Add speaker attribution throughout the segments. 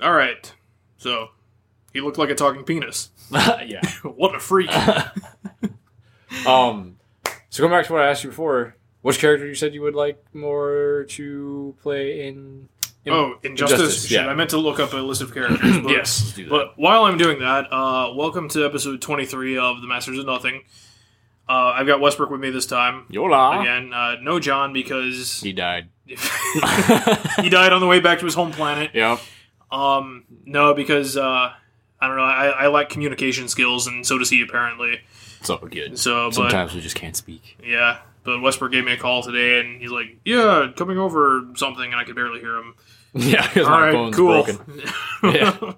Speaker 1: All right. So he looked like a talking penis.
Speaker 2: yeah.
Speaker 1: what a freak.
Speaker 2: Um, so going back to what I asked you before, which character you said you would like more to play in? in
Speaker 1: oh, Injustice.
Speaker 2: Injustice,
Speaker 1: Shit,
Speaker 2: yeah.
Speaker 1: I meant to look up a list of characters. But,
Speaker 2: Yes, do that.
Speaker 1: But while I'm doing that, uh, welcome to episode 23 of The Masters of Nothing. Uh, I've got Westbrook with me this time.
Speaker 2: Yola.
Speaker 1: Again, uh, no John because
Speaker 2: He died.
Speaker 1: he died on the way back to his home planet.
Speaker 2: yeah.
Speaker 1: Um, no, because uh, I don't know. I, I lack communication skills, and so does he apparently.
Speaker 2: It's all good.
Speaker 1: So, but
Speaker 2: Sometimes we just can't speak.
Speaker 1: yeah. But Westbrook gave me a call today, and he's like, "Yeah, coming over something," and I could barely hear him.
Speaker 2: Yeah, because
Speaker 1: All
Speaker 2: my
Speaker 1: right,
Speaker 2: phone's
Speaker 1: cool.
Speaker 2: broken. Yeah.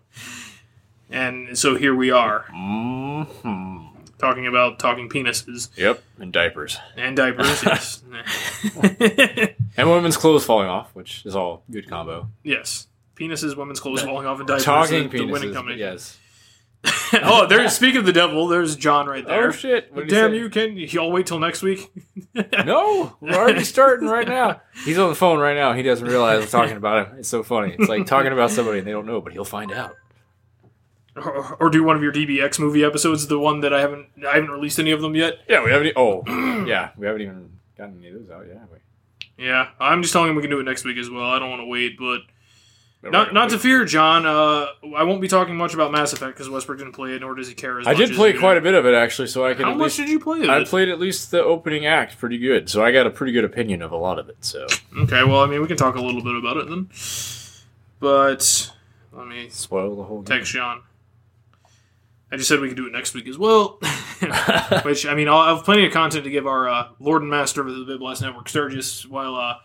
Speaker 1: and so here we are Mm-hmm.
Speaker 2: hmm
Speaker 1: talking about talking penises
Speaker 2: Yep, and diapers.
Speaker 1: and diapers. yes.
Speaker 2: And women's clothes falling off, which is all good combo.
Speaker 1: yes. Penises, women's clothes falling off, and diapers.
Speaker 2: Talking
Speaker 1: the, The
Speaker 2: penises.
Speaker 1: winning company.
Speaker 2: Yes.
Speaker 1: oh, there's speak of the devil. There's John right there.
Speaker 2: Oh shit! What did he
Speaker 1: Damn
Speaker 2: say?
Speaker 1: you, Ken! Y'all wait till next week.
Speaker 2: No, we're already starting right now. He's on the phone right now. He doesn't realize I'm talking about him. It's so funny. It's like talking about somebody and they don't know, but he'll find out.
Speaker 1: or, or do one of your DBX movie episodes, the one that I haven't I haven't released any of them yet.
Speaker 2: Yeah, we haven't. e- Oh, yeah, we haven't even gotten any of those out yet. Have we?
Speaker 1: Yeah, I'm just telling him we can do it next week as well. I don't want to wait, but
Speaker 2: But we're
Speaker 1: not
Speaker 2: gonna
Speaker 1: not to
Speaker 2: wait.
Speaker 1: fear, John. Uh, I won't be talking much about Mass Effect because Westbrook didn't play it, nor does he care. As
Speaker 2: I did play quite a bit of it actually, so I can.
Speaker 1: How
Speaker 2: at
Speaker 1: much
Speaker 2: least,
Speaker 1: did you play? Of
Speaker 2: I
Speaker 1: it?
Speaker 2: played at least the opening act pretty good, so I got a pretty good opinion of a lot of it. So
Speaker 1: okay, well, I mean, we can talk a little bit about it then. But let me
Speaker 2: spoil the whole game.
Speaker 1: text John. I just said we could do it next week as well. Which I mean, I'll have plenty of content to give our uh, Lord and Master of the Bit Blast Network, Sturgis. While uh,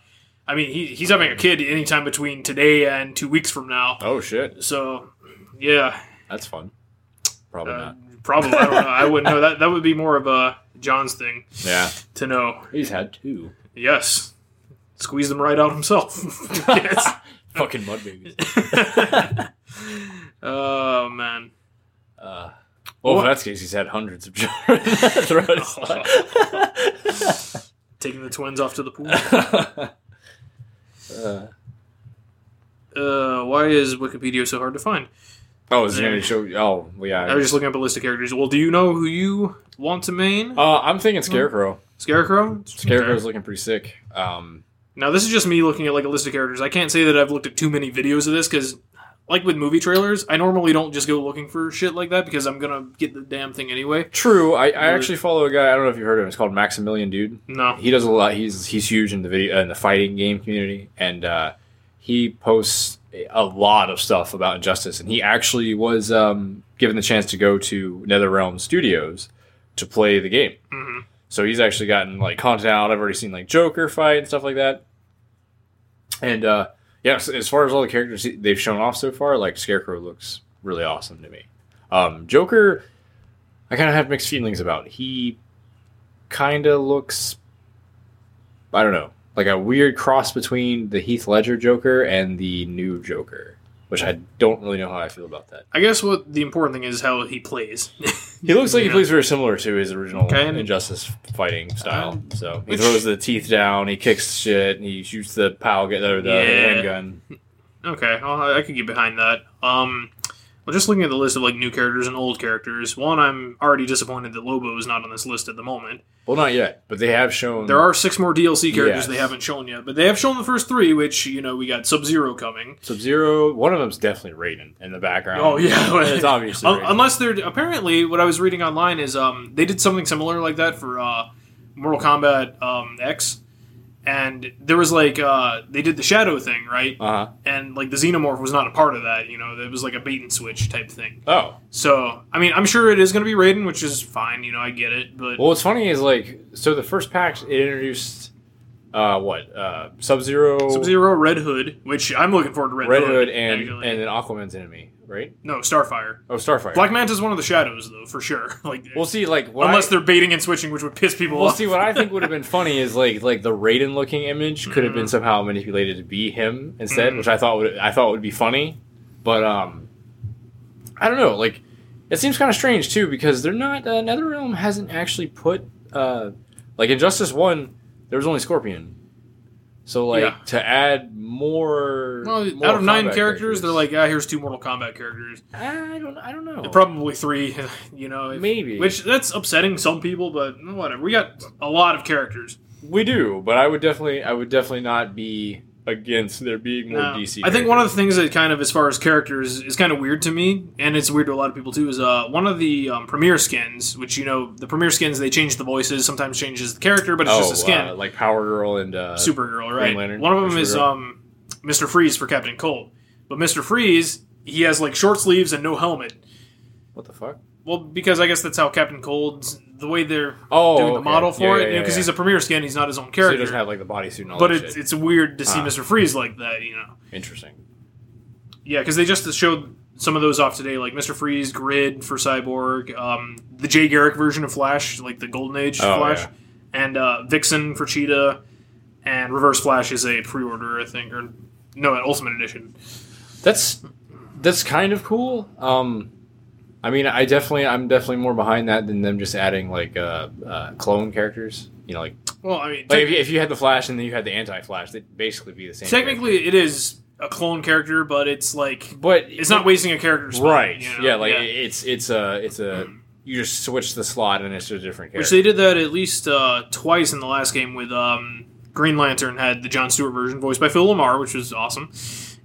Speaker 1: I mean, he, he's having a kid anytime between today and two weeks from now.
Speaker 2: oh shit,
Speaker 1: So, yeah,
Speaker 2: that's fun. Probably
Speaker 1: uh,
Speaker 2: not.
Speaker 1: probably I don't know. I wouldn't know that. That would be more of a John's thing
Speaker 2: Yeah,
Speaker 1: to know.
Speaker 2: he's had two.
Speaker 1: Yes, squeeze them right out himself. yes.
Speaker 2: Fucking mud babies.
Speaker 1: Oh man.
Speaker 2: Uh, well,
Speaker 1: What-
Speaker 2: in that case, he's had hundreds of children throughout his life.
Speaker 1: Taking the twins off to the pool.
Speaker 2: Uh,
Speaker 1: Uh, why is Wikipedia so hard to find?
Speaker 2: oh, is he going to show? Oh, well, yeah.
Speaker 1: I was just looking up a list of characters. Well, do you know who you want to main?
Speaker 2: uh, I'm thinking Scarecrow.
Speaker 1: Scarecrow.
Speaker 2: Scarecrow's
Speaker 1: Okay.
Speaker 2: looking pretty sick. Um,
Speaker 1: Now this is just me looking at like a list of characters. I can't say that I've looked at too many videos of this because, like with movie trailers, I normally don't just go looking for shit like that because I'm gonna get the damn thing anyway.
Speaker 2: true. I, I
Speaker 1: Dude.
Speaker 2: actually follow a guy. I don't know if you heard of him. It's called Maximilian Dude.
Speaker 1: No.
Speaker 2: He does a lot. He's he's huge in the video in the fighting game community, and uh, he posts a lot of stuff about injustice. And he actually was um, given the chance to go to NetherRealm Studios to play the game.
Speaker 1: hmm
Speaker 2: So he's actually gotten like content out. I've already seen like Joker fight and stuff like that. And uh yeah, so as far as all the characters he- they've shown off so far, like Scarecrow looks really awesome to me. Um Joker, I kind of have mixed feelings about. He kind of looks, I don't know, like a weird cross between the Heath Ledger Joker and the new Joker, which I don't really know how I feel about that.
Speaker 1: I guess what the important thing is how he plays.
Speaker 2: He looks like he
Speaker 1: Yeah.
Speaker 2: plays very similar to his original
Speaker 1: Okay, and-
Speaker 2: Injustice fighting style.
Speaker 1: Um,
Speaker 2: so he
Speaker 1: which-
Speaker 2: throws the teeth down, he kicks shit, and he shoots the pow gun or the
Speaker 1: Yeah.
Speaker 2: handgun.
Speaker 1: okay, well, I I could get behind that. Um, well, just looking at the list of like new characters and old characters. One, I'm already disappointed that Lobo is not on this list at the moment.
Speaker 2: Well, not yet, but they have shown.
Speaker 1: There are six more DLC characters
Speaker 2: Yes.
Speaker 1: they haven't shown yet, but they have shown the first three, which you know we got Sub Zero coming.
Speaker 2: Sub Zero. One of them's definitely Raiden in the background.
Speaker 1: Oh yeah,
Speaker 2: it's obviously.
Speaker 1: Un-
Speaker 2: Raiden.
Speaker 1: unless they're apparently what I was reading online is um they did something similar like that for uh, Mortal Kombat um, X, and there was like uh, they did the shadow thing right,
Speaker 2: uh-huh.
Speaker 1: and like the Xenomorph was not a part of that. You know, it was like a bait and switch type thing.
Speaker 2: Oh
Speaker 1: So I mean, I'm sure it is going to be Raiden, which is fine. You know, I get it, but
Speaker 2: well, what's funny is like so the first pack it introduced, uh, what uh, Sub Zero,
Speaker 1: Sub Zero, Red Hood, which I'm looking forward to Red,
Speaker 2: Red Hood, and
Speaker 1: actually.
Speaker 2: and then Aquaman's enemy, right?
Speaker 1: no Starfire.
Speaker 2: Oh, Starfire.
Speaker 1: Black Manta's one of the shadows though, for sure. Like
Speaker 2: We'll see. Like what
Speaker 1: unless
Speaker 2: I-
Speaker 1: they're baiting and switching, which would piss people
Speaker 2: Well,
Speaker 1: off.
Speaker 2: see, what I think would have been funny is like like the Raiden looking image could have been somehow manipulated to be him instead,
Speaker 1: Mhm.
Speaker 2: which I thought would I thought would be funny, but um, I don't know. Like, it seems kind of strange too because they're not. Uh, NetherRealm hasn't actually put uh, like in Justice One, there was only Scorpion. So like
Speaker 1: Yeah.
Speaker 2: to add more,
Speaker 1: Well,
Speaker 2: Mortal
Speaker 1: out of nine
Speaker 2: Kombat
Speaker 1: characters, they're like, ah, here's two Mortal Kombat characters.
Speaker 2: I don't, I don't know.
Speaker 1: Probably three, you know. if-
Speaker 2: Oh. Maybe.
Speaker 1: Which, that's upsetting some people, but whatever. We got a lot of characters.
Speaker 2: we do, but I would definitely, I would definitely not be against there being more
Speaker 1: Now,
Speaker 2: DC.
Speaker 1: I think one of the things that kind of, as far as characters, is kind of weird to me, and it's weird to a lot of people too, is uh, one of the um, premiere skins, which, you know, the premiere skins, they change the voices, sometimes changes the character, but it's
Speaker 2: oh,
Speaker 1: just a skin.
Speaker 2: uh, like Power Girl and uh,
Speaker 1: Supergirl,
Speaker 2: Green
Speaker 1: right?
Speaker 2: Lantern,
Speaker 1: One of them
Speaker 2: or
Speaker 1: is
Speaker 2: Supergirl.
Speaker 1: um, Mr. Freeze for Captain Cold, but Mr. Freeze he has like short sleeves and no helmet.
Speaker 2: What the fuck?
Speaker 1: Well, because I guess that's how Captain Cold's the way they're
Speaker 2: Oh,
Speaker 1: doing the
Speaker 2: okay.
Speaker 1: model for
Speaker 2: Yeah,
Speaker 1: it,
Speaker 2: yeah,
Speaker 1: because
Speaker 2: yeah,
Speaker 1: he's a premier skin, he's not his own
Speaker 2: So he
Speaker 1: character.
Speaker 2: doesn't have like the bodysuit and all
Speaker 1: but
Speaker 2: that
Speaker 1: it's
Speaker 2: shit.
Speaker 1: it's weird to see
Speaker 2: Ah.
Speaker 1: Mr. Freeze like that, you know?
Speaker 2: Interesting.
Speaker 1: Yeah, because they just showed some of those off today, like Mr. Freeze, Grid for Cyborg, um, the Jay Garrick version of Flash, like the Golden Age
Speaker 2: Oh,
Speaker 1: Flash,
Speaker 2: yeah.
Speaker 1: and uh, Vixen for Cheetah, and Reverse Flash is a pre-order, I think, or no, an Ultimate Edition.
Speaker 2: That's that's kind of cool. Um, I mean, I definitely, I'm definitely more behind that than them just adding like uh, uh clone characters. You know, like
Speaker 1: Well, I mean,
Speaker 2: like
Speaker 1: tec-
Speaker 2: if you, if you had the Flash and then you had the anti-Flash, they'd basically be the same.
Speaker 1: technically it is a clone character, but it's like
Speaker 2: character. but
Speaker 1: it's not wasting a character spot,
Speaker 2: right.
Speaker 1: you know?
Speaker 2: Yeah, like it's it's a it's a you just switch the slot and it's a different
Speaker 1: which
Speaker 2: character.
Speaker 1: they did that at least uh, twice in the last game with um, Green Lantern had the John Stewart version voiced by Phil Lamar, which was awesome,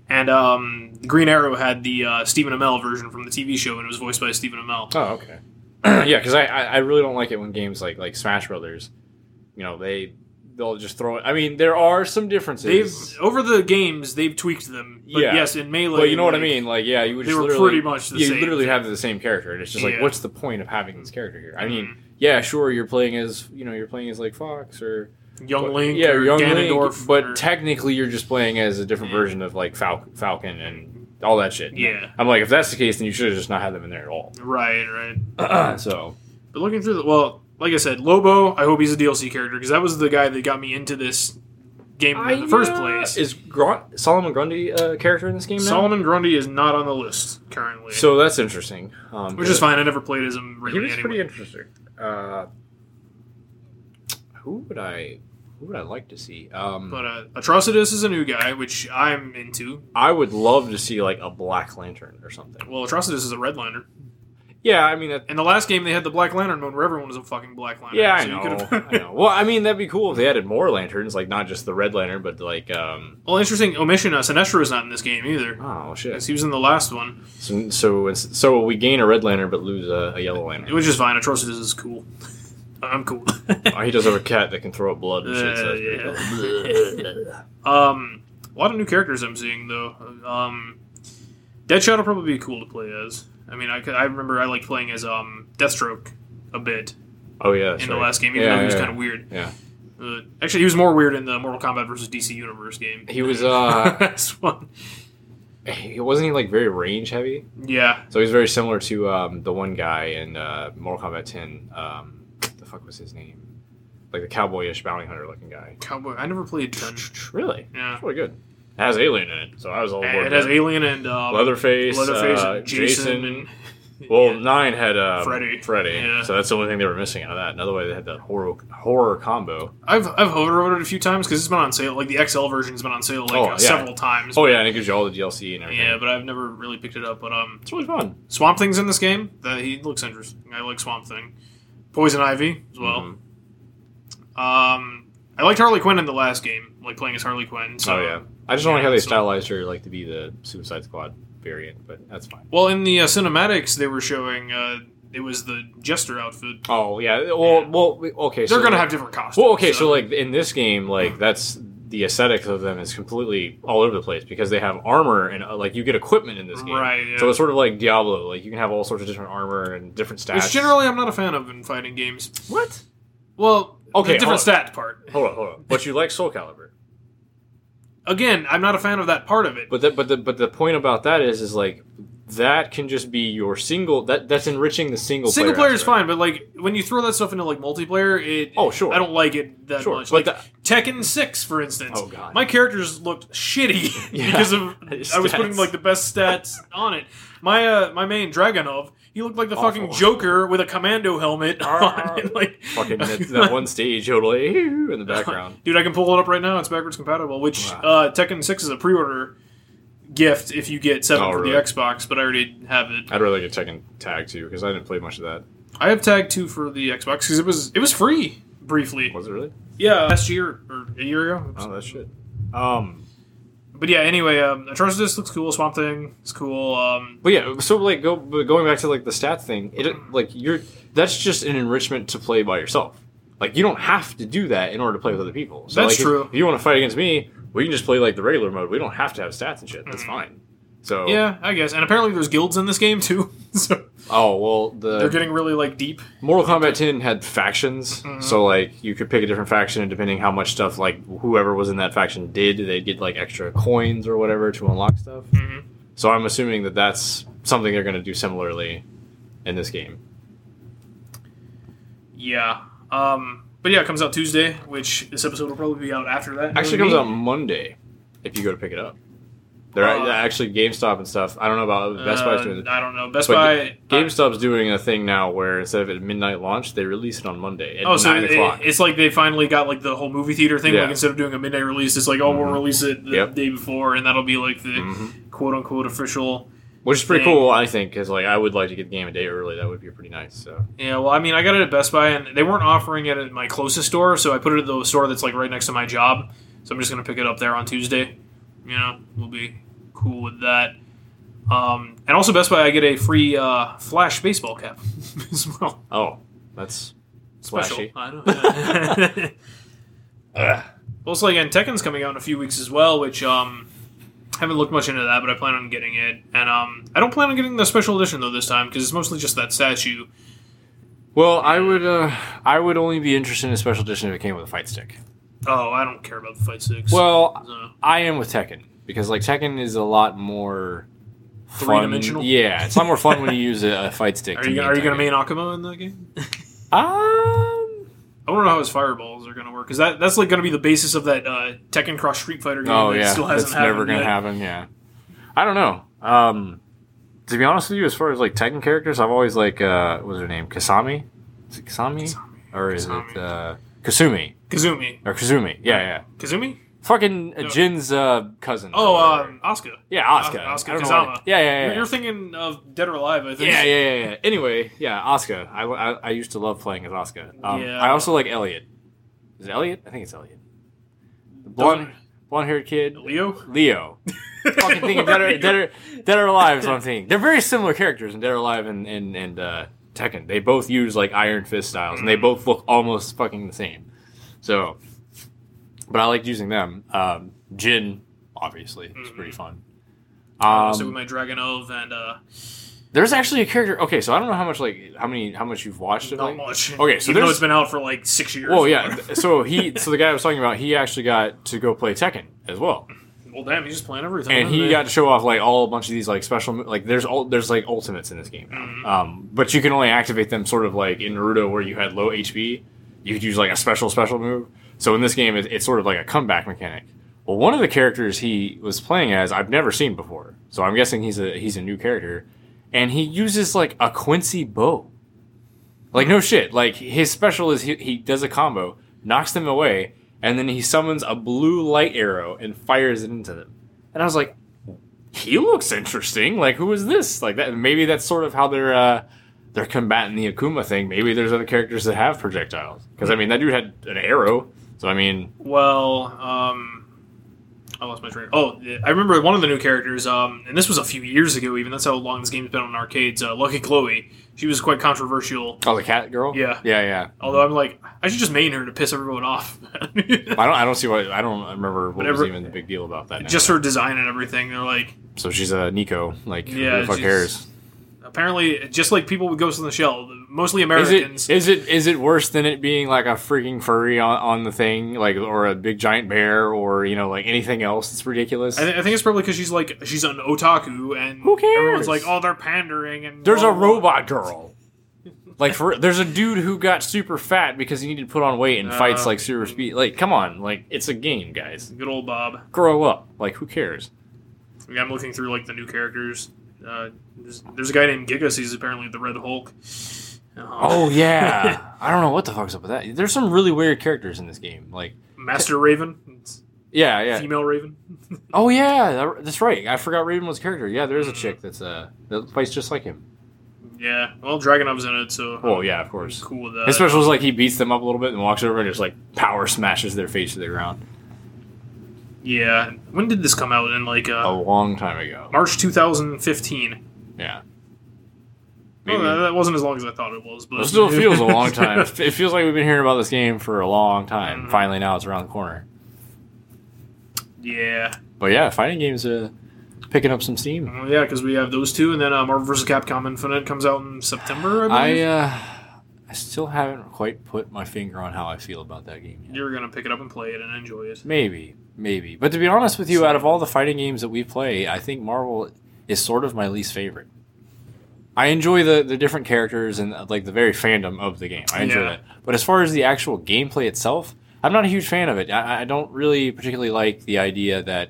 Speaker 1: and um, Green Arrow had the uh, Stephen Amell version from the TV show, and it was voiced by Stephen Amell.
Speaker 2: Oh, okay. yeah, because I, I I really don't like it when games like like Smash Brothers, you know, they they'll just throw it. I mean, there are some
Speaker 1: They've
Speaker 2: differences.
Speaker 1: over the games they've tweaked them, but
Speaker 2: Yeah.
Speaker 1: yes, in Melee.
Speaker 2: Well, you know what I
Speaker 1: like,
Speaker 2: mean. Like, yeah, you would
Speaker 1: they
Speaker 2: just
Speaker 1: were
Speaker 2: literally,
Speaker 1: pretty much the
Speaker 2: you
Speaker 1: same.
Speaker 2: literally have the same character, and it's just like,
Speaker 1: Yeah. Mm-hmm.
Speaker 2: what's the point of having this character here? I mean, yeah, sure, you're playing as you know, you're playing as like Fox or
Speaker 1: Young Link,
Speaker 2: yeah,
Speaker 1: or
Speaker 2: Young
Speaker 1: Ganondorf,
Speaker 2: Link, but
Speaker 1: or-
Speaker 2: technically you're just playing as a different version of like Fal- Falcon and all that shit.
Speaker 1: Yeah.
Speaker 2: I'm like, if that's the case, then you should have just not had them in there at all.
Speaker 1: right, right.
Speaker 2: so
Speaker 1: But looking through the well, like I said, Lobo. I hope he's a DLC character because that was the guy that got me into this game in the first place.
Speaker 2: is Grant, Solomon Grundy a character in this game now?
Speaker 1: Solomon Grundy is not on the list currently,
Speaker 2: So that's interesting. Um,
Speaker 1: which is fine. I never played as him really
Speaker 2: He was
Speaker 1: anyway.
Speaker 2: pretty interesting. Uh, who would I? Who would I like to see? Um,
Speaker 1: but uh, Atrocitus is a new guy, which I'm into.
Speaker 2: I would love to see like a Black Lantern or something.
Speaker 1: Well, Atrocitus is a Red Lantern.
Speaker 2: Yeah, I mean, that,
Speaker 1: In the last game, they had the Black Lantern mode where everyone was a fucking Black Lantern.
Speaker 2: yeah, I
Speaker 1: so you
Speaker 2: know,
Speaker 1: could've-
Speaker 2: I know. Well, I mean, that'd be cool if they added more lanterns, like not just the Red Lantern, but like, um,
Speaker 1: well, interesting omission. Uh, Sinestro is not in this game either.
Speaker 2: oh shit.
Speaker 1: Because he was in the last one,
Speaker 2: So, so it's- so we gain a Red Lantern but lose a, a Yellow Lantern.
Speaker 1: which is fine. Atrocitus is cool. I'm cool.
Speaker 2: oh, he does have a cat that can throw up blood and shit. So that's pretty
Speaker 1: Uh,
Speaker 2: cool.
Speaker 1: Um, a lot of new characters I'm seeing though. Um, Deadshot will probably be cool to play as. I mean, I, c- I remember I liked playing as um Deathstroke a bit
Speaker 2: oh yeah, that's
Speaker 1: in the
Speaker 2: right.
Speaker 1: last game, even
Speaker 2: Yeah,
Speaker 1: though he was
Speaker 2: yeah.
Speaker 1: kind of weird.
Speaker 2: Yeah.
Speaker 1: Uh, actually, he was more weird in the Mortal Kombat versus DC Universe game.
Speaker 2: He was uh,
Speaker 1: That's one.
Speaker 2: Eh, he wasn't he like very range heavy.
Speaker 1: Yeah,
Speaker 2: So he's very similar to um, the one guy in uh, Mortal Kombat 10. Um, the fuck was his name? Like the cowboyish bounty hunter looking guy.
Speaker 1: Cowboy. I never played ten.
Speaker 2: Really?
Speaker 1: Yeah,
Speaker 2: That's really good. It has Alien in it, so I was all
Speaker 1: it
Speaker 2: aboard.
Speaker 1: has
Speaker 2: that.
Speaker 1: Alien and um,
Speaker 2: Leatherface,
Speaker 1: Leatherface,
Speaker 2: uh,
Speaker 1: and Jason, and
Speaker 2: well,
Speaker 1: yeah.
Speaker 2: nine had um,
Speaker 1: Freddy. Yeah.
Speaker 2: so that's the only thing they were missing out of that. Another way they had that horror horror combo.
Speaker 1: I've I've hovered over it a few times because it's been on sale. Like the XL version's been on sale like
Speaker 2: Oh,
Speaker 1: uh,
Speaker 2: yeah.
Speaker 1: several times.
Speaker 2: Oh yeah, and it gives you all the DLC and everything.
Speaker 1: yeah, but I've never really picked it up. But um,
Speaker 2: it's really fun.
Speaker 1: Swamp Thing's in this game. That he looks interesting. I like Swamp Thing. Poison Ivy as well.
Speaker 2: Mhm. Mm-hmm.
Speaker 1: Um, I liked Harley Quinn in the last game, like playing as Harley Quinn. So.
Speaker 2: oh yeah, I just don't
Speaker 1: yeah,
Speaker 2: like how they
Speaker 1: so-
Speaker 2: stylized her like to be the Suicide Squad variant, but that's fine.
Speaker 1: Well, in the uh, cinematics they were showing, uh, it was the Jester outfit.
Speaker 2: Oh yeah, well,
Speaker 1: Yeah.
Speaker 2: well, we- okay.
Speaker 1: They're
Speaker 2: so,
Speaker 1: gonna have different costumes.
Speaker 2: Well, okay, so. like in this game, like that's the aesthetic of them is completely all over the place because they have armor and uh, like you get equipment in this game.
Speaker 1: Right, yeah.
Speaker 2: So it's sort of like Diablo. Like you can have all sorts of different armor and different stats.
Speaker 1: which generally I'm not a fan of in fighting games.
Speaker 2: what?
Speaker 1: Well,
Speaker 2: Okay,
Speaker 1: the different stat part.
Speaker 2: Hold on, hold on. But you like Soul Calibur.
Speaker 1: Again, I'm not a fan of that part of it.
Speaker 2: But the, but the but the point about that is is like that can just be your single. That that's enriching the single.
Speaker 1: Single player
Speaker 2: player
Speaker 1: is
Speaker 2: aspect.
Speaker 1: fine, but like when you throw that stuff into like multiplayer, it
Speaker 2: Oh, sure.
Speaker 1: I don't like it that
Speaker 2: Sure,
Speaker 1: much. Like
Speaker 2: but
Speaker 1: Tekken Six, for instance.
Speaker 2: Oh, God.
Speaker 1: my characters looked shitty
Speaker 2: Yeah.
Speaker 1: because of I was putting
Speaker 2: Stats.
Speaker 1: like the best stats on it. My uh, my main Dragonov, he looked like the fucking
Speaker 2: Awful.
Speaker 1: Joker with a commando helmet on. And, like
Speaker 2: Fucking that, that one stage yodel in the background.
Speaker 1: Dude, I can pull it up right now. It's backwards compatible, which
Speaker 2: Wow.
Speaker 1: uh, Tekken 6 is a pre order gift if you get 7
Speaker 2: Oh,
Speaker 1: for the
Speaker 2: really?
Speaker 1: Xbox, but I already have it.
Speaker 2: I'd really get Tekken Tag too because I didn't play much of that.
Speaker 1: I have Tag 2 for the Xbox because it was, it was free briefly.
Speaker 2: Was it really?
Speaker 1: Yeah, last year or a year ago.
Speaker 2: Oh, that shit. Um,
Speaker 1: But yeah, anyway, um, Atrocitus looks cool. Swamp Thing is cool. Um,
Speaker 2: but yeah, so like go but going back to like the stat thing. It like you're that's just an enrichment to play by yourself. Like you don't have to do that in order to play with other people. So,
Speaker 1: That's
Speaker 2: like, if-
Speaker 1: true.
Speaker 2: If, you want to fight against me, we can just play like the regular mode. We don't have to have stats and shit. That's fine. So
Speaker 1: yeah, I guess. And apparently there's guilds in this game too. so
Speaker 2: Oh well,
Speaker 1: they're
Speaker 2: the
Speaker 1: getting really like deep.
Speaker 2: Mortal Kombat 10 had factions, so like you could pick a different faction, and depending how much stuff like whoever was in that faction did, they'd get like extra coins or whatever to unlock stuff.
Speaker 1: Mhm.
Speaker 2: So I'm assuming that that's something they're going to do similarly in this game.
Speaker 1: Yeah. Um, but yeah, it comes out Tuesday, which this episode will probably be out after that.
Speaker 2: Actually, it
Speaker 1: Maybe.
Speaker 2: comes out Monday if you go to pick it up. They're
Speaker 1: Uh,
Speaker 2: actually GameStop and stuff. I don't know about Best Buy's
Speaker 1: Uh,
Speaker 2: doing this.
Speaker 1: I don't know. Best
Speaker 2: But
Speaker 1: Buy.
Speaker 2: GameStop's doing a thing now where instead of at midnight launch, they release it on Monday at
Speaker 1: Oh, so
Speaker 2: nine
Speaker 1: it-
Speaker 2: o'clock.
Speaker 1: it's like they finally got like the whole movie theater thing.
Speaker 2: Yeah. Mm-hmm.
Speaker 1: Like instead of doing a midnight release, it's like oh we'll release it the
Speaker 2: Yep. Mm-hmm.
Speaker 1: day before, and that'll be like the quote unquote official.
Speaker 2: Which is pretty
Speaker 1: thing.
Speaker 2: cool, I think, because like I would like to get the game a day early. That would be pretty nice. So
Speaker 1: Yeah, well, I mean, I got it at Best Buy, and they weren't offering it at my closest store, so I put it at the store that's like right next to my job. So I'm just gonna pick it up there on Tuesday. You know, we'll be cool with that. Um, and also Best Buy, I get a free uh, Flash baseball cap as well.
Speaker 2: oh, that's
Speaker 1: Special.
Speaker 2: flashy.
Speaker 1: I know. Well, it's like and Tekken's coming out in a few weeks as well, which um haven't looked much into that, but I plan on getting it. And um I don't plan on getting the special edition though this time because it's mostly just that statue.
Speaker 2: Well, I would uh, I would only be interested in a special edition if it came with a fight stick.
Speaker 1: Oh, I don't care about the Fight Six.
Speaker 2: Well,
Speaker 1: So-
Speaker 2: I am with Tekken because like Tekken is a lot more fun.
Speaker 1: Three-dimensional?
Speaker 2: Yeah, it's a lot more fun when you use a, a fight stick.
Speaker 1: are
Speaker 2: to
Speaker 1: you
Speaker 2: me
Speaker 1: are you
Speaker 2: in
Speaker 1: gonna
Speaker 2: Tekken.
Speaker 1: main Akuma in that game?
Speaker 2: Um.
Speaker 1: I want to know how his fireballs are gonna work because that that's like gonna be the basis of that uh, Tekken Cross Street Fighter game.
Speaker 2: Oh
Speaker 1: that
Speaker 2: yeah,
Speaker 1: still hasn't
Speaker 2: that's never
Speaker 1: happened
Speaker 2: gonna
Speaker 1: yet.
Speaker 2: happen. Yeah, I don't know. Um, to be honest with you, as far as like Tekken characters, I've always like uh, what was her name? Kasami, is it Kasami, or is
Speaker 1: Kasami.
Speaker 2: it uh, Kasumi
Speaker 1: Kazumi,
Speaker 2: or Kazumi? Yeah, yeah.
Speaker 1: Kazumi?
Speaker 2: Fucking uh,
Speaker 1: No.
Speaker 2: Jin's uh, cousin.
Speaker 1: Oh,
Speaker 2: Or-
Speaker 1: um, Asuka.
Speaker 2: yeah, Asuka.
Speaker 1: Asuka
Speaker 2: I don't know why-
Speaker 1: Kazama.
Speaker 2: Yeah, yeah,
Speaker 1: You're,
Speaker 2: yeah.
Speaker 1: you're thinking of Dead or Alive, I think.
Speaker 2: yeah, yeah, yeah, yeah. Anyway, yeah, Asuka. I, I, I used to love playing as Asuka. Um,
Speaker 1: Yeah.
Speaker 2: I also like Elliot. Is it Elliot? I think it's Elliot. The blonde, blonde haired kid.
Speaker 1: Leo.
Speaker 2: Leo. fucking thinking Dead or, Dead, or, Dead or Alive is what I'm thinking. They're very similar characters in Dead or Alive and, and, and uh, Tekken. They both use like Iron Fist styles and they both look almost fucking the same. So, but I liked using them. Um, Jin, obviously, it's pretty fun.
Speaker 1: also with
Speaker 2: Um,
Speaker 1: my Dragonov and uh,
Speaker 2: there's actually a character. Okay, so I don't know how much like how many how much you've watched of
Speaker 1: Not
Speaker 2: it.
Speaker 1: much.
Speaker 2: Okay, so
Speaker 1: Even though
Speaker 2: there's-
Speaker 1: it's been out for like six years.
Speaker 2: Well, yeah. th- So he, so the guy I was talking about, he actually got to go play Tekken as well.
Speaker 1: Well, damn, he's just playing everything.
Speaker 2: and he
Speaker 1: isn't
Speaker 2: got to show off like all a bunch of these like special like there's all there's like ultimates in this game now. um but you can only activate them sort of like in naruto where you had low hp you could use like a special special move so in this game it, it's sort of like a comeback mechanic well one of the characters he was playing as i've never seen before so i'm guessing he's a he's a new character and he uses like a quincy bow like no shit like his special is he, he does a combo knocks them away and then he summons a blue light arrow and fires it into them and I was like, he looks interesting. Like, who is this? Like that. Maybe that's sort of how they're uh, they're combating the Akuma thing. Maybe there's other characters that have projectiles. Because I mean, that dude had an arrow. So I mean,
Speaker 1: Well, um, I lost my train. Oh, yeah, I remember one of the new characters. Um, and this was a few years ago. Even that's how long this game's been on arcades. Uh, Lucky Chloe. She was quite controversial.
Speaker 2: oh, the cat girl.
Speaker 1: Yeah.
Speaker 2: yeah, yeah.
Speaker 1: Although I'm like, I should just main her to piss everyone off.
Speaker 2: I don't, I don't see why. I don't remember what
Speaker 1: Whatever-
Speaker 2: was even the big deal about that. now.
Speaker 1: just her design and everything. They're like,
Speaker 2: so she's a Nico. Like,
Speaker 1: Yeah,
Speaker 2: who the fuck
Speaker 1: she's-
Speaker 2: cares?
Speaker 1: Apparently, just like people with Ghost in the Shell, mostly
Speaker 2: Is
Speaker 1: Americans.
Speaker 2: it is it is it worse than it being like a freaking furry on, on the thing, like or a big giant bear, or you know, like anything else that's ridiculous?
Speaker 1: I, th- I think it's probably because she's like she's an otaku, and
Speaker 2: Who cares?
Speaker 1: everyone's like, "Oh, they're pandering." And
Speaker 2: There's a
Speaker 1: blah, blah, blah.
Speaker 2: robot girl. Like for there's a dude who got super fat because he needed to put on weight and fights
Speaker 1: Uh.
Speaker 2: like super speed. Like come on, like it's a game, guys.
Speaker 1: Good old Bob.
Speaker 2: Grow up. Like who cares?
Speaker 1: Yeah, I'm looking through like the new characters. Uh, there's, there's a guy named Gigas. He's apparently the Red Hulk. Uh,
Speaker 2: Oh yeah. I don't know what the fuck's up with that. There's some really weird characters in this game. Like
Speaker 1: Master Raven. It's
Speaker 2: yeah, yeah.
Speaker 1: Female Raven.
Speaker 2: Oh yeah, that- that's right. I forgot Raven was a character. Yeah, there is a chick that's uh that fights just like him.
Speaker 1: yeah. Well, Dragunov's in it, so
Speaker 2: Oh yeah, of course.
Speaker 1: cool with that.
Speaker 2: His special is like he beats them up a little bit and walks over and just like power smashes their face to the ground.
Speaker 1: yeah. When did this come out? In like
Speaker 2: A
Speaker 1: uh,
Speaker 2: long time ago.
Speaker 1: March 2015.
Speaker 2: Yeah.
Speaker 1: Well, Oh, that, that wasn't as long as I thought it was, but
Speaker 2: It still feels a long time. It feels like we've been hearing about this game for a long time.
Speaker 1: Mhm.
Speaker 2: Finally, now it's around the corner.
Speaker 1: yeah.
Speaker 2: But yeah, fighting games uh, picking up some steam.
Speaker 1: Well, yeah, because we have those two, and then uh, Marvel vs. Capcom Infinite comes out in September. I
Speaker 2: I
Speaker 1: believe.
Speaker 2: uh, I still haven't quite put my finger on how I feel about that game yet.
Speaker 1: You're gonna pick it up and play it and enjoy it.
Speaker 2: Maybe, maybe. But to be honest with you, out of all the fighting games that we play, I think Marvel is sort of my least favorite. I enjoy the, the different characters and uh, like the very fandom of the game. I enjoy
Speaker 1: Yeah.
Speaker 2: that. But as far as the actual gameplay itself, I'm not a huge fan of it. I, I don't really particularly like the idea that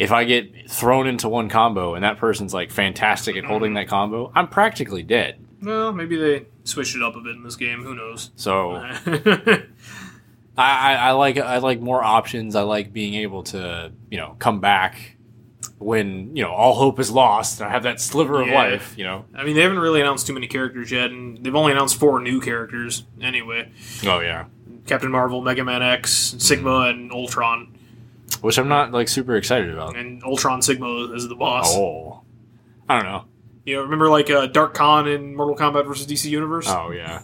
Speaker 2: if I get thrown into one combo and that person's like fantastic at holding that combo, I'm practically dead.
Speaker 1: Well, maybe they switched it up a bit in this game. Who knows?
Speaker 2: So
Speaker 1: yeah,
Speaker 2: I, I, I like I like more options. I like being able to you know come back when you know all hope is lost. I have that sliver
Speaker 1: Yeah.
Speaker 2: of life. You know.
Speaker 1: I mean they haven't really announced too many characters yet, and they've only announced four new characters anyway:
Speaker 2: Oh yeah.
Speaker 1: Captain Marvel, Mega Man X, Sigma,
Speaker 2: Hmm.
Speaker 1: and Ultron.
Speaker 2: Which I'm not like super excited about.
Speaker 1: And Ultron Sigma is the boss.
Speaker 2: Oh. I don't know.
Speaker 1: You know, remember like uh, Dark Khan in Mortal Kombat versus DC Universe?
Speaker 2: Oh yeah.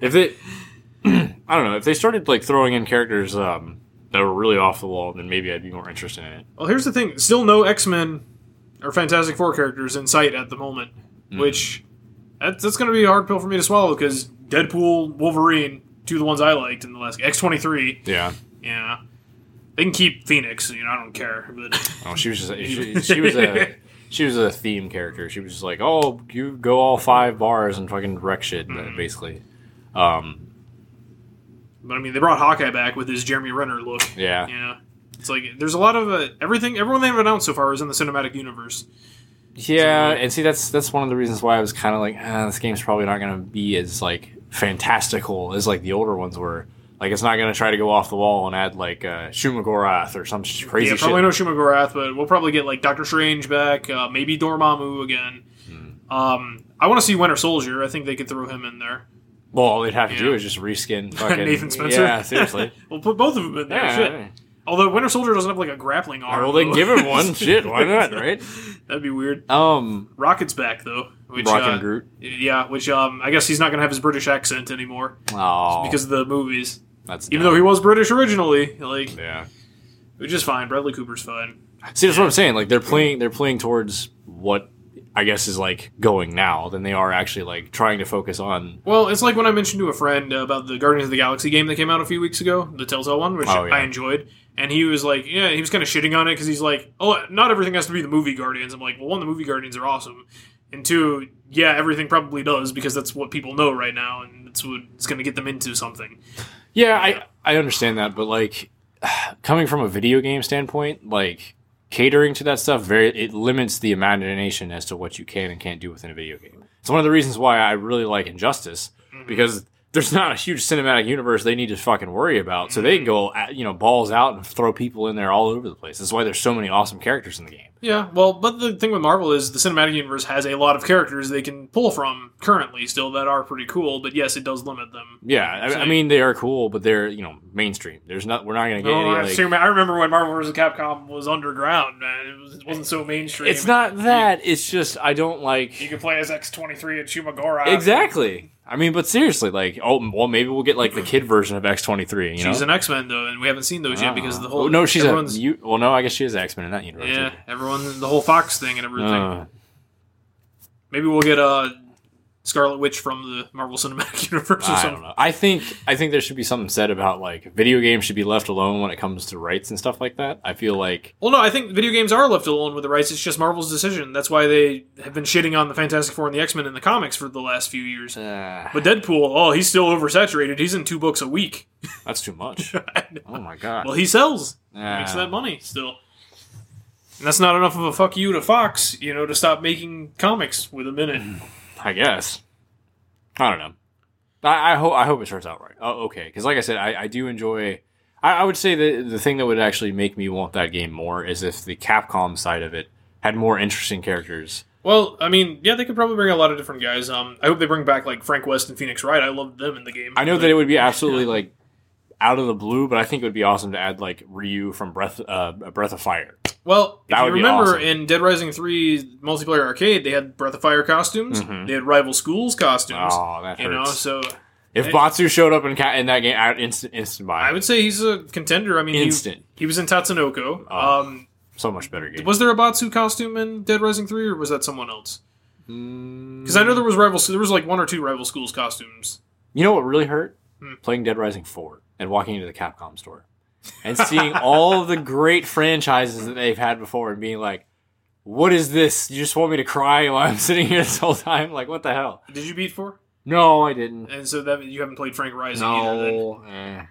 Speaker 2: if they, I don't know. If they started like throwing in characters um, that were really off the wall, then maybe I'd be more interested in it.
Speaker 1: Well, here's the thing: still no X Men or Fantastic Four characters in sight at the moment,
Speaker 2: Hmm.
Speaker 1: which that's, that's going to be a hard pill for me to swallow because Deadpool, Wolverine, two of the ones I liked in the last X twenty three.
Speaker 2: Yeah.
Speaker 1: Yeah, they can keep Phoenix. You know, I don't care. But
Speaker 2: Oh, she was just she, she was a she was a theme character. She was just like, oh, you go all five bars and fucking wreck shit, basically. Um,
Speaker 1: but I mean, they brought Hawkeye back with his Jeremy Renner look.
Speaker 2: yeah.
Speaker 1: Yeah. It's like there's a lot of uh, everything. Everyone they've announced so far is in the cinematic universe.
Speaker 2: yeah, and see, that's that's one of the reasons why I was kind of like, ah, this game's probably not gonna be as like fantastical as like the older ones were. Like, it's not gonna try to go off the wall and add like uh, Shumagorath or some sh- crazy
Speaker 1: yeah,
Speaker 2: shit.
Speaker 1: probably no Shumagorath, but we'll probably get like Doctor Strange back, uh, maybe Dormammu again.
Speaker 2: Hmm.
Speaker 1: Um, I want to see Winter Soldier. I think they could throw him in there.
Speaker 2: well, all they'd have to
Speaker 1: Yeah.
Speaker 2: do is just reskin fucking
Speaker 1: Nathan Spencer.
Speaker 2: Yeah, seriously.
Speaker 1: We'll put both of them in there.
Speaker 2: yeah.
Speaker 1: Shit. Although Winter Soldier doesn't have like a grappling arm.
Speaker 2: Well, then
Speaker 1: though.
Speaker 2: give him one. Shit, why not? Right?
Speaker 1: That'd be weird.
Speaker 2: Um,
Speaker 1: Rocket's back though. Which,
Speaker 2: Rock and
Speaker 1: uh,
Speaker 2: Groot.
Speaker 1: Yeah, which um, I guess he's not gonna have his British accent anymore
Speaker 2: Oh,
Speaker 1: because of the movies.
Speaker 2: That's
Speaker 1: Even though he was British originally, like
Speaker 2: yeah.
Speaker 1: which is fine. Bradley Cooper's fine.
Speaker 2: See, that's what I'm saying. Like they're playing, they're playing towards what I guess is like going now than they are actually like trying to focus on.
Speaker 1: Well, it's like when I mentioned to a friend about the Guardians of the Galaxy game that came out a few weeks ago, the Telltale one, which
Speaker 2: Oh, yeah.
Speaker 1: I enjoyed. And he was like, yeah, he was kind of shitting on it because he's like, oh, not everything has to be the movie Guardians. I'm like, well, one, the movie Guardians are awesome. And two, yeah, everything probably does because that's what people know right now and that's what it's going to get them into something.
Speaker 2: Yeah, I I understand that, but like coming from a video game standpoint, like catering to that stuff very it limits the imagination as to what you can and can't do within a video game. It's one of the reasons why I really like Injustice
Speaker 1: Mm-hmm.
Speaker 2: because there's not a huge cinematic universe they need to fucking worry about, so
Speaker 1: Mm-hmm.
Speaker 2: they can go uh, you know balls out and throw people in there all over the place. That's why there's so many awesome characters in the game.
Speaker 1: Yeah, well, but the thing with Marvel is the cinematic universe has a lot of characters they can pull from currently still that are pretty cool, but yes, it does limit them.
Speaker 2: Yeah, I, I
Speaker 1: Same.
Speaker 2: mean they are cool, but they're you know mainstream. There's not we're not gonna get
Speaker 1: Oh, I,
Speaker 2: any like.
Speaker 1: assume- I remember when Marvel vs. Capcom was underground, man. It, was, it wasn't so mainstream.
Speaker 2: It's not that. It's just I don't
Speaker 1: You
Speaker 2: like
Speaker 1: could play as X twenty three and Shumagora.
Speaker 2: exactly. I mean, but seriously, like oh well, maybe we'll get like the kid version of X twenty three. You know,
Speaker 1: She's an X Men though, and we haven't seen those yet because the whole
Speaker 2: Oh, no, she's a
Speaker 1: everyone's,
Speaker 2: you, well, no, I guess she is X Men in that universe. Ah.
Speaker 1: yeah everyone the whole Fox thing and everything.
Speaker 2: Uh,
Speaker 1: Maybe we'll get uh, Scarlet Witch from the Marvel Cinematic Universe or
Speaker 2: I don't
Speaker 1: something.
Speaker 2: know. I think I think there should be something said about like video games should be left alone when it comes to rights and stuff like that. I feel like
Speaker 1: Well, no, I think video games are left alone with the rights. It's just Marvel's decision. That's why they have been shitting on the Fantastic Four and the X Men in the comics for the last few years.
Speaker 2: uh,
Speaker 1: But Deadpool, oh, he's still oversaturated. He's in two books a week.
Speaker 2: that's too much. Oh my god.
Speaker 1: well, he sells.
Speaker 2: Yeah.
Speaker 1: makes that money still. And that's not enough of a fuck you to Fox, you know, to stop making comics with a minute.
Speaker 2: Mm-hmm. I guess. I don't know. I, I hope I hope it turns out right. Oh, okay, because like I said, I, I do enjoy. I, I would say that the thing that would actually make me want that game more is if the Capcom side of it had more interesting characters.
Speaker 1: Well, I mean, yeah, they could probably bring a lot of different guys. Um, I hope they bring back like Frank West and Phoenix Wright. I loved them in the game.
Speaker 2: I know that it would be absolutely like out of the blue, but I think it would be awesome to add like Ryu from Breath uh, Breath of Fire.
Speaker 1: Well, if
Speaker 2: That
Speaker 1: you
Speaker 2: would be
Speaker 1: remember
Speaker 2: awesome.
Speaker 1: in Dead Rising Three multiplayer arcade, they had Breath of Fire costumes.
Speaker 2: Mhm.
Speaker 1: They had rival schools costumes.
Speaker 2: Oh, that hurts.
Speaker 1: you know, so
Speaker 2: if
Speaker 1: it-
Speaker 2: Batsu showed up in, ca- in that game, I'd instant instant buy.
Speaker 1: I would say he's a contender. I mean, he-
Speaker 2: instant.
Speaker 1: He, was in Tatsunoko.
Speaker 2: Oh.
Speaker 1: Um,
Speaker 2: So much better game.
Speaker 1: was there a Batsu costume in Dead Rising Three, or was that someone else?
Speaker 2: Because
Speaker 1: Because I
Speaker 2: Mm.
Speaker 1: know there was rival. There was like one or two rival schools costumes.
Speaker 2: You know what really hurt?
Speaker 1: Hmm.
Speaker 2: Playing Dead Rising 4 and walking into the Capcom store and seeing all of the great franchises that they've had before and being like, what is this? You just want me to cry while I'm sitting here this whole time? Like, what the hell?
Speaker 1: Did you beat four?
Speaker 2: No, I didn't.
Speaker 1: And so that you haven't played Frank Rising either. Then.
Speaker 2: No. eh.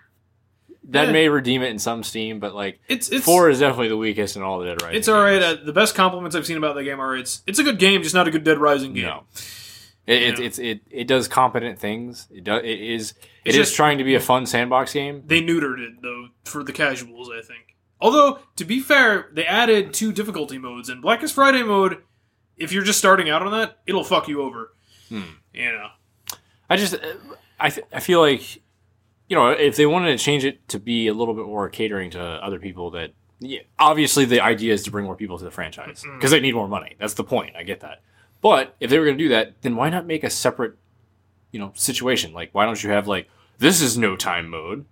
Speaker 2: That
Speaker 1: Eh.
Speaker 2: may redeem it in some Steam, but like,
Speaker 1: It's it's
Speaker 2: 4 is definitely the weakest in all the Dead Rising.
Speaker 1: it's all right.
Speaker 2: games.
Speaker 1: Uh, the best compliments I've seen about the game are it's it's a good game, just not a good Dead Rising game.
Speaker 2: No. It, it,
Speaker 1: Yeah.
Speaker 2: it's, it, it does competent things. It, do, it is
Speaker 1: It's
Speaker 2: it is
Speaker 1: just-
Speaker 2: trying to be a fun sandbox game.
Speaker 1: They neutered it though for the casuals, I think. Although to be fair, they added two difficulty modes, and Blackest Friday mode, if you're just starting out on that, it'll fuck you over.
Speaker 2: Hmm.
Speaker 1: You know,
Speaker 2: I just, I, th- I feel like, you know, if they wanted to change it to be a little bit more catering to other people, that yeah, obviously the idea is to bring more people to the franchise because they need more money. That's the point. I get that. But if they were going to do that, then why not make a separate, you know, situation? Like, why don't you have like this is no time mode,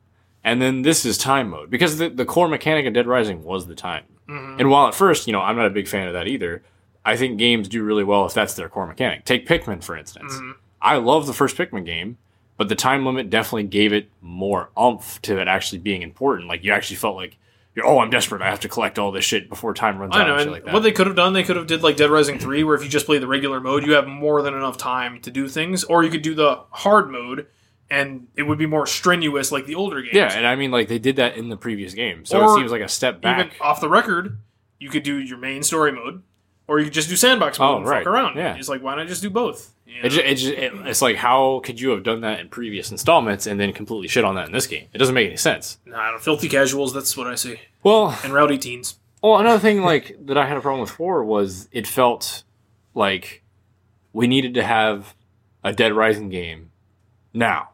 Speaker 2: and then this is time mode? Because the the core mechanic of Dead Rising was the time.
Speaker 1: Mm-hmm.
Speaker 2: And while at first, you know, I'm not a big fan of that either. I think games do really well if that's their core mechanic. Take Pikmin for instance.
Speaker 1: Mm-hmm.
Speaker 2: I love the first Pikmin game, but the time limit definitely gave it more umph to it actually being important. Like you actually felt like, you're, oh, I'm desperate. I have to collect all this shit before time runs out.
Speaker 1: I know.
Speaker 2: and shit
Speaker 1: And
Speaker 2: like that.
Speaker 1: what they could have done, they could have did like Dead Rising Three, where if you just play the regular mode, you have more than enough time to do things, or you could do the hard mode, and it would be more strenuous, like the older games.
Speaker 2: yeah, and I mean, like they did that in the previous game, so
Speaker 1: Or
Speaker 2: it seems like a step
Speaker 1: even
Speaker 2: back.
Speaker 1: off the record, you could do your main story mode, or you could just do sandbox mode
Speaker 2: Oh,
Speaker 1: and
Speaker 2: right.
Speaker 1: fuck around.
Speaker 2: Yeah.
Speaker 1: It's like why not just do both? You
Speaker 2: It
Speaker 1: know?
Speaker 2: just, it just, it, it's like how could you have done that in previous installments and then completely shit on that in this game? It doesn't make any sense.
Speaker 1: Nah, I don't- filthy casuals. That's what I say.
Speaker 2: Well,
Speaker 1: And rowdy teens.
Speaker 2: Well, another thing like that I had a problem with four was it felt like we needed to have a Dead Rising game now.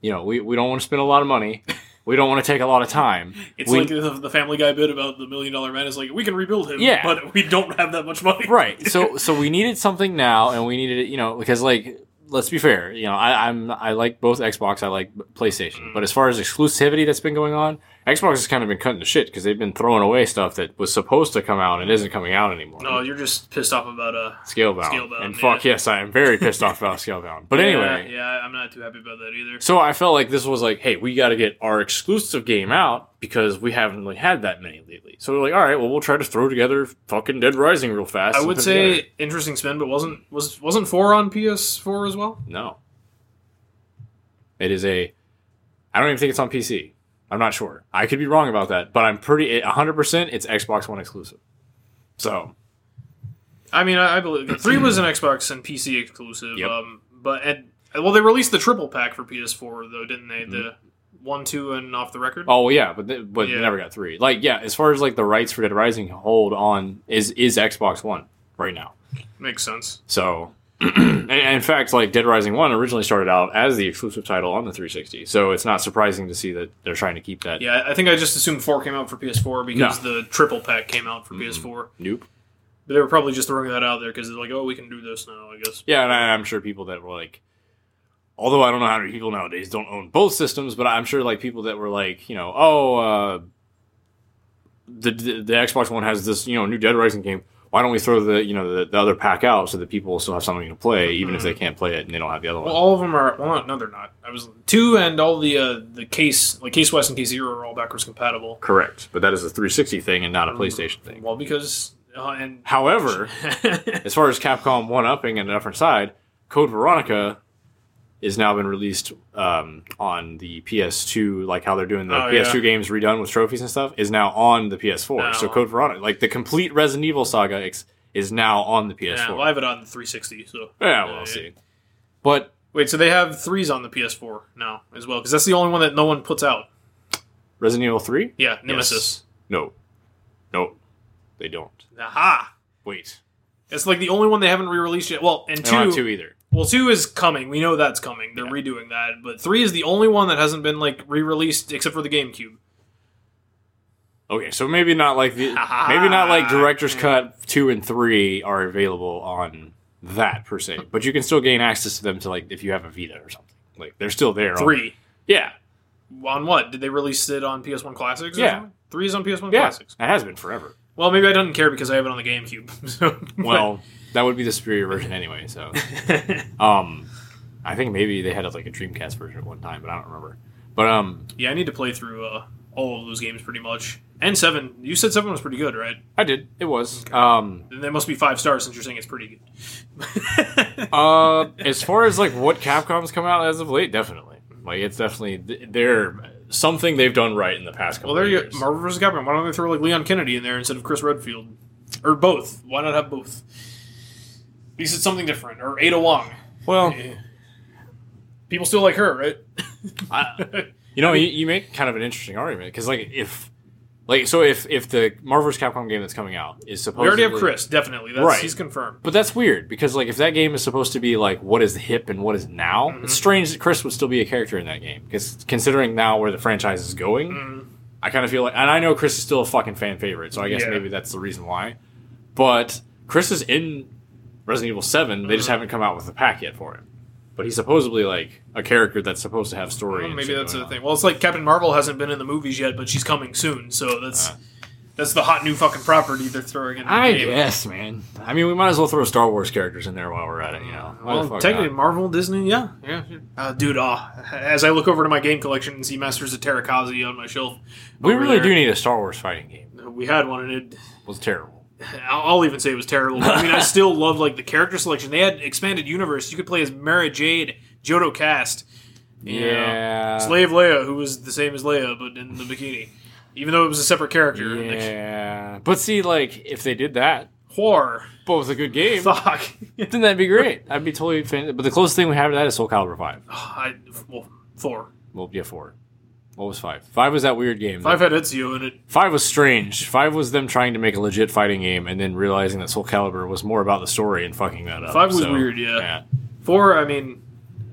Speaker 2: You know, we, we don't want to spend a lot of money. We don't want to take a lot of time.
Speaker 1: It's
Speaker 2: We-
Speaker 1: like the, the Family Guy bit about the Million Dollar Man. Is like we can rebuild him,
Speaker 2: Yeah.
Speaker 1: but we don't have that much money.
Speaker 2: right. So so we needed something now, and we needed it. You know, because like let's be fair. You know, I, I'm I like both Xbox, I like PlayStation,
Speaker 1: Mm.
Speaker 2: but as far as exclusivity that's been going on, Xbox has kind of been cutting the shit because they've been throwing away stuff that was supposed to come out and isn't coming out anymore.
Speaker 1: No, you're just pissed off about uh.
Speaker 2: Scalebound.
Speaker 1: Oh, Scalebound,
Speaker 2: and fuck yes, I am very pissed off about Scalebound. But anyway,
Speaker 1: Yeah, yeah, I'm not too happy about that either.
Speaker 2: so I felt like this was like, hey, we got to get our exclusive game out because we haven't really had that many lately. So we're like, all right, well, we'll try to throw together fucking Dead Rising real fast.
Speaker 1: I
Speaker 2: and
Speaker 1: would
Speaker 2: put it
Speaker 1: say
Speaker 2: together.
Speaker 1: interesting spin, but wasn't was wasn't four on PS4 as well?
Speaker 2: no. It is a. I don't even think it's on PC. I'm not sure. I could be wrong about that, but I'm pretty 100% it's Xbox One exclusive. So,
Speaker 1: I mean, I, I believe three was an Xbox and PC exclusive.
Speaker 2: Yep.
Speaker 1: Um, but and well, they released the triple pack for PS4 though, didn't they? The one, two, and off the record.
Speaker 2: Mm-hmm. oh yeah, but they, but
Speaker 1: Yeah.
Speaker 2: they never got 3. Like yeah, as far as like the rights for Dead Rising hold on is is Xbox One right now.
Speaker 1: Makes sense.
Speaker 2: So, and, and in fact, like Dead Rising One originally started out as the exclusive title on the 360. So it's not surprising to see that they're trying to keep that.
Speaker 1: Yeah, I think I just assumed four came out for PS4 because the triple pack came out for PS4.
Speaker 2: Nope.
Speaker 1: But they were probably just throwing that out there because they're like, oh, we can do this now. I guess.
Speaker 2: Yeah, and I, I'm sure people that were like, although I don't know how many people nowadays don't own both systems, but I'm sure like people that were like, you know, oh, uh, the, the the Xbox One has this you know new Dead Rising game. why don't we throw the you know the, the other pack out so that people still have something to play even if they can't play it and they don't have the other
Speaker 1: Mm-hmm. Well,
Speaker 2: one.
Speaker 1: all of them are. Well, not, no, they're not. I was two, and all the uh, the case like case West and case Zero are all backwards compatible.
Speaker 2: Correct, but that is a 360 thing and not a
Speaker 1: Mm-hmm.
Speaker 2: PlayStation thing.
Speaker 1: Well, because uh, and
Speaker 2: However, as far as Capcom one upping and a different side, Code Veronica is now been released um, on the PS2. Like how they're doing the
Speaker 1: Oh,
Speaker 2: PS2
Speaker 1: yeah.
Speaker 2: games redone with trophies and stuff is now on the PS4. So
Speaker 1: Now-
Speaker 2: Code Veronica, like the complete Resident Evil saga, ex- is now on the PS4.
Speaker 1: yeah,
Speaker 2: Yeah,
Speaker 1: well, I have it on the 360. So
Speaker 2: we'll
Speaker 1: Yeah,
Speaker 2: see. But
Speaker 1: Wait, so they have threes on the PS4 now as well because that's the only one that no one puts out.
Speaker 2: Resident Evil Three?
Speaker 1: Yeah, Nemesis.
Speaker 2: No, no, they don't.
Speaker 1: Aha!
Speaker 2: Wait,
Speaker 1: It's like the only one they haven't re-released yet. Well, and
Speaker 2: they don't
Speaker 1: two,
Speaker 2: have two either.
Speaker 1: Well, two is coming. We know that's coming. They're
Speaker 2: Yeah.
Speaker 1: redoing that. But three is the only one that hasn't been like re-released except for the GameCube.
Speaker 2: Okay, so maybe not like the maybe not like director's cut two and three are available on that per se, but you can still gain access to them to like if you have a Vita or something. Like they're still there. on-
Speaker 1: Three
Speaker 2: yeah,
Speaker 1: on what? Did they release it on PS1 Classics? or
Speaker 2: Yeah.
Speaker 1: something? three is on PS1
Speaker 2: yeah,
Speaker 1: Classics.
Speaker 2: it has been forever.
Speaker 1: Well, maybe I don't care because I have it on the GameCube. So,
Speaker 2: Well, that would be the superior version anyway. So, um, I think maybe they had like a Dreamcast version at one time, but I don't remember. But um,
Speaker 1: yeah, I need to play through uh, all of those games pretty much. And seven. You said seven was pretty good, right?
Speaker 2: I did. It was um,
Speaker 1: Then that must be five stars since you're saying it's pretty good.
Speaker 2: uh, as far as like what Capcom's come out as of late, definitely. Like it's definitely they're something they've done right in the past
Speaker 1: well,
Speaker 2: couple.
Speaker 1: there
Speaker 2: of
Speaker 1: you
Speaker 2: years.
Speaker 1: go. Marvel vs. Capcom. Why don't they throw like Leon Kennedy in there instead of Chris Redfield, or both? Why not have both? At least it's something different. Or Ada Wong.
Speaker 2: Well,
Speaker 1: People still like her, right?
Speaker 2: I, you know, you, you make kind of an interesting argument because, like, if like so, if if the Marvel vs. Capcom game that's coming out is
Speaker 1: we
Speaker 2: supposed,
Speaker 1: already have Chris, definitely. That's,
Speaker 2: Right.
Speaker 1: He's confirmed.
Speaker 2: but that's weird because, like, if that game is supposed to be like what is hip and what is now,
Speaker 1: Mm-hmm.
Speaker 2: it's strange that Chris would still be a character in that game because considering now where the franchise is going,
Speaker 1: Mm-hmm.
Speaker 2: I kind of feel like, and I know Chris is still a fucking fan favorite, so I guess
Speaker 1: Yeah.
Speaker 2: maybe that's the reason why. But Chris is in Resident Evil Seven; they
Speaker 1: Mm-hmm.
Speaker 2: just haven't come out with a pack yet for him. But he's supposedly like a character that's supposed to have story.
Speaker 1: Well,
Speaker 2: and
Speaker 1: maybe
Speaker 2: shit
Speaker 1: that's
Speaker 2: going
Speaker 1: the
Speaker 2: on.
Speaker 1: thing. Well, it's like Captain Marvel hasn't been in the movies yet, but she's coming soon. So that's
Speaker 2: Uh.
Speaker 1: that's the hot new fucking property they're throwing in. The
Speaker 2: I
Speaker 1: game.
Speaker 2: guess, man. I mean, we might as well throw Star Wars characters in there while we're at it, you know. Why the
Speaker 1: Well,
Speaker 2: fuck
Speaker 1: technically,
Speaker 2: not?
Speaker 1: Marvel, Disney, yeah, yeah. sure. Uh, dude, uh, as I look over to my game collection and see Masters of Terakazi on my shelf,
Speaker 2: we
Speaker 1: over
Speaker 2: really
Speaker 1: there,
Speaker 2: do need a Star Wars fighting game.
Speaker 1: We had one, and it,
Speaker 2: It was terrible.
Speaker 1: I'll, I'll even say it was terrible. But, I mean, I still love like the character selection. They had expanded universe. You could play as Mara Jade, Jodo Cast,
Speaker 2: Yeah.
Speaker 1: Slave Leia, who was the same as Leia but in the bikini, even though it was a separate character. Like,
Speaker 2: Yeah. But see, like, if they did that,
Speaker 1: Whore,
Speaker 2: but with a good game,
Speaker 1: fuck.
Speaker 2: then that'd be great. I'd be totally fan. But the closest thing we have to that is Soul Calibur 5.
Speaker 1: I, well, four.
Speaker 2: Well, yeah, 4. What was 5? 5 was that weird game.
Speaker 1: Five had Ezio in it.
Speaker 2: Five was strange. Five was them trying to make a legit fighting game and then realizing that Soul Calibur was more about the story and fucking that up.
Speaker 1: Five was
Speaker 2: Oh, So,
Speaker 1: weird, yeah. Four, I mean,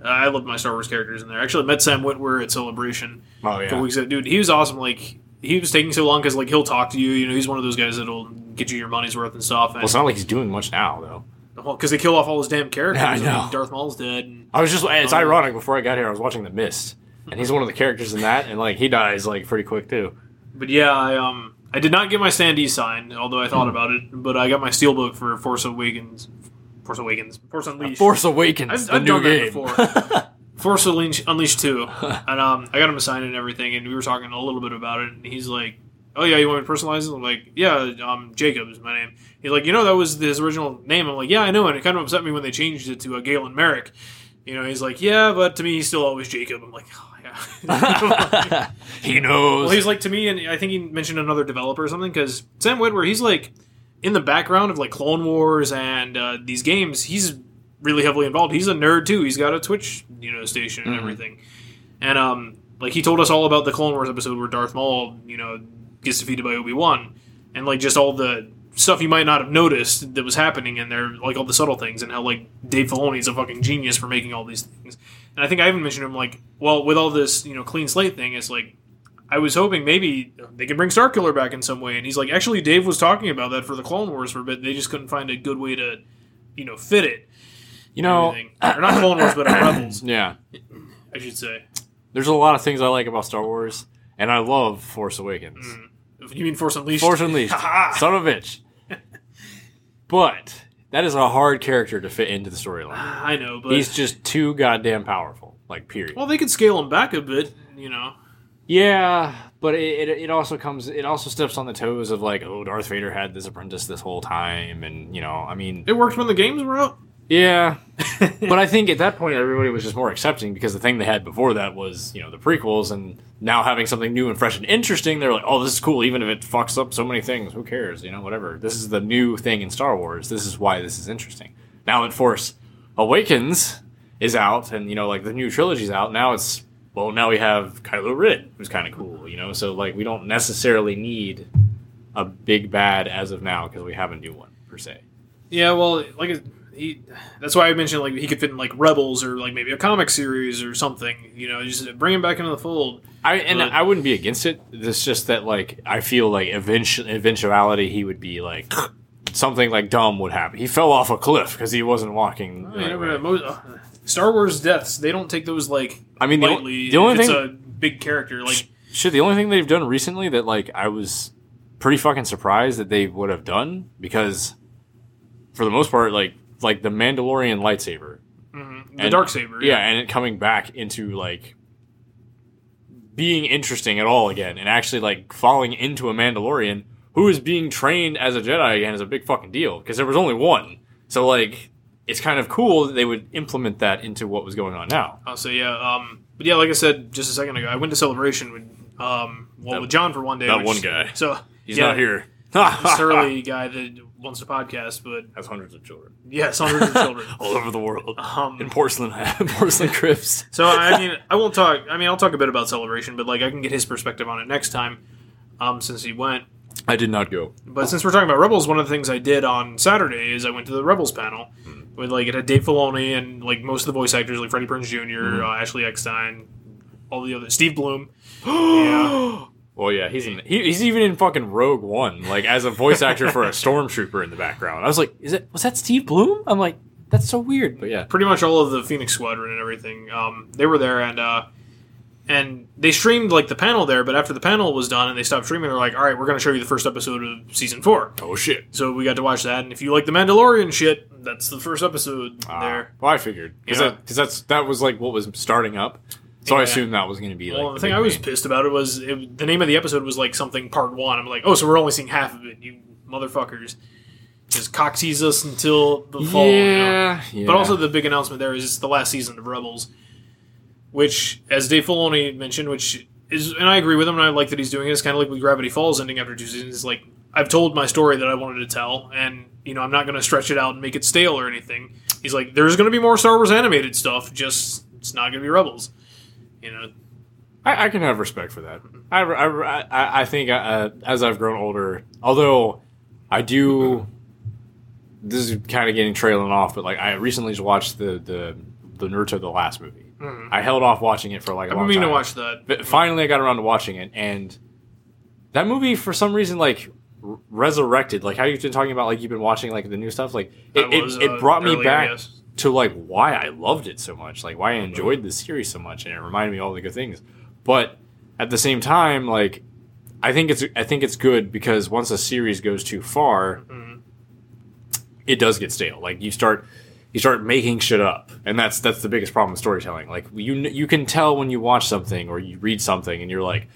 Speaker 1: I love my Star Wars characters in there. Actually, I met Sam Witwer at Celebration
Speaker 2: Oh,
Speaker 1: a
Speaker 2: yeah.
Speaker 1: couple weeks ago. Dude, he was awesome. Like, he was taking so long because, like, he'll talk to you. You know, he's one of those guys that'll get you your money's worth and stuff.
Speaker 2: Well, it's
Speaker 1: And,
Speaker 2: not like he's doing much now, though.
Speaker 1: well, because they kill off all his damn characters.
Speaker 2: I know.
Speaker 1: Like, Darth Maul's dead. And,
Speaker 2: I was just, it's
Speaker 1: Oh.
Speaker 2: ironic. Before I got here, I was watching The Mist, and he's one of the characters in that, and like he dies like pretty quick too.
Speaker 1: but yeah, I um, I did not get my standee signed, although I thought
Speaker 2: Hmm.
Speaker 1: about it. But I got my steelbook for Force Awakens, Force Awakens, Force Unleashed.
Speaker 2: Uh, Force Awakens,
Speaker 1: I've-
Speaker 2: the
Speaker 1: I've
Speaker 2: new
Speaker 1: done that
Speaker 2: game.
Speaker 1: before. Force Unleashed, Unleashed 2. And um, I got him assigned and everything, and we were talking a little bit about it, and he's like, Oh, yeah, you want me to personalize it? I'm like, Yeah, um, Jacob is my name. He's like, You know, that was his original name. I'm like, Yeah, I know, and it kind of upset me when they changed it to uh, Galen Merrick. You know, he's like, Yeah, but to me, he's still always Jacob. I'm like, Oh, yeah.
Speaker 2: he knows.
Speaker 1: Well, he's like to me, and I think he mentioned another developer or something. Because Sam Witwer, he's like in the background of like Clone Wars and uh, these games. He's really heavily involved. He's a nerd too. He's got a Twitch you know station and
Speaker 2: Mhm.
Speaker 1: everything. And um, like he told us all about the Clone Wars episode where Darth Maul you know gets defeated by Obi Wan, and like just all the stuff you might not have noticed that was happening in there, like all the subtle things, and how like Dave Filoni's a fucking genius for making all these things. And I think I even mentioned him like, well, with all this you know clean slate thing, it's like I was hoping maybe they could bring Starkiller back in some way. And he's like, actually, Dave was talking about that for the Clone Wars for a bit. They just couldn't find a good way to, you know, fit it.
Speaker 2: you know,
Speaker 1: Everything. or not Clone Wars, but Rebels,
Speaker 2: yeah.
Speaker 1: I should say.
Speaker 2: There's a lot of things I like about Star Wars, and I love Force Awakens.
Speaker 1: Mm. You mean Force Unleashed?
Speaker 2: Force Unleashed,
Speaker 1: Ha ha.
Speaker 2: son of a bitch. But that is a hard character to fit into the storyline.
Speaker 1: I know, but
Speaker 2: He's just too goddamn powerful. Like period.
Speaker 1: well, they could scale him back a bit, you know.
Speaker 2: Yeah, but it, it it also comes it also steps on the toes of like oh Darth Vader had this apprentice this whole time and you know I mean
Speaker 1: It worked when the games were out.
Speaker 2: yeah, but I think at that point everybody was just more accepting because the thing they had before that was you know the prequels and now having something new and fresh and interesting they're like oh this is cool even if it fucks up so many things who cares you know whatever this is the new thing in Star Wars this is why this is interesting now that Force Awakens is out and you know like the new trilogy's out now it's well now we have Kylo Ren who's kind of cool you know so like we don't necessarily need a big bad as of now because we have a new one per se
Speaker 1: Yeah, well, like he, that's why I mentioned like he could fit in like Rebels or like maybe a comic series or something. You know, just bring him back into the fold.
Speaker 2: I and
Speaker 1: But-
Speaker 2: I wouldn't be against it. It's just that like I feel like eventu- eventuality he would be like something like dumb would happen. He fell off a cliff because he wasn't walking. the
Speaker 1: Yeah,
Speaker 2: right
Speaker 1: but,
Speaker 2: way.
Speaker 1: uh, most- uh, Star Wars deaths, they don't take those like
Speaker 2: I mean, the o-
Speaker 1: lightly.
Speaker 2: the only
Speaker 1: if it's
Speaker 2: thing-
Speaker 1: a big character like
Speaker 2: Shit, the only thing they've done recently that like I was pretty fucking surprised that they would have done because for the most part, like like the Mandalorian lightsaber,
Speaker 1: the
Speaker 2: and-
Speaker 1: dark saber.
Speaker 2: yeah, and it coming back into like being interesting at all again, and actually like falling into a Mandalorian who is being trained as a Jedi again is a big fucking deal because there was only one. So like, it's kind of cool that they would implement that into what was going on now.
Speaker 1: Oh, so yeah, um, but yeah, like I said just a second ago, I went to celebration with um, well,
Speaker 2: That-
Speaker 1: with John for one day.
Speaker 2: that
Speaker 1: which-
Speaker 2: one guy.
Speaker 1: So
Speaker 2: He's
Speaker 1: yeah,
Speaker 2: not here.
Speaker 1: the Surly guy that wants to podcast, but
Speaker 2: Has hundreds of children
Speaker 1: yes, hundreds of children.
Speaker 2: all over the world in
Speaker 1: Um,
Speaker 2: porcelain porcelain crypts.
Speaker 1: so I mean, I won't talk. I mean, I'll talk a bit about celebration, but like I can get his perspective on it next time, um, since he went.
Speaker 2: I did not go.
Speaker 1: But since we're talking about Rebels, one of the things I did on Saturday is I went to the Rebels panel with like it had Dave Filoni and like most of the voice actors like Freddie Prinze junior uh, Ashley Eckstein, all the other Steve Bloom. Yeah.
Speaker 2: Oh yeah, he's in, he, he's even in fucking Rogue One, like as a voice actor for a stormtrooper in the background. I was like, is it was that Steve Bloom? I'm like, that's so weird. But yeah,
Speaker 1: pretty much all of the Phoenix Squadron and everything. Um, they were there and uh, and they streamed like the panel there, but after the panel was done and they stopped streaming, they're like, "All right, we're going to show you the first episode of season four.
Speaker 2: oh shit.
Speaker 1: So we got to watch that, and if you like the Mandalorian shit, that's the first episode
Speaker 2: Ah,
Speaker 1: there.
Speaker 2: Well, I figured because
Speaker 1: Yeah.
Speaker 2: that's that was like what was starting up, so I
Speaker 1: Yeah.
Speaker 2: assumed that was going to be like
Speaker 1: Well, the
Speaker 2: the
Speaker 1: thing
Speaker 2: big
Speaker 1: I was
Speaker 2: main.
Speaker 1: pissed about it was it, the name of the episode was like something part one. I'm like, oh, so we're only seeing half of it, you motherfuckers. Just cock tease us until the fall. you know?
Speaker 2: Yeah, yeah,
Speaker 1: But also the big announcement there is it's the last season of Rebels, which, as Dave Filoni mentioned, which is, and I agree with him, and I like that he's doing it. It's kind of like with Gravity Falls ending after two seasons. It's like I've told my story that I wanted to tell, and you know I'm not going to stretch it out and make it stale or anything. He's like, there's going to be more Star Wars animated stuff, just it's not going to be Rebels. You know,
Speaker 2: I, I can have respect for that. I I, I, I think uh, as I've grown older, although I do, this is kind of getting trailing off. But like I recently just watched the the the Naruto the last movie. I held off watching it for like a
Speaker 1: Mm-hmm. I've
Speaker 2: long
Speaker 1: been meaning
Speaker 2: time.
Speaker 1: to watch that.
Speaker 2: But finally, I got around to watching it, and that movie for some reason like r- resurrected. Like how you've been talking about, like you've been watching like the new stuff. Like
Speaker 1: I
Speaker 2: it, it-
Speaker 1: was,
Speaker 2: it,
Speaker 1: uh,
Speaker 2: brought me
Speaker 1: earlier,
Speaker 2: back
Speaker 1: yes. Mm-hmm.
Speaker 2: to like why I loved it so much, like why I enjoyed the series so much, and it reminded me of all the good things. But at the same time, like I think it's I think it's good because once a series goes too far,
Speaker 1: Mm-hmm.
Speaker 2: it does get stale. Like you start you start making shit up, and that's that's the biggest problem with storytelling. Like you kn- you can tell when you watch something or you read something, and you're like.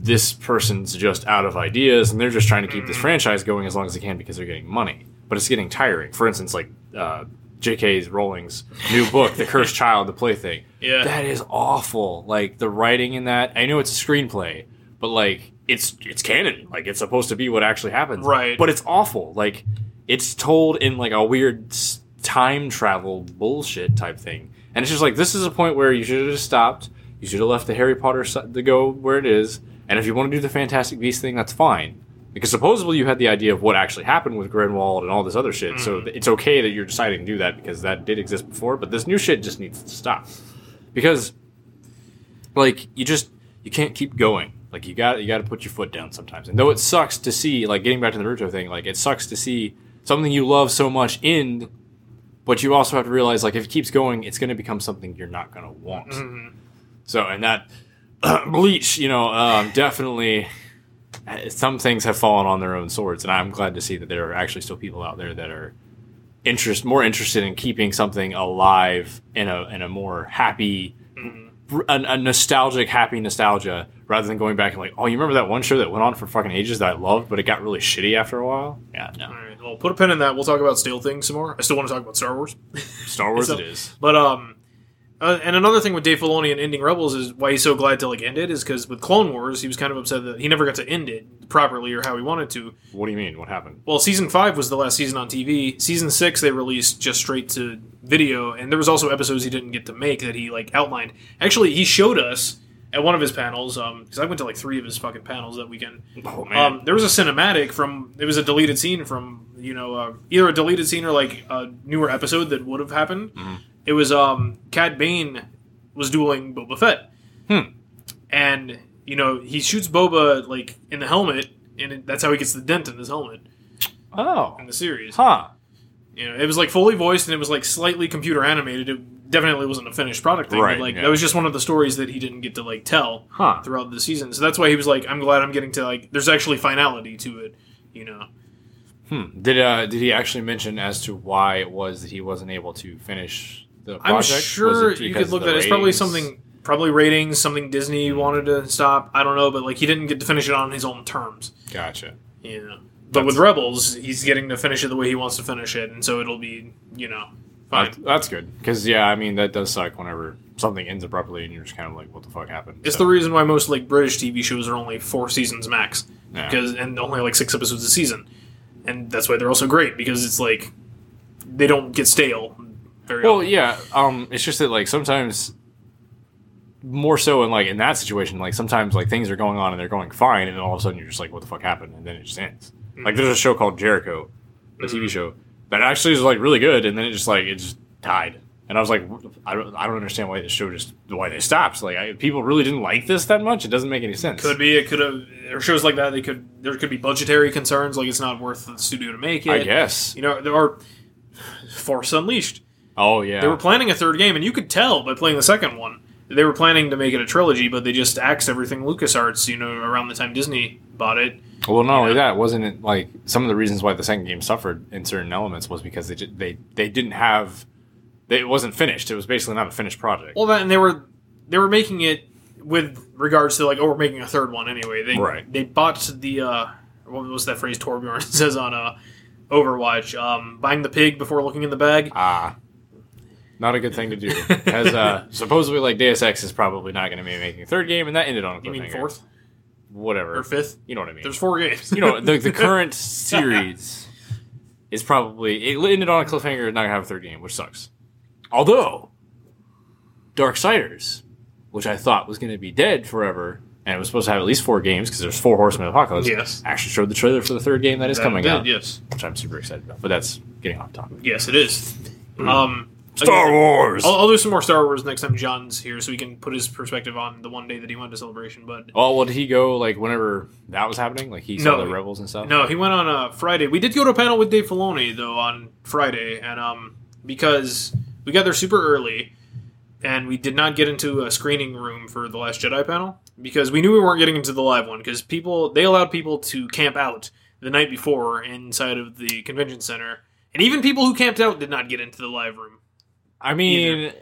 Speaker 2: This person's just out of ideas, and they're just trying to keep this franchise going as long as they can because they're getting money. But it's getting tiring. For instance, like uh, J.K. Rowling's new book, "The Cursed Child," the plaything.
Speaker 1: Yeah.
Speaker 2: that is awful. Like the writing in that. I know it's a screenplay, but like it's it's canon. Like it's supposed to be what actually happens.
Speaker 1: Right.
Speaker 2: But it's awful. Like it's told in like a weird s- time travel bullshit type thing, and it's just like this is a point where you should have just stopped. You should have left the Harry Potter si- to go where it is, and if you want to do the Fantastic Beast thing, that's fine. Because supposedly you had the idea of what actually happened with Grinwald and all this other shit, so th- it's okay that you're deciding to do that because that did exist before. But this new shit just needs to stop because like you just you can't keep going like you got you got to put your foot down sometimes and though it sucks to see like getting back to the Naruto thing like it sucks to see something you love so much end but you also have to realize like if it keeps going it's going to become something you're not going to want so and that bleach you know um, definitely some things have fallen on their own swords, and I'm glad to see that there are actually still people out there that are interest more interested in keeping something alive in a in a more happy, br- a, a nostalgic, happy nostalgia rather than going back and like, oh, you remember that one show that went on for fucking ages that I loved, but it got really shitty after a while. Yeah,
Speaker 1: All
Speaker 2: no,
Speaker 1: right, well, put a pin in that. We'll talk about stale things some more. I still want to talk about Star Wars.
Speaker 2: Star Wars
Speaker 1: So-
Speaker 2: it is.
Speaker 1: But um, uh, and another thing with Dave Filoni and ending Rebels is why he's so glad to like end it is because with Clone Wars he was kind of upset that he never got to end it properly or how he wanted to.
Speaker 2: What do you mean? What happened?
Speaker 1: Well, season five was the last season on TV. Season six they released just straight to video, and there was also episodes he didn't get to make that he like outlined. Actually, he showed us at one of his panels because I went to like three of his fucking panels that weekend.
Speaker 2: Oh man,
Speaker 1: Um, there was a cinematic from it was a deleted scene from you know uh, either a deleted scene or like a newer episode that would have happened.
Speaker 2: Mm-hmm.
Speaker 1: It was um Cad Bane was dueling Boba Fett,
Speaker 2: Hmm.
Speaker 1: and you know he shoots Boba like in the helmet, and it, that's how he gets the dent in his helmet
Speaker 2: oh,
Speaker 1: in the series.
Speaker 2: huh.
Speaker 1: You know, it was like fully voiced and it was like slightly computer animated. It definitely wasn't a finished product thing,
Speaker 2: Right,
Speaker 1: but like
Speaker 2: yeah.
Speaker 1: that was just one of the stories that he didn't get to like tell
Speaker 2: Huh.
Speaker 1: throughout the season. So that's why he was like, I'm glad I'm getting to like there's actually finality to it, you know.
Speaker 2: Hmm. Did uh did he actually mention as to why it was that he wasn't able to finish the project?
Speaker 1: I'm
Speaker 2: Was it
Speaker 1: sure
Speaker 2: because
Speaker 1: you could
Speaker 2: of
Speaker 1: look
Speaker 2: the
Speaker 1: that it's probably
Speaker 2: ratings?
Speaker 1: something probably ratings, something Disney wanted to stop. I don't know, but like he didn't get to finish it on his own terms.
Speaker 2: Gotcha.
Speaker 1: You know. But with Rebels, he's getting to finish it the way he wants to finish it, and so it'll be, you know, fine.
Speaker 2: That- that's good because yeah, I mean that does suck whenever something ends abruptly and you're just kind of like, what the fuck happened?
Speaker 1: It's
Speaker 2: So,
Speaker 1: the reason why most like British TV shows are only four seasons max,
Speaker 2: Yeah.
Speaker 1: because and only like six episodes a season, and that's why they're also great because it's like they don't get stale. Very
Speaker 2: well,
Speaker 1: often.
Speaker 2: yeah. Um, it's just that like sometimes more so in like in that situation, like sometimes like things are going on and they're going fine, and then all of a sudden you're just like, what the fuck happened? And then it just ends.
Speaker 1: Hmm.
Speaker 2: Like there's a show called Jericho, the TV show that actually is like really good, and then it just like it just died. And I was like, what the- I don't, I don't understand why this show just why they stopped. Like I, people really didn't like this that much. It doesn't make any sense.
Speaker 1: could be it could have or shows like that. They could there could be budgetary concerns like it's not worth the studio to make it.
Speaker 2: I guess.
Speaker 1: you know there are Force Unleashed.
Speaker 2: Oh yeah.
Speaker 1: They were planning a third game, and you could tell by playing the second one. They were planning to make it a trilogy, but they just axed everything LucasArts, you know, around the time Disney bought it.
Speaker 2: Well, not only that, wasn't it like some of the reasons why the second game suffered in certain elements was because they ju- they they didn't have they, it wasn't finished. It was basically not a finished project.
Speaker 1: Well, that and they were they were making it with regards to like, oh, we're making a third one anyway. They
Speaker 2: Right.
Speaker 1: they bought the uh, what was that phrase Torbjorn says on uh, Overwatch? Um, buying the pig before looking in the bag.
Speaker 2: Ah, not a good thing to do. Because uh, supposedly, like Deus Ex is probably not going to be making a third game, and that ended on a
Speaker 1: You mean
Speaker 2: cliffhanger.
Speaker 1: fourth
Speaker 2: Whatever.
Speaker 1: or fifth?
Speaker 2: You know what I mean?
Speaker 1: There's four games.
Speaker 2: you know the, the current series is probably it ended on a cliffhanger and not gonna have a third game, which sucks. Although Darksiders, which I thought was gonna be dead forever, and it was supposed to have at least four games because there's four Horsemen of the Apocalypse.
Speaker 1: Yes.
Speaker 2: actually showed the trailer for the third game that is
Speaker 1: That
Speaker 2: coming
Speaker 1: did, Oh,
Speaker 2: out,
Speaker 1: Yes,
Speaker 2: which I'm super excited about. But that's getting off topic.
Speaker 1: yes, it is.
Speaker 2: Hmm.
Speaker 1: Um,
Speaker 2: Star
Speaker 1: again,
Speaker 2: Wars.
Speaker 1: I'll, I'll do some more Star Wars next time John's here, so he can put his perspective on the one day that he went to celebration. But
Speaker 2: Oh well, did he go like whenever that was happening? Like he saw
Speaker 1: No.
Speaker 2: the rebels and stuff.
Speaker 1: No, he went on a Friday. We did go to a panel with Dave Filoni though on Friday, and um, because we got there super early, and we did not get into a screening room for the Last Jedi panel because we knew we weren't getting into the live one because people they allowed people to camp out the night before inside of the convention center, and even people who camped out did not get into the live room.
Speaker 2: I mean.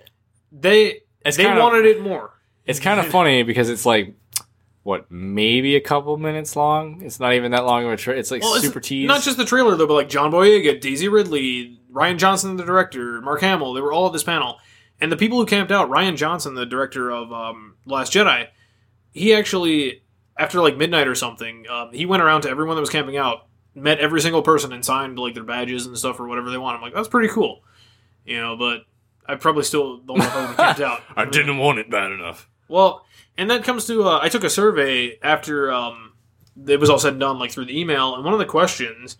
Speaker 1: They
Speaker 2: It's
Speaker 1: they
Speaker 2: kinda-
Speaker 1: wanted it more.
Speaker 2: It's kind of funny because it's like what maybe a couple minutes long. It's not even that long of a trip. It's like
Speaker 1: Well, it's
Speaker 2: super tease.
Speaker 1: Not just the trailer though, but like John Boyega, Daisy Ridley, Ryan Johnson, the director, Mark Hamill, they were all at this panel. And the people who camped out, Ryan Johnson, the director of um, Last Jedi, he actually, after like midnight or something, um, he went around to everyone that was camping out, met every single person, and signed like their badges and stuff or whatever they want. I'm like, that's pretty cool, you know. But I probably still don't know if I would've camped out.
Speaker 2: want it bad enough.
Speaker 1: Well, and that comes to uh, I took a survey after um, it was all said and done, like through the email, and one of the questions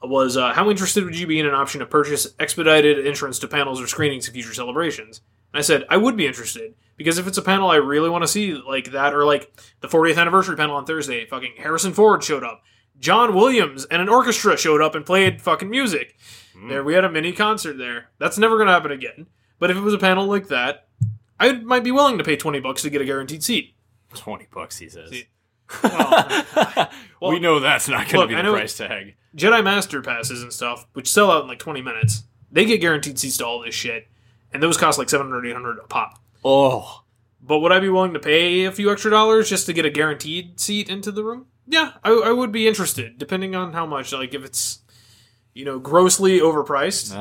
Speaker 1: was uh, how interested would you be in an option to purchase expedited entrance to panels or screenings of future celebrations? And I said I would be interested because if it's a panel I really want to see, like that, or like the 40th anniversary panel on Thursday, fucking Harrison Ford showed up. John Williams and an orchestra showed up and played fucking music. There, we had a mini concert there. That's never going to happen again. But if it was a panel like that, I might be willing to pay 20 bucks to get a guaranteed seat.
Speaker 2: Twenty bucks, he says.
Speaker 1: See.
Speaker 2: Well,
Speaker 1: well,
Speaker 2: we know that's not going to
Speaker 1: look,
Speaker 2: be
Speaker 1: I
Speaker 2: the
Speaker 1: know-
Speaker 2: price tag.
Speaker 1: Jedi Master passes and stuff, which sell out in like 20 minutes. They get guaranteed seats to all this shit, and those cost like 700 800 a pop.
Speaker 2: Oh,
Speaker 1: But would I be willing to pay a few extra dollars just to get a guaranteed seat into the room? Yeah, I, I would be interested, depending on how much. Like if it's, you know, grossly overpriced,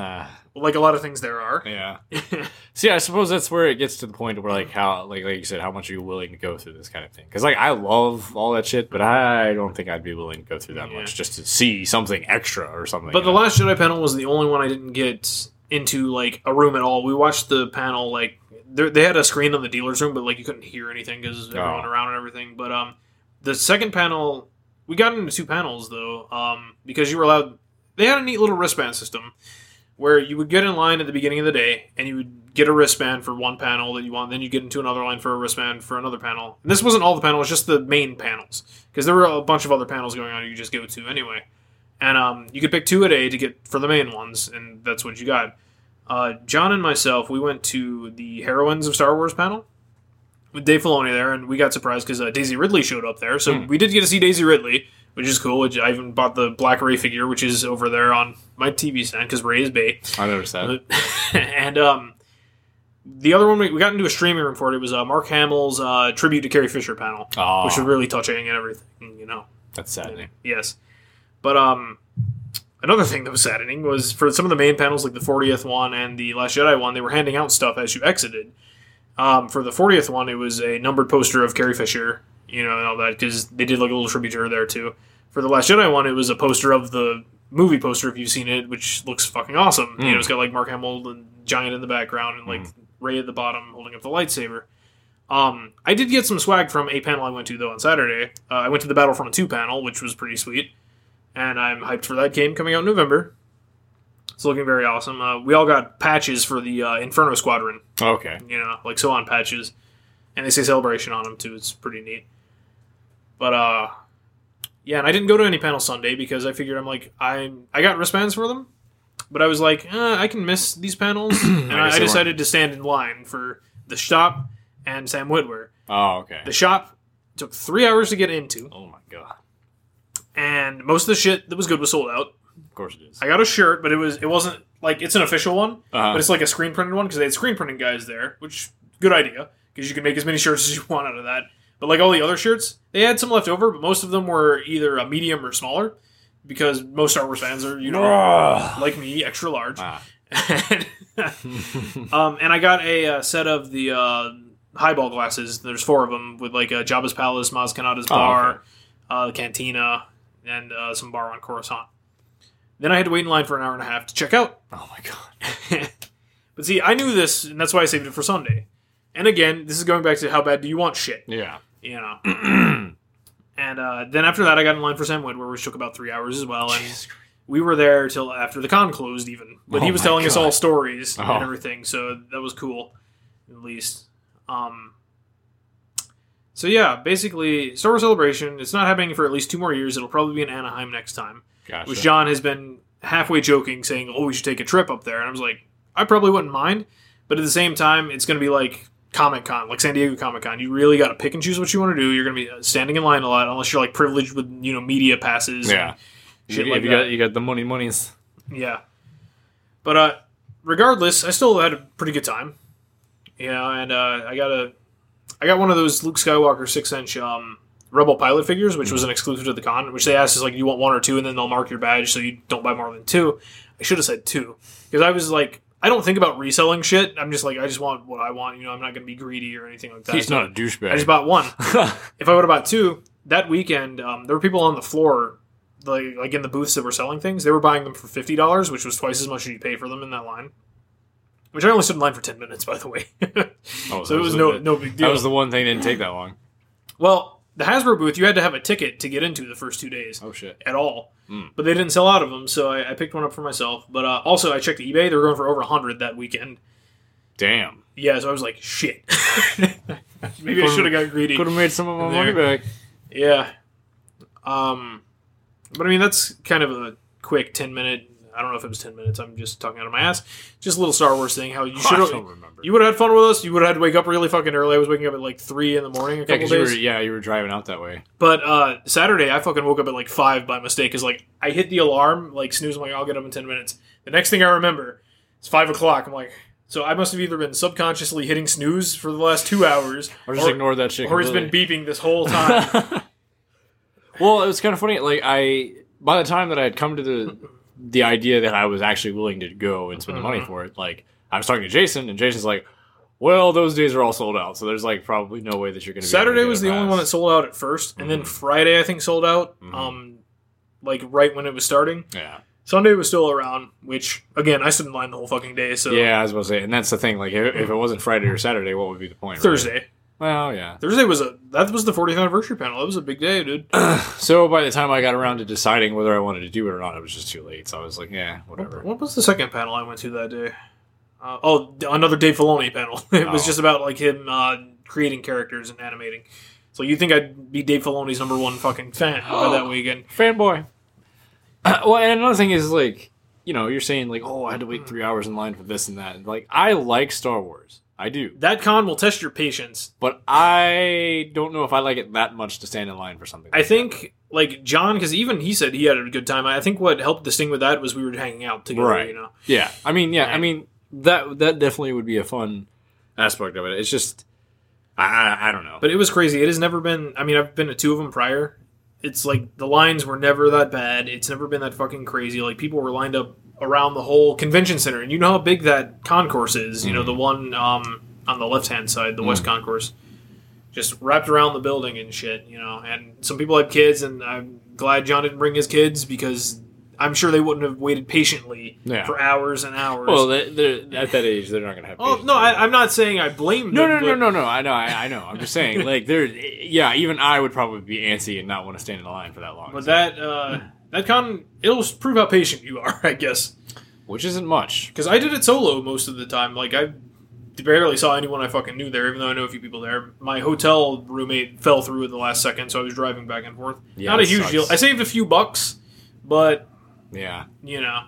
Speaker 1: like a lot of things there are.
Speaker 2: Ah, yeah. See, I suppose that's where it gets to the point where, like, how, like, like you said, how much are you willing to go through this kind of thing? Because, like, I love all that shit, but I don't think I'd be willing to go through that
Speaker 1: Yeah.
Speaker 2: much just to see something extra or something.
Speaker 1: But the
Speaker 2: you know?
Speaker 1: Last Jedi panel was the only one I didn't get into like a room at all. We watched the panel like there- they had a screen on the dealer's room, but like you couldn't hear anything because everyone
Speaker 2: Oh.
Speaker 1: around and everything. But um, the second panel we got into two panels though um, because you were allowed. They had a neat little wristband system where you would get in line at the beginning of the day and you would get a wristband for one panel that you want then you get into another line for a wristband for another panel and this wasn't all the panels just the main panels because there were a bunch of other panels going on you could just go to anyway and um, you could pick two a day to get for the main ones, and that's what you got. Uh, John and myself, we went to the Heroines of Star Wars panel with Dave Filoni there, and we got surprised because uh, Daisy Ridley showed up there. So we did get to see Daisy Ridley, which is cool. Which I even bought the Black Ray figure, which is over there on my TV stand because Ray is Bay.
Speaker 2: I noticed that.
Speaker 1: and um, the other one we, we got into a streaming room for it. It was uh, Mark Hamill's uh, tribute to Carrie Fisher panel,
Speaker 2: Oh,
Speaker 1: which was really touching and everything, you know.
Speaker 2: that's saddening.
Speaker 1: Yes. But um another thing that was saddening was for some of the main panels like the 40th one and the Last Jedi one, they were handing out stuff as you exited. Um, for the 40th one, it was a numbered poster of Carrie Fisher, you know, and all that cuz they did like a little tribute to her there too. For the Last Jedi one, it was a poster of the movie poster if you've seen it, which looks fucking awesome. You
Speaker 2: Mm.
Speaker 1: know, it's got like Mark Hamill and Giant in the background and like Ray at the bottom holding up the lightsaber. Um, I did get some swag from a panel I went to though on Saturday. Uh, I went to the Battlefront 2 panel, which was pretty sweet, and I'm hyped for that game coming out in November. It's looking very awesome. Uh, we all got patches for the uh, Inferno Squadron,
Speaker 2: Okay.
Speaker 1: you know, like so on patches, and they say celebration on them too. It's pretty neat. But uh, yeah, and I didn't go to any panel Sunday because I figured I'm like I I got wristbands for them, but I was like eh, I can miss these panels, and
Speaker 2: I guess
Speaker 1: I, I
Speaker 2: they
Speaker 1: decided to stand in line for the shop and Sam Witwer.
Speaker 2: Oh, okay.
Speaker 1: The shop took three hours to get into,
Speaker 2: Oh my god.
Speaker 1: and most of the shit that was good was sold out.
Speaker 2: Of course it is.
Speaker 1: I got a shirt, but it was it wasn't like it's an official one,
Speaker 2: Uh-huh.
Speaker 1: but it's like a screen printed one because they had screen printing guys there, which good idea because you can make as many shirts as you want out of that. But like all the other shirts, they had some left over, but most of them were either a medium or smaller because most Star Wars fans are you know
Speaker 2: Ah.
Speaker 1: like me extra large. um, and I got a uh, set of the uh, highball glasses. There's four of them with like uh, Jabba's Palace, Maz Kanata's
Speaker 2: Oh,
Speaker 1: bar,
Speaker 2: okay.
Speaker 1: uh, the cantina, and uh, some bar on Coruscant. Then I had to wait in line for an hour and a half to check out.
Speaker 2: Oh my god.
Speaker 1: but see, I knew this, and that's why I saved it for Sunday. And again, this is going back to how bad do you want shit,
Speaker 2: Yeah.
Speaker 1: you know? and uh, then after that, I got in line for Samwood, where we took about three hours as well. And
Speaker 2: Jesus Christ.
Speaker 1: we were there till after the con closed even but
Speaker 2: Oh
Speaker 1: he was
Speaker 2: my
Speaker 1: telling us
Speaker 2: God.
Speaker 1: all stories
Speaker 2: Oh.
Speaker 1: and everything so that was cool at least um so yeah basically star wars celebration it's not happening for at least two more years it'll probably be in anaheim next time
Speaker 2: Gotcha.
Speaker 1: which john has been halfway joking saying oh we should take a trip up there and i was like i probably wouldn't mind but at the same time it's going to be like comic con like san diego comic con you really got to pick and choose what you want to do you're going to be uh, standing in line a lot unless you're like privileged with you know media passes
Speaker 2: yeah.
Speaker 1: shit
Speaker 2: you,
Speaker 1: like
Speaker 2: you
Speaker 1: that.
Speaker 2: got you got the money monies.
Speaker 1: Yeah. But uh, regardless, I still had a pretty good time. You know, and uh, I got a, I got one of those Luke Skywalker six inch um, Rebel pilot figures, which was an exclusive to the con. Which they asked is like, you want one or two, and then they'll mark your badge so you don't buy more than two. I should have said two because I was like, I don't think about reselling shit. I'm just like, I just want what I want. You know, I'm not gonna be greedy or anything like that.
Speaker 2: He's not a
Speaker 1: I just
Speaker 2: douchebag.
Speaker 1: bought one if I would have bought two that weekend, um, there were people on the floor, like like in the booths that were selling things. They were buying them for fifty dollars, which was twice as much as you pay for them in that line. Which I only stood in line for ten minutes, by the way.
Speaker 2: Oh,
Speaker 1: so it was
Speaker 2: the-
Speaker 1: no no big
Speaker 2: That
Speaker 1: deal.
Speaker 2: was the one thing that didn't take that long.
Speaker 1: well, the Hasbro booth, you had to have a ticket to get into the first two days
Speaker 2: Oh shit.
Speaker 1: at all.
Speaker 2: Mm.
Speaker 1: But they didn't sell out of them, so I, I picked one up for myself. But uh, also, I checked eBay; they were going for over hundred that weekend.
Speaker 2: Damn.
Speaker 1: Yeah, so I was like, shit. Maybe I should have got greedy.
Speaker 2: Could have made some of my
Speaker 1: There.
Speaker 2: money back.
Speaker 1: Yeah. Um, but I mean, that's kind of a quick 10 minute. I don't know if it was ten minutes. I'm just talking out of my ass. Just a little Star Wars thing. How you
Speaker 2: I
Speaker 1: should
Speaker 2: don't remember.
Speaker 1: you would have had fun with us. You would have had to wake up really fucking early. I was waking up at like three in the morning a
Speaker 2: yeah,
Speaker 1: couple
Speaker 2: 'cause
Speaker 1: days.
Speaker 2: you were yeah you were driving out that way.
Speaker 1: But uh, Saturday, I fucking woke up at like five by mistake. Cause like I hit the alarm, like snooze. I'm like, I'll get up in ten minutes. The next thing I remember, it's five o'clock. I'm like, so I must have either been subconsciously hitting snooze for the last two hours,
Speaker 2: Or just ignored that shit.
Speaker 1: or it's been
Speaker 2: completely.
Speaker 1: beeping this whole time.
Speaker 2: well, it was kind of funny. Like I, by the time that I had come to the the idea that I was actually willing to go and spend the
Speaker 1: Mm-hmm.
Speaker 2: money for it, like I was talking to Jason, and Jason's like, "Well, those days are all sold out, so there's like probably no way that you're going to."
Speaker 1: Saturday was the only one that sold out at 1st and then
Speaker 2: Mhm.
Speaker 1: Friday I think sold out.
Speaker 2: Mhm.
Speaker 1: Um, like right when it was starting.
Speaker 2: yeah,
Speaker 1: Sunday was still around, which again I stood in line the whole fucking day. So
Speaker 2: yeah. I was about to say, and that's the thing. Like, if, if it wasn't Friday or Saturday, what would be the point? right?
Speaker 1: Thursday,
Speaker 2: Well, yeah.
Speaker 1: Thursday was a that was the 40th anniversary panel. That was a big day, dude.
Speaker 2: So by the time I got around to deciding whether I wanted to do it or not, it was just too late. So I was like, yeah, whatever.
Speaker 1: What was the second panel I went to that day? Uh, oh, d- another Dave Filoni panel. it was
Speaker 2: Oh.
Speaker 1: just about like him uh, creating characters and animating. So you think I'd be Dave Filoni's number one fucking fan by that weekend?
Speaker 2: fanboy. well, and another thing is like, you know, you're saying like, oh, I had to wait three hours in line for this and that. And, Like, I like Star Wars, I do,
Speaker 1: That con will test your patience.
Speaker 2: but I don't know if I like it that much to stand in line for something.
Speaker 1: I
Speaker 2: like
Speaker 1: think like John, because even he said he had a good time. I think what helped distinguish with that was we were hanging out together.
Speaker 2: Right.
Speaker 1: You know,
Speaker 2: that. yeah. I mean, yeah, I
Speaker 1: Right.
Speaker 2: mean that that definitely would be a fun aspect of it. It's just, I I, I don't know.
Speaker 1: but it was crazy. It has never been. I mean, I've been to two of them prior. It's like the lines were never that bad. It's never been that fucking crazy. Like people were lined up around the whole convention center, and you know how big that concourse is. You know the one
Speaker 2: Mm-hmm.
Speaker 1: um, on the left hand side, the west
Speaker 2: Mm.
Speaker 1: concourse, just wrapped around the building and shit. You know, and some people had kids, and I'm glad John didn't bring his kids because I'm sure they wouldn't have waited patiently
Speaker 2: Yeah.
Speaker 1: for hours and hours.
Speaker 2: well, they they're, at that age, they're not gonna have.
Speaker 1: Oh
Speaker 2: patience
Speaker 1: no,
Speaker 2: for
Speaker 1: I, I'm not saying I blame.
Speaker 2: No,
Speaker 1: them,
Speaker 2: no,
Speaker 1: but
Speaker 2: no, no, no. I know, I, I know. I'm just saying, like, there. Yeah, even I would probably be antsy and not want to stand in the line for that long.
Speaker 1: But that uh, that con it'll prove how patient you are, I guess.
Speaker 2: which isn't much.
Speaker 1: Because I did it solo most of the time. Like I barely saw anyone I fucking knew there, even though I know a few people there. My hotel roommate fell through at the last second, so I was driving back and forth.
Speaker 2: Yeah,
Speaker 1: Not a
Speaker 2: that
Speaker 1: huge
Speaker 2: sucks.
Speaker 1: deal. I saved a few bucks, but
Speaker 2: Yeah.
Speaker 1: you know.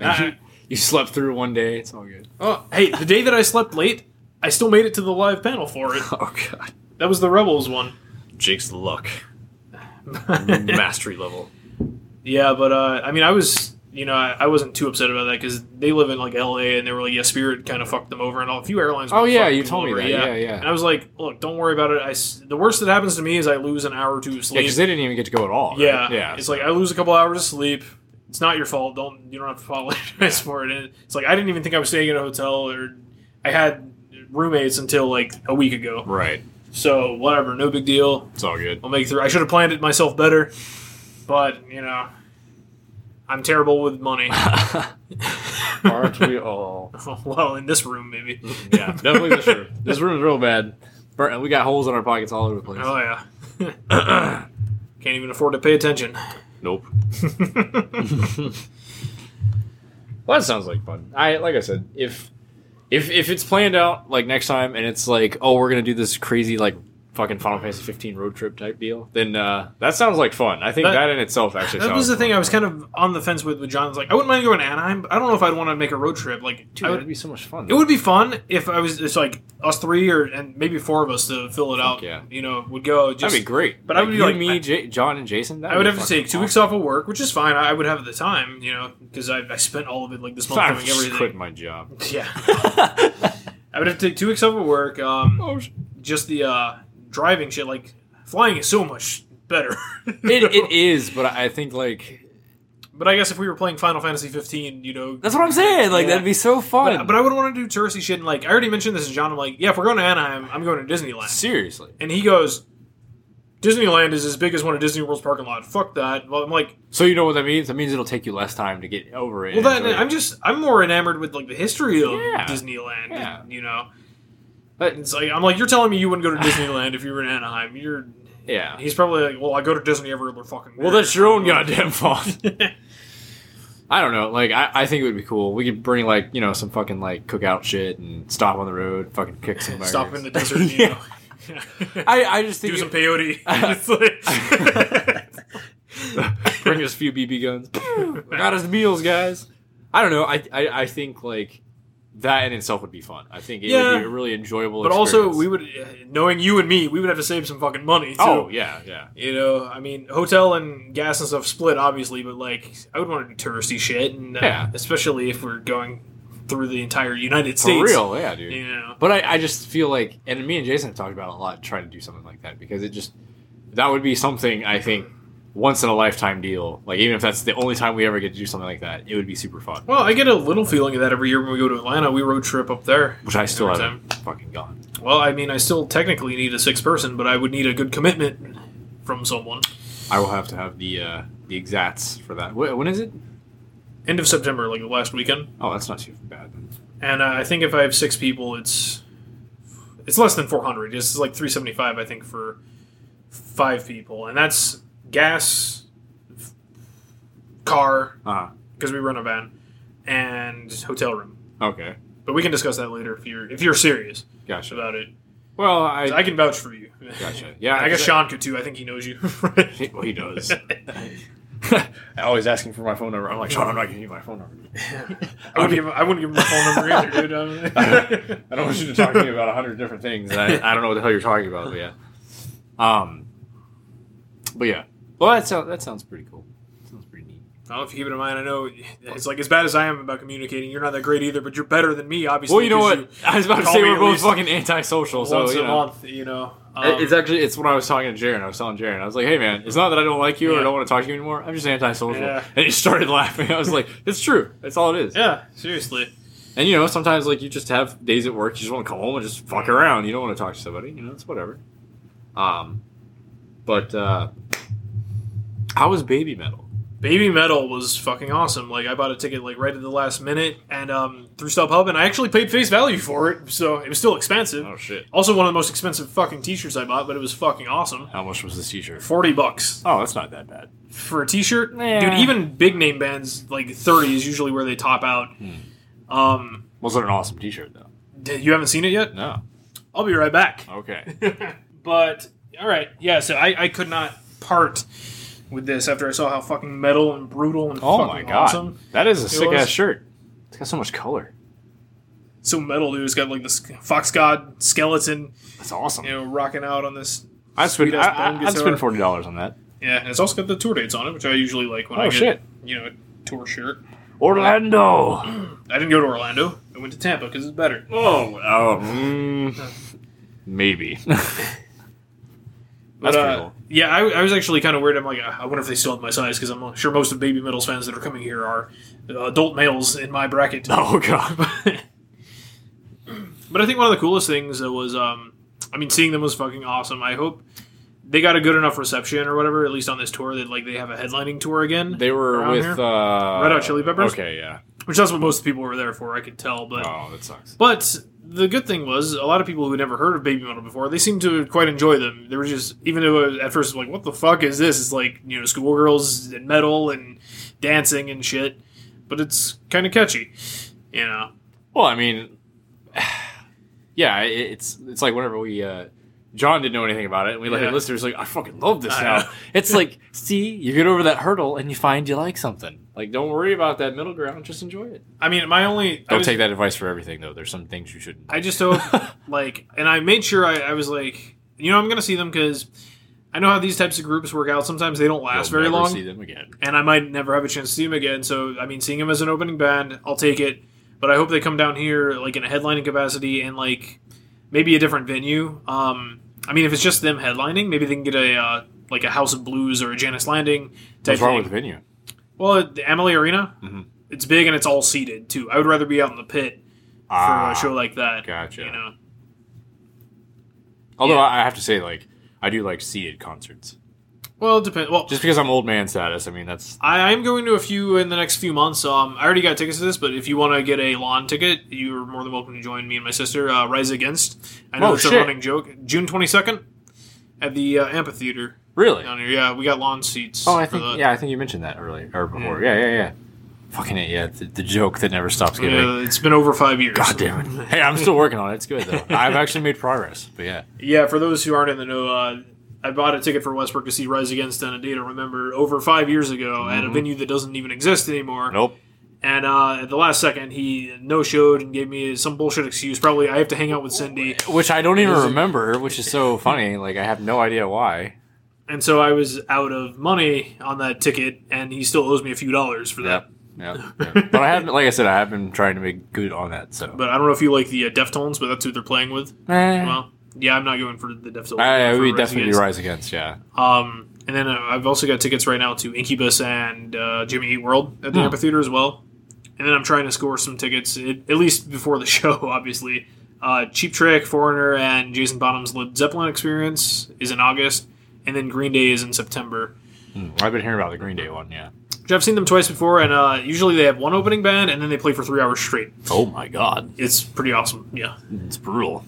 Speaker 2: And you,
Speaker 1: I-
Speaker 2: you slept through one day. It's all good.
Speaker 1: oh, hey, the day that I slept late, I still made it to the live panel for it.
Speaker 2: Oh god,
Speaker 1: That was the Rebels one.
Speaker 2: Jake's luck, Mm, mastery level.
Speaker 1: Yeah, but uh, I mean, I was, you know, I, I wasn't too upset about that because they live in like L.A. and they were like, yeah, Spirit kind of fucked them over, and all a few airlines.
Speaker 2: Oh
Speaker 1: will
Speaker 2: yeah,
Speaker 1: fuck
Speaker 2: you
Speaker 1: people
Speaker 2: told me
Speaker 1: over,
Speaker 2: that. Yeah, yeah.
Speaker 1: And I was like, look, don't worry about it. I s the worst that happens to me is I lose an hour or two of
Speaker 2: Yeah,
Speaker 1: sleep.
Speaker 2: because they didn't even get to go at all. right?
Speaker 1: Yeah,
Speaker 2: yeah.
Speaker 1: It's like I lose a couple hours of sleep. It's not your fault. Don't you don't have to apologize for it. And it's like I didn't even think I was staying in a hotel or I had roommates until like a week ago.
Speaker 2: right.
Speaker 1: So whatever, no big deal.
Speaker 2: It's all good.
Speaker 1: I'll make it through. I should have planned it myself better, but you know, I'm terrible with money.
Speaker 2: Aren't we all?
Speaker 1: well, in this room, maybe.
Speaker 2: Yeah, definitely this room. This room is real bad. Bur- We got holes in our pockets all over the place.
Speaker 1: Oh yeah. Can't even afford to pay attention.
Speaker 2: Nope. Well, that sounds like fun. I like I said, if if if it's planned out like next time and it's like, oh, we're gonna do this crazy like fucking Final Fantasy 15 road trip type deal, then uh, that sounds like fun. I think
Speaker 1: That-
Speaker 2: that, in itself actually.
Speaker 1: that
Speaker 2: sounds
Speaker 1: was the
Speaker 2: fun.
Speaker 1: thing I was kind of on the fence with with John's like I wouldn't mind going to Anaheim, but I don't know if I'd want to make a road trip. Like
Speaker 2: Dude,
Speaker 1: I
Speaker 2: it
Speaker 1: would,
Speaker 2: would be so much fun.
Speaker 1: it would be fun if I was it's like us three or and maybe four of us to fill it out.
Speaker 2: yeah.
Speaker 1: You know, would go just
Speaker 2: That'd be great.
Speaker 1: but I would be
Speaker 2: you,
Speaker 1: like-
Speaker 2: me,
Speaker 1: I-
Speaker 2: J- John, and Jason. that
Speaker 1: I would
Speaker 2: be
Speaker 1: have to
Speaker 2: fucking
Speaker 1: take two weeks
Speaker 2: awesome.
Speaker 1: off of work, which is fine. I I would have the time, you know, because I, I spent all of it like this month
Speaker 2: I
Speaker 1: doing
Speaker 2: just
Speaker 1: everything.
Speaker 2: quit my job.
Speaker 1: Yeah, I would have to take two weeks off of work. Um,
Speaker 2: oh, sh-
Speaker 1: just the uh, driving shit. Like flying is so much better.
Speaker 2: it, it is, but I think like
Speaker 1: But I guess if we were playing Final Fantasy 15, you know,
Speaker 2: that's what I'm saying. Like
Speaker 1: Yeah.
Speaker 2: that'd be so fun.
Speaker 1: But, but I would want to do touristy shit. And like I already mentioned this to John. I'm like, yeah, if we're going to Anaheim, I'm going to Disneyland.
Speaker 2: seriously,
Speaker 1: And he goes, Disneyland is as big as one of Disney World's parking lot. Fuck that. Well, I'm like,
Speaker 2: So you know what that means? That means it'll take you less time to get over it.
Speaker 1: well,
Speaker 2: and
Speaker 1: then
Speaker 2: enjoy it.
Speaker 1: I'm just I'm more enamored with like the history of
Speaker 2: Yeah.
Speaker 1: Disneyland.
Speaker 2: Yeah.
Speaker 1: You know,
Speaker 2: But-
Speaker 1: it's like I'm like you're telling me you wouldn't go to Disneyland if you were in Anaheim. You're
Speaker 2: yeah.
Speaker 1: he's probably like, well, I go to Disney every other fucking.
Speaker 2: Well,
Speaker 1: year."
Speaker 2: that's your own goddamn fault. I don't know. Like, I, I think it would be cool. We could bring like you know some fucking like cookout shit and stop on the road, fucking kick some. burgers.
Speaker 1: Stop in the desert. You
Speaker 2: yeah.
Speaker 1: know.
Speaker 2: I I just think
Speaker 1: Do some
Speaker 2: it-
Speaker 1: peyote. It's like-
Speaker 2: bring us a few BB guns. Got us meals, guys. I don't know. I, I I think like that in itself would be fun. I think it
Speaker 1: Yeah.
Speaker 2: would be a really enjoyable.
Speaker 1: But also,
Speaker 2: experience.
Speaker 1: we would, knowing you and me, we would have to save some fucking money. Too.
Speaker 2: oh yeah yeah
Speaker 1: You know, I mean, hotel and gas and stuff split, obviously, but like, I would want to do touristy shit, and uh,
Speaker 2: Yeah.
Speaker 1: especially if we're going through the entire United
Speaker 2: for
Speaker 1: States.
Speaker 2: real yeah dude.
Speaker 1: You know,
Speaker 2: But I, I just feel like, and me and Jason have talked about it a lot, trying to do something like that because it just that would be something I think once in a lifetime deal. Like even if that's the only time we ever get to do something like that, it would be super fun.
Speaker 1: well, I get a little feeling of that every year when we go to Atlanta. We road trip up there.
Speaker 2: Which I still
Speaker 1: Every
Speaker 2: haven't fucking gone.
Speaker 1: Well, I mean, I still technically need a six person, but I would need a good commitment from someone.
Speaker 2: I will have to have the uh, the exacts for that. Wh- When is it?
Speaker 1: End of September, like the last weekend,
Speaker 2: Oh, that's not too bad. Then.
Speaker 1: and uh, I think if I have six people, it's it's less than four hundred. It's like three seventy five, I think, for five people, and that's gas, f- car,
Speaker 2: Uh
Speaker 1: because we rent a van, and hotel room.
Speaker 2: okay,
Speaker 1: But we can discuss that later if you're if you're serious
Speaker 2: gotcha.
Speaker 1: about it.
Speaker 2: Well, I,
Speaker 1: I can vouch for you.
Speaker 2: gotcha. Yeah,
Speaker 1: I guess
Speaker 2: that-
Speaker 1: Sean could too. I think he knows you.
Speaker 2: He, well, he does. I always ask him for my phone number. I'm like, Sean, I'm not giving you my phone number.
Speaker 1: I wouldn't give I wouldn't give him my phone number either, dude. Um,
Speaker 2: I don't want you to talk to me about a hundred different things. And I, I don't know what the hell you're talking about, but yeah. Um, but yeah. Well, that sounds that sounds pretty cool. Sounds pretty neat.
Speaker 1: well, if you keep it in mind, I know it's like as bad as I am about communicating. You're not that great either, but you're better than me, obviously.
Speaker 2: Well, you know
Speaker 1: 'cause
Speaker 2: what? I was about to
Speaker 1: call
Speaker 2: say
Speaker 1: me
Speaker 2: we're
Speaker 1: at
Speaker 2: both
Speaker 1: least
Speaker 2: fucking antisocial. So
Speaker 1: once
Speaker 2: you
Speaker 1: a
Speaker 2: know,
Speaker 1: month, you know.
Speaker 2: It-
Speaker 1: Um,
Speaker 2: it's actually it's what I was talking to Jaron. I was telling Jaron, I was like, "Hey, man, it's not that I don't like you or I
Speaker 1: Yeah.
Speaker 2: don't want to talk to you anymore. I'm just antisocial."
Speaker 1: Yeah.
Speaker 2: And he started laughing. I was like, "It's true. That's all it is."
Speaker 1: Um, Yeah, seriously.
Speaker 2: And you know, sometimes like you just have days at work, you just want to come home and just fuck around. You don't want to talk to somebody. You know, it's whatever. Um, but uh, how was Baby Metal?
Speaker 1: Baby Metal was fucking awesome. Like I bought a ticket like right at the last minute and um through StubHub and I actually paid face value for it, so it was still expensive.
Speaker 2: Oh, shit!
Speaker 1: Also one of the most expensive fucking t-shirts I bought, but it was fucking awesome.
Speaker 2: How much was this T-shirt?
Speaker 1: 40 bucks.
Speaker 2: Oh, that's not that bad.
Speaker 1: for a t-shirt
Speaker 2: Nah.
Speaker 1: dude even big name bands like 30 is usually where they top out
Speaker 2: Hmm.
Speaker 1: um
Speaker 2: Wasn't an awesome T-shirt though.
Speaker 1: d- you haven't seen it yet
Speaker 2: No.
Speaker 1: i'll be right back
Speaker 2: Okay.
Speaker 1: but all right yeah so i, I could not part with this after i saw how fucking metal and brutal and
Speaker 2: Oh
Speaker 1: fucking
Speaker 2: my god,
Speaker 1: awesome
Speaker 2: that is a sick ass
Speaker 1: was-
Speaker 2: shirt. It's got so much color.
Speaker 1: so metal dude it's got like this fox god skeleton
Speaker 2: That's awesome.
Speaker 1: you know rocking out on this
Speaker 2: I'd spend
Speaker 1: sweet-ass
Speaker 2: I,
Speaker 1: bone
Speaker 2: I, I'd
Speaker 1: guitar.
Speaker 2: spend forty dollars on that.
Speaker 1: yeah and it's also got the tour dates on it which i usually like when
Speaker 2: Oh,
Speaker 1: i get
Speaker 2: shit.
Speaker 1: you know a tour shirt
Speaker 2: Orlando.
Speaker 1: i didn't go to orlando i went to tampa because it's better
Speaker 2: Oh, um, maybe.
Speaker 1: But,
Speaker 2: That's
Speaker 1: uh,
Speaker 2: pretty cool.
Speaker 1: Yeah, I, I was actually kind of weird. I'm like, I wonder if they still have my size because I'm sure most of Baby Metals fans that are coming here are uh, adult males in my bracket.
Speaker 2: Oh god.
Speaker 1: But I think one of the coolest things that was, um, I mean, seeing them was fucking awesome. I hope they got a good enough reception or whatever, at least on this tour that like they have a headlining tour again,
Speaker 2: They were
Speaker 1: Around
Speaker 2: with
Speaker 1: here?
Speaker 2: uh,
Speaker 1: Red Hot Chili Peppers?
Speaker 2: Okay, yeah.
Speaker 1: which that's what most of the people were there for. I could tell, but
Speaker 2: Oh, that sucks.
Speaker 1: but. The good thing was, a lot of people who had never heard of Baby Metal before, they seemed to quite enjoy them. They were just, even though it was- at first it was like, what the fuck is this? It's like, you know, schoolgirls and metal and dancing and shit, but it's kind of catchy, you know.
Speaker 2: Well, I mean, yeah, it, it's it's like whenever we uh, John didn't know anything about it, and we let
Speaker 1: Yeah.
Speaker 2: him listen. He's like, I fucking love this
Speaker 1: I know.
Speaker 2: now. it's like, see, you get over that hurdle and you find you like something. Like, don't worry about that middle ground. Just enjoy it.
Speaker 1: I mean, my only. I
Speaker 2: Don't
Speaker 1: was-
Speaker 2: take that advice for everything though. There's some things you shouldn't.
Speaker 1: I just hope, like, and I made sure I, I was like, you know, I'm going to see them because I know how these types of groups work out. Sometimes they don't last
Speaker 2: You'll
Speaker 1: very
Speaker 2: never
Speaker 1: long.
Speaker 2: See them again.
Speaker 1: and I might never have a chance to see him again. So I mean, seeing him as an opening band, I'll take it. But I hope they come down here like in a headlining capacity and like maybe a different venue. Um, I mean, if it's just them headlining, maybe they can get a uh, like a House of Blues or a Janis Landing type
Speaker 2: What's wrong
Speaker 1: thing.
Speaker 2: with the venue?
Speaker 1: well, the Emily Arena,
Speaker 2: Mhm.
Speaker 1: it's big and it's all seated too. I would rather be out in the pit for
Speaker 2: Ah,
Speaker 1: a show like that.
Speaker 2: gotcha.
Speaker 1: You know,
Speaker 2: Although
Speaker 1: yeah.
Speaker 2: I I have to say, like, I do like seated concerts.
Speaker 1: well, it depends. Well,
Speaker 2: Just because I'm old man status, I mean, that's
Speaker 1: I am going to a few in the next few months. Um, I already got tickets to this, but if you want to get a lawn ticket, you're more than welcome to join me and my sister. Uh, Rise Against. I know
Speaker 2: Oh,
Speaker 1: it's
Speaker 2: shit.
Speaker 1: a running joke. June 22nd at the uh, amphitheater
Speaker 2: really.
Speaker 1: down here. Yeah, we got lawn seats.
Speaker 2: Oh, I
Speaker 1: for
Speaker 2: think
Speaker 1: that.
Speaker 2: yeah, I think you mentioned that earlier or
Speaker 1: Hmm.
Speaker 2: before. Yeah, yeah, yeah. Fucking it, yeah. The, the joke that never stops getting. me.
Speaker 1: Yeah, it's been over five years.
Speaker 2: God damn it! Hey, I'm still working on it. It's good though. I've actually made progress, but yeah.
Speaker 1: Yeah, for those who aren't in the know, uh, I bought a ticket for Westbrook to see Rise Against on a date I remember over five years ago at a venue that doesn't even exist anymore.
Speaker 2: Mm-hmm. Nope.
Speaker 1: And uh, at the last second, he no showed and gave me some bullshit excuse. Probably I have to hang out with Cindy.
Speaker 2: which I don't even
Speaker 1: Is it-
Speaker 2: remember, which is so funny. Like I have no idea why.
Speaker 1: And so I was out of money on that ticket, and he still owes me a few dollars for that.
Speaker 2: Yeah, yeah. yeah. but I have, like I said, I have been trying to make good on that. So,
Speaker 1: But I don't know if you like the uh, Deftones, but that's who they're playing with.
Speaker 2: Eh.
Speaker 1: Well, yeah, I'm not going for the Deftones.
Speaker 2: I,
Speaker 1: I'm
Speaker 2: we
Speaker 1: for Rise
Speaker 2: definitely
Speaker 1: Against.
Speaker 2: rise against. Yeah,
Speaker 1: Um, and then uh, I've also got tickets right now to Incubus and uh, Jimmy Eat World at the
Speaker 2: Hmm.
Speaker 1: amphitheater as well. And then I'm trying to score some tickets, at, at least before the show, obviously. Uh, Cheap Trick, Foreigner, and Jason Bonham's Led Zeppelin experience is in August, and then Green Day is in September.
Speaker 2: Mm, I've been hearing about the Green Day one. Yeah.
Speaker 1: Which I've seen them twice before, and uh, usually they have one opening band and then they play for three hours straight.
Speaker 2: Oh my god,
Speaker 1: It's pretty awesome. Yeah,
Speaker 2: it's brutal.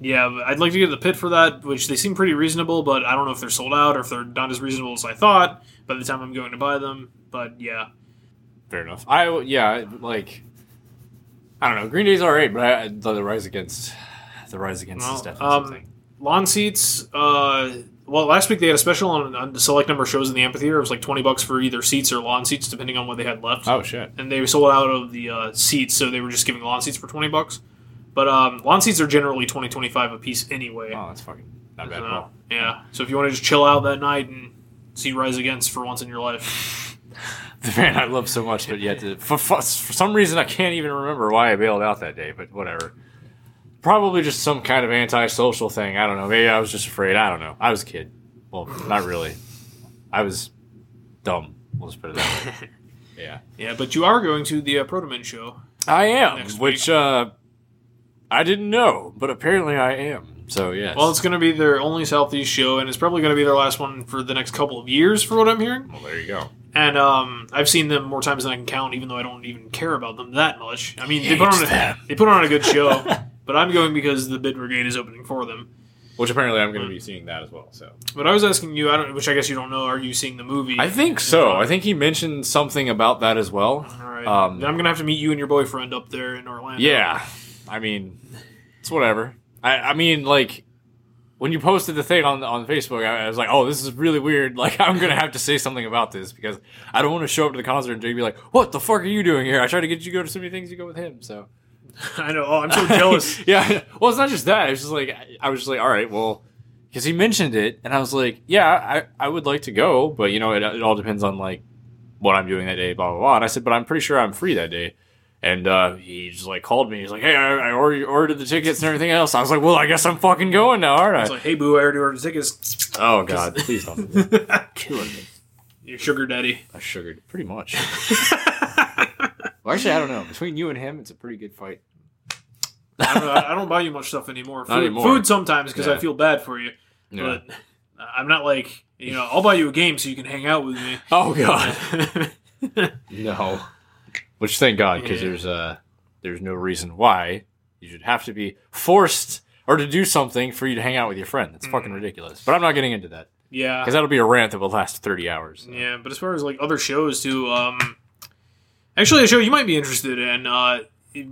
Speaker 1: yeah. but I'd like to get the pit for that, which they seem pretty reasonable, but I don't know if they're sold out or if they're not as reasonable as I thought by the time I'm going to buy them. But yeah,
Speaker 2: Fair enough. I yeah, like I don't know. Green Day's all right, but I, the, the rise against the rise against
Speaker 1: Well,
Speaker 2: is definitely
Speaker 1: um,
Speaker 2: something.
Speaker 1: lawn seats. Uh, well, last week they had a special on, on the select number of shows in the amphitheater. It was like twenty bucks for either seats or lawn seats, depending on what they had left.
Speaker 2: Oh shit.
Speaker 1: And they sold out of the uh, seats, so they were just giving lawn seats for twenty bucks. But um, lawn seats are generally 20 25 a piece anyway.
Speaker 2: Oh, that's fucking not bad
Speaker 1: So,
Speaker 2: at all.
Speaker 1: Yeah. So if you want to just chill out that night and see Rise Against for once in your life,
Speaker 2: The band I love so much, but yet to, for, for, for some reason I can't even remember why I bailed out that day. But whatever. Probably just some kind of antisocial thing. I don't know. Maybe I was just afraid. I don't know. I was a kid. Well, not really. I was dumb. We'll just put it that way. Yeah.
Speaker 1: yeah. But you are going to the uh, Protoman show.
Speaker 2: I am,
Speaker 1: next
Speaker 2: which uh, I didn't know, but apparently I am. So yes.
Speaker 1: Well, it's going to be their only Southeast show, and it's probably going to be their last one for the next couple of years, for what I'm hearing.
Speaker 2: Well, there you go.
Speaker 1: And um, I've seen them more times than I can count, even though I don't even care about them that much. I mean, they put on
Speaker 2: Hates them.
Speaker 1: a, they put on a good show, but I'm going because the Bid Brigade is opening for them.
Speaker 2: Which apparently I'm going to be seeing that as well. So
Speaker 1: But I was asking you, I don't, which I guess you don't know. Are you seeing the movie?
Speaker 2: I think so. I think he mentioned something about that as well.
Speaker 1: All right.
Speaker 2: Um,
Speaker 1: then I'm gonna have to meet you and your boyfriend up there in Orlando.
Speaker 2: Yeah, I mean, it's whatever. I, I mean, like when you posted the thing on on Facebook, I, I was like, "Oh, this is really weird. Like, I'm gonna have to say something about this because I don't want to show up to the concert and Jake be like, "What the fuck are you doing here? I tried to get you to go to so many things. You go with him." So
Speaker 1: I know. Oh, I'm so jealous.
Speaker 2: yeah. Well, it's not just that. It's just like I- I was just like, all right, well, because he mentioned it, and I was like, yeah, I, I would like to go, but you know, it, it all depends on like what I'm doing that day, blah blah blah. And I said, but I'm pretty sure I'm free that day. And uh, he just like called me. He's like, hey, I, I already ordered the tickets and everything else. I was like, well, I guess I'm fucking going now, aren't I?
Speaker 1: It's like, hey, boo, I already ordered tickets.
Speaker 2: oh god, please don't. Killing me.
Speaker 1: Your sugar daddy.
Speaker 2: I sugared pretty much. well, actually, I don't know. Between you and him, it's a pretty good fight.
Speaker 1: I don't, know, I don't buy you much stuff anymore. Food,
Speaker 2: Not anymore.
Speaker 1: food sometimes because I
Speaker 2: Yeah.
Speaker 1: feel bad for you.
Speaker 2: Yeah.
Speaker 1: But uh, I'm not like you know. I'll buy you a game so you can hang out with me.
Speaker 2: Oh god. No. Which thank God, because
Speaker 1: Yeah.
Speaker 2: there's uh there's no reason why you should have to be forced or to do something for you to hang out with your friend. That's
Speaker 1: Mm.
Speaker 2: fucking ridiculous. But I'm not getting into that
Speaker 1: yeah,
Speaker 2: because that'll be a rant that will last 30 hours.
Speaker 1: yeah. But as far as like other shows too, um, actually, a show you might be interested in, uh,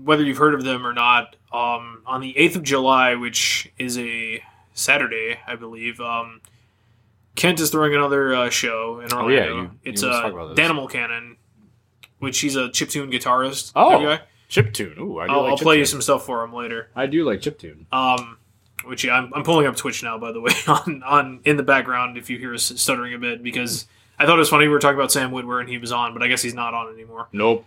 Speaker 1: whether you've heard of them or not, um, on the eighth of July, which is a Saturday, I believe. Um, Kent is throwing another uh, show in Orlando.
Speaker 2: Oh, yeah, you-
Speaker 1: it's
Speaker 2: you
Speaker 1: uh,
Speaker 2: always talk about this.
Speaker 1: Danimal Cannon, which he's a chiptune guitarist.
Speaker 2: Oh,
Speaker 1: Okay.
Speaker 2: Chiptune. Ooh, I do
Speaker 1: I'll,
Speaker 2: like
Speaker 1: I'll play you
Speaker 2: chiptune.
Speaker 1: some stuff for him later.
Speaker 2: I do like chiptune.
Speaker 1: Um, which yeah, I'm, I'm pulling up Twitch now, by the way, on, on in the background if you hear us stuttering a bit because I thought it was funny we were talking about Sam Woodward and he was on, but I guess he's not on anymore.
Speaker 2: Nope.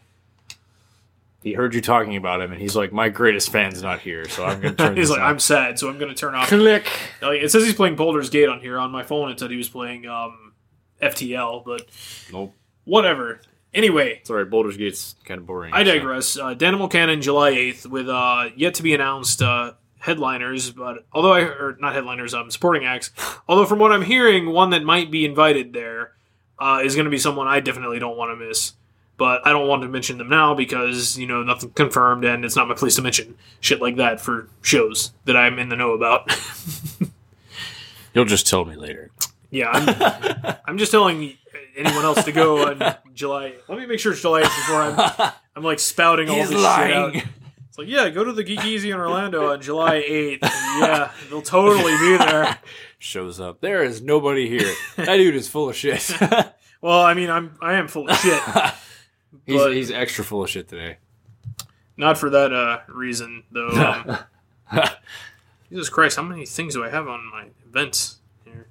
Speaker 2: He heard you talking about him and he's like, my greatest fan's not here, so I'm going to turn
Speaker 1: he's
Speaker 2: this
Speaker 1: like,
Speaker 2: off."
Speaker 1: I'm sad, so I'm gonna turn off.
Speaker 2: Click.
Speaker 1: Like, it says he's playing Boulder's Gate on here. On my phone, it said he was playing um, FTL, but
Speaker 2: Nope.
Speaker 1: whatever. Anyway,
Speaker 2: It's all right. Boulder's Gate's kind of boring.
Speaker 1: I
Speaker 2: so-
Speaker 1: digress. Uh, Danimal Cannon, July 8th, with uh, yet to be announced uh, headliners, but although I, or not headliners, um, supporting acts. Although, from what I'm hearing, one that might be invited there uh, is going to be someone I definitely don't want to miss. But I don't want to mention them now because, you know, nothing confirmed and it's not my place to mention shit like that for shows that I'm in the know about.
Speaker 2: You'll just tell me later.
Speaker 1: yeah, I'm, I'm just telling anyone else to go on July. Let me make sure it's July 8th before I'm, I'm like spouting all this shit out. It's like, yeah, go to the Geek Easy in Orlando on July 8th. yeah, they'll totally be there.
Speaker 2: shows up. There is nobody here. that dude is full of shit.
Speaker 1: Well, I mean, I'm I am full of shit,
Speaker 2: He's,
Speaker 1: But-
Speaker 2: he's extra full of shit today.
Speaker 1: Not for that uh, reason, though. Um, Jesus Christ, how many things do I have on my events here?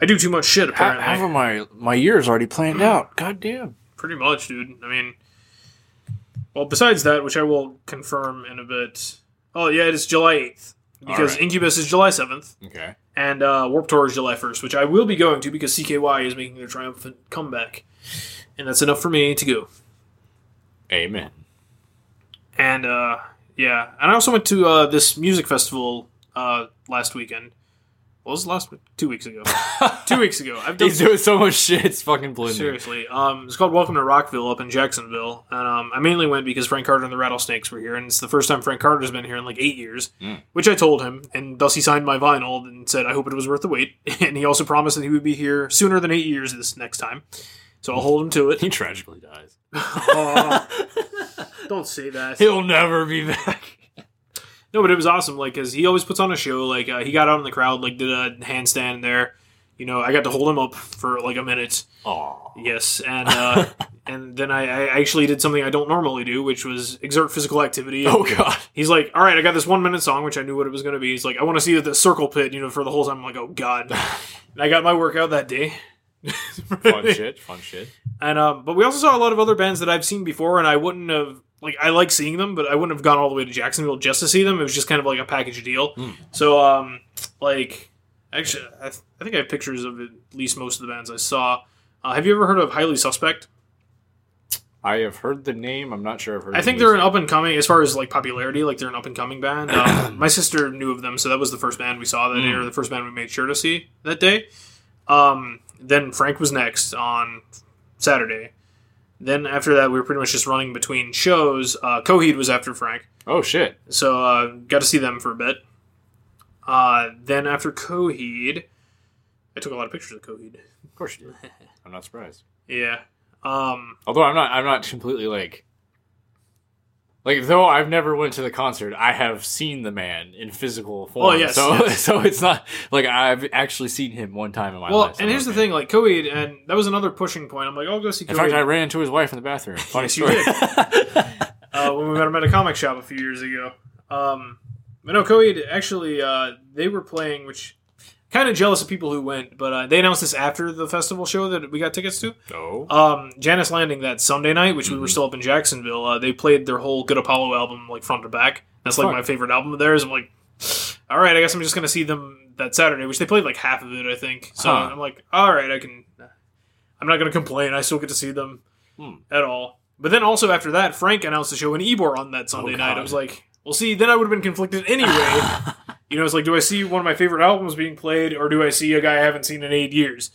Speaker 1: I do too much shit,
Speaker 2: Half
Speaker 1: apparently.
Speaker 2: half of my my year is already planned out. God damn.
Speaker 1: Pretty much, dude. I mean, well, besides that, which I will confirm in a bit. Oh, yeah, it is July 8th. Because
Speaker 2: Alright.
Speaker 1: Incubus is July 7th,
Speaker 2: Okay.
Speaker 1: and uh, Warp Tour is July 1st, which I will be going to because CKY is making their triumphant comeback. And that's enough for me to go.
Speaker 2: Amen.
Speaker 1: And uh, yeah, and I also went to uh, this music festival uh, last weekend. What was the last week? two weeks ago? two weeks ago. I've done
Speaker 2: He's doing so much shit. It's fucking blending.
Speaker 1: seriously. Um, it's called Welcome to Rockville up in Jacksonville, and um, I mainly went because Frank Carter and the Rattlesnakes were here, and it's the first time Frank Carter's been here in like eight years,
Speaker 2: Mm.
Speaker 1: which I told him, and thus he signed my vinyl and said I hope it was worth the wait, and he also promised that he would be here sooner than eight years this next time. So I'll hold him to it.
Speaker 2: He tragically dies.
Speaker 1: Aw. don't say that.
Speaker 2: He'll never be back.
Speaker 1: No, but it was awesome. Like, cause he always puts on a show. Like, uh, he got out in the crowd, like did a handstand there. You know, I got to hold him up for like a minute.
Speaker 2: Aw.
Speaker 1: Yes, and uh, and then I, I actually did something I don't normally do, which was exert physical activity.
Speaker 2: Oh god.
Speaker 1: He's like, all right, I got this one minute song, which I knew what it was going to be. He's like, I want to see the circle pit. You know, for the whole time, I'm like, oh god. and I got my workout that day.
Speaker 2: Fun shit. Fun shit.
Speaker 1: And um, but we also saw a lot of other bands that I've seen before, and I wouldn't have like I like seeing them, but I wouldn't have gone all the way to Jacksonville just to see them. It was just kind of like a package deal.
Speaker 2: Hmm.
Speaker 1: So um, like actually, I, th- I think I have pictures of at least most of the bands I saw. Uh, have you ever heard of Highly Suspect?
Speaker 2: I have heard the name. I'm not sure I've heard.
Speaker 1: I
Speaker 2: the
Speaker 1: think
Speaker 2: music.
Speaker 1: they're an up and coming as far as like popularity. Like they're an up and coming band. Um, my sister knew of them, so that was the first band we saw that day,
Speaker 2: Hmm.
Speaker 1: or the first band we made sure to see that day. Um, then Frank was next on Saturday. Then after that, we were pretty much just running between shows. Uh, Coheed was after Frank,
Speaker 2: Oh shit.
Speaker 1: so uh, got to see them for a bit. Uh, then after Coheed, I took a lot of pictures of Coheed.
Speaker 2: Of course you did. I'm not surprised.
Speaker 1: Yeah. Um,
Speaker 2: Although I'm not. I'm not completely like. Like though I've never went to the concert, I have seen the man in physical form.
Speaker 1: yes,
Speaker 2: so
Speaker 1: yes.
Speaker 2: so it's not like I've actually seen him one time in my
Speaker 1: well,
Speaker 2: life. so
Speaker 1: and
Speaker 2: I'm
Speaker 1: here's the
Speaker 2: okay.
Speaker 1: thing, like Coheed, and that was another pushing point. I'm like, "Oh, I'll go see. Coheed.
Speaker 2: In fact, I ran into his wife in the bathroom. Funny
Speaker 1: Yes, you
Speaker 2: story.
Speaker 1: uh, when we met him at a comic shop a few years ago. Um, but no, Coheed actually uh, they were playing, which kind of jealous of people who went, but uh, they announced this after the festival show that we got tickets to.
Speaker 2: no.
Speaker 1: Um, Janice Landing that Sunday night, which
Speaker 2: Mm-hmm.
Speaker 1: we were still up in Jacksonville. Uh, they played their whole Good Apollo album like front to back. That's like
Speaker 2: Fuck.
Speaker 1: my favorite album of theirs. I'm like, all right, I guess I'm just gonna see them that Saturday, which they played like half of it, I think. So
Speaker 2: Huh.
Speaker 1: I'm like, all right, I can. I'm not gonna complain. I still get to see them
Speaker 2: Hmm.
Speaker 1: at all. But then also after that, Frank announced the show in Ebor on that Sunday night. I
Speaker 2: Oh, God.
Speaker 1: was like, well, see, then I would have been conflicted anyway. you know, it's like, do I see one of my favorite albums being played, or do I see a guy I haven't seen in eight years?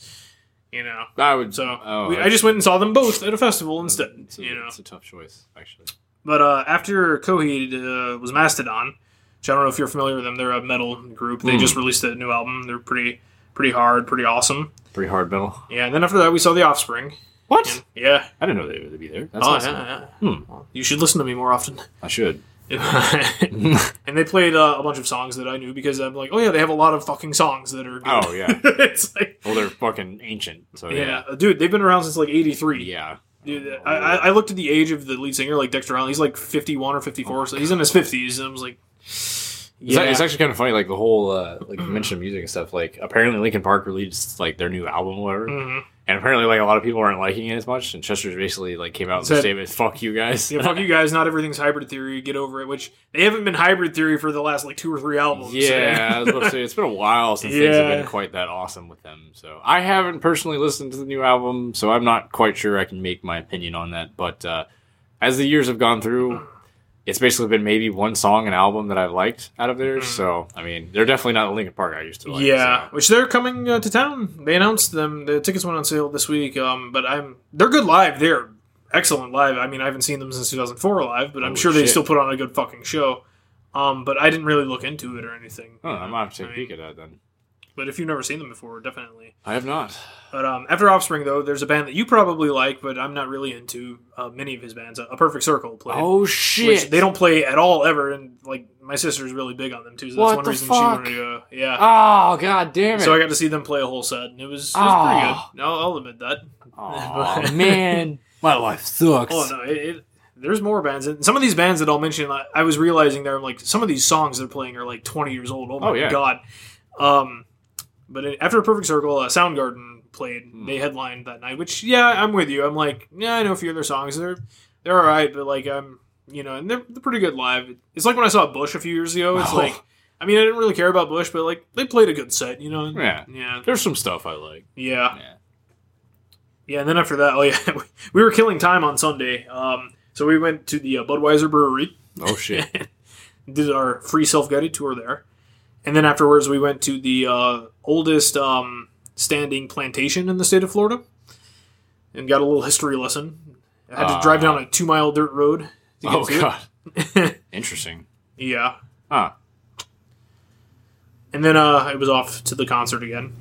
Speaker 1: You know.
Speaker 2: I would.
Speaker 1: So
Speaker 2: oh,
Speaker 1: we, I
Speaker 2: that's-
Speaker 1: just went and saw them both at a festival instead.
Speaker 2: It's a,
Speaker 1: You know,
Speaker 2: it's a tough choice, actually.
Speaker 1: but uh, after Coheed uh, was Mastodon, which I don't know if you're familiar with them. They're a metal group. They
Speaker 2: Hmm.
Speaker 1: just released a new album. They're pretty, pretty hard, pretty awesome.
Speaker 2: Pretty hard metal.
Speaker 1: Yeah. And then after that, we saw The Offspring.
Speaker 2: What?
Speaker 1: Yeah.
Speaker 2: I didn't know they would be there. That's
Speaker 1: Oh,
Speaker 2: awesome.
Speaker 1: yeah,
Speaker 2: Hmm.
Speaker 1: yeah. You should listen to me more often.
Speaker 2: I should.
Speaker 1: and
Speaker 2: oh
Speaker 1: they played uh, a bunch of songs that I knew because I'm like, oh yeah, they have a lot of fucking songs that are. Good.
Speaker 2: yeah.
Speaker 1: it's like,
Speaker 2: Well, they're fucking ancient. So yeah.
Speaker 1: Oh, yeah, dude, they've been around since like '83.
Speaker 2: Yeah. Oh,
Speaker 1: Dude, I, I I looked at the age of the lead singer, like Dexter Allen. He's like 51 or 54, so he's in his 50s. And I was like,
Speaker 2: It's,
Speaker 1: yeah.
Speaker 2: ac- it's actually kind of funny, like the whole uh, like you mentioned music and stuff. Like apparently Linkin Park released like their new album, or whatever,
Speaker 1: Mhm.
Speaker 2: and apparently like a lot of people aren't liking it as much. And Chester's basically like came out with a
Speaker 1: Said-
Speaker 2: statement, "Fuck you guys."
Speaker 1: Yeah, fuck you guys. Not everything's hybrid theory. Get over it. Which they haven't been hybrid theory for the last like two or three albums. so-
Speaker 2: Yeah, I was about to say it's been a while since things have
Speaker 1: Yeah.
Speaker 2: been quite that awesome with them. So I haven't personally listened to the new album, so I'm not quite sure I can make my opinion on that. But uh, as the years have gone through, it's basically been maybe one song an album that I've liked out of theirs. So I mean, they're definitely not the Linkin Park I used to like.
Speaker 1: Mm. yeah.
Speaker 2: so.
Speaker 1: Which they're coming uh, to town. They announced them. The tickets went on sale this week. Um, but I'm they're good live. They're excellent live. I mean, I haven't seen them since 2004 live, but I'm
Speaker 2: Holy
Speaker 1: sure they
Speaker 2: shit.
Speaker 1: still put on a good fucking show. Um, but I didn't really look into it or anything.
Speaker 2: Huh, I might have to
Speaker 1: I
Speaker 2: take a
Speaker 1: mean,
Speaker 2: peek at that then.
Speaker 1: But if you've never seen them before, definitely.
Speaker 2: I have not.
Speaker 1: But um, after Offspring, though, there's a band that you probably like, but I'm not really into uh, many of his bands. A Perfect Circle played.
Speaker 2: Oh
Speaker 1: Which
Speaker 2: shit!
Speaker 1: they don't play at all ever, and like my sister's really big on them too. So that's
Speaker 2: What
Speaker 1: one
Speaker 2: the
Speaker 1: reason she
Speaker 2: fuck?
Speaker 1: wanted to go. Yeah.
Speaker 2: Oh god damn it!
Speaker 1: so I got to see them play a whole set, and it was, it was
Speaker 2: Aw.
Speaker 1: pretty good. I'll, I'll admit that.
Speaker 2: Aw, man.
Speaker 3: My life sucks.
Speaker 1: Oh no, it, it, there's more bands. And some of these bands that I'll mention, I, I was realizing they're like some of these songs they're playing are like 20 years old. Oh my
Speaker 2: Oh, yeah.
Speaker 1: god. Um, but it- after Perfect Circle, uh, Soundgarden played.
Speaker 2: Hmm.
Speaker 1: They headlined that night. Which yeah, I'm with you. I'm like yeah, I know a few of their songs. They're they're all right, but like I'm you know, and they're, they're pretty good live. It's like when I saw Bush a few years ago. It's
Speaker 2: Oh.
Speaker 1: like. I mean, I didn't really care about Bush, but like they played a good set, you know.
Speaker 2: Yeah.
Speaker 1: yeah,
Speaker 2: There's some stuff I like.
Speaker 1: yeah.
Speaker 2: Yeah.
Speaker 1: Yeah, and then after that, oh yeah, we were killing time on Sunday. Um, so we went to the uh, Budweiser Brewery,
Speaker 2: Oh shit.
Speaker 1: did our free self-guided tour there, and then afterwards we went to the uh, oldest um, standing plantation in the state of Florida, and got a little history lesson. I had to
Speaker 2: Ah.
Speaker 1: drive down a two-mile dirt road. To get
Speaker 2: oh
Speaker 1: to it.
Speaker 2: god. Interesting.
Speaker 1: Yeah,
Speaker 2: Ah.
Speaker 1: and then uh, I was off to the concert again.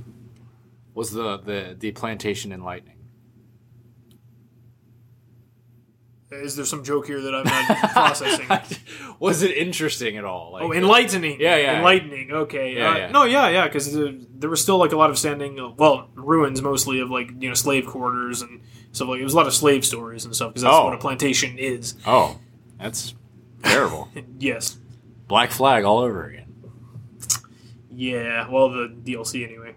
Speaker 2: Was the the the plantation enlightening?
Speaker 1: Is there some joke here that I'm not processing?
Speaker 2: was it interesting at all? Like,
Speaker 1: Oh, enlightening.
Speaker 2: Yeah, yeah.
Speaker 1: Enlightening. Okay.
Speaker 2: Yeah,
Speaker 1: uh,
Speaker 2: yeah.
Speaker 1: No, yeah, yeah, because there was still like a lot of standing, uh, well, ruins mostly of like you know slave quarters and stuff like it was a lot of slave stories and stuff because that's
Speaker 2: Oh.
Speaker 1: what a plantation is.
Speaker 2: oh, that's terrible.
Speaker 1: Yes.
Speaker 2: Black Flag all over again.
Speaker 1: Yeah. Well, the DLC anyway.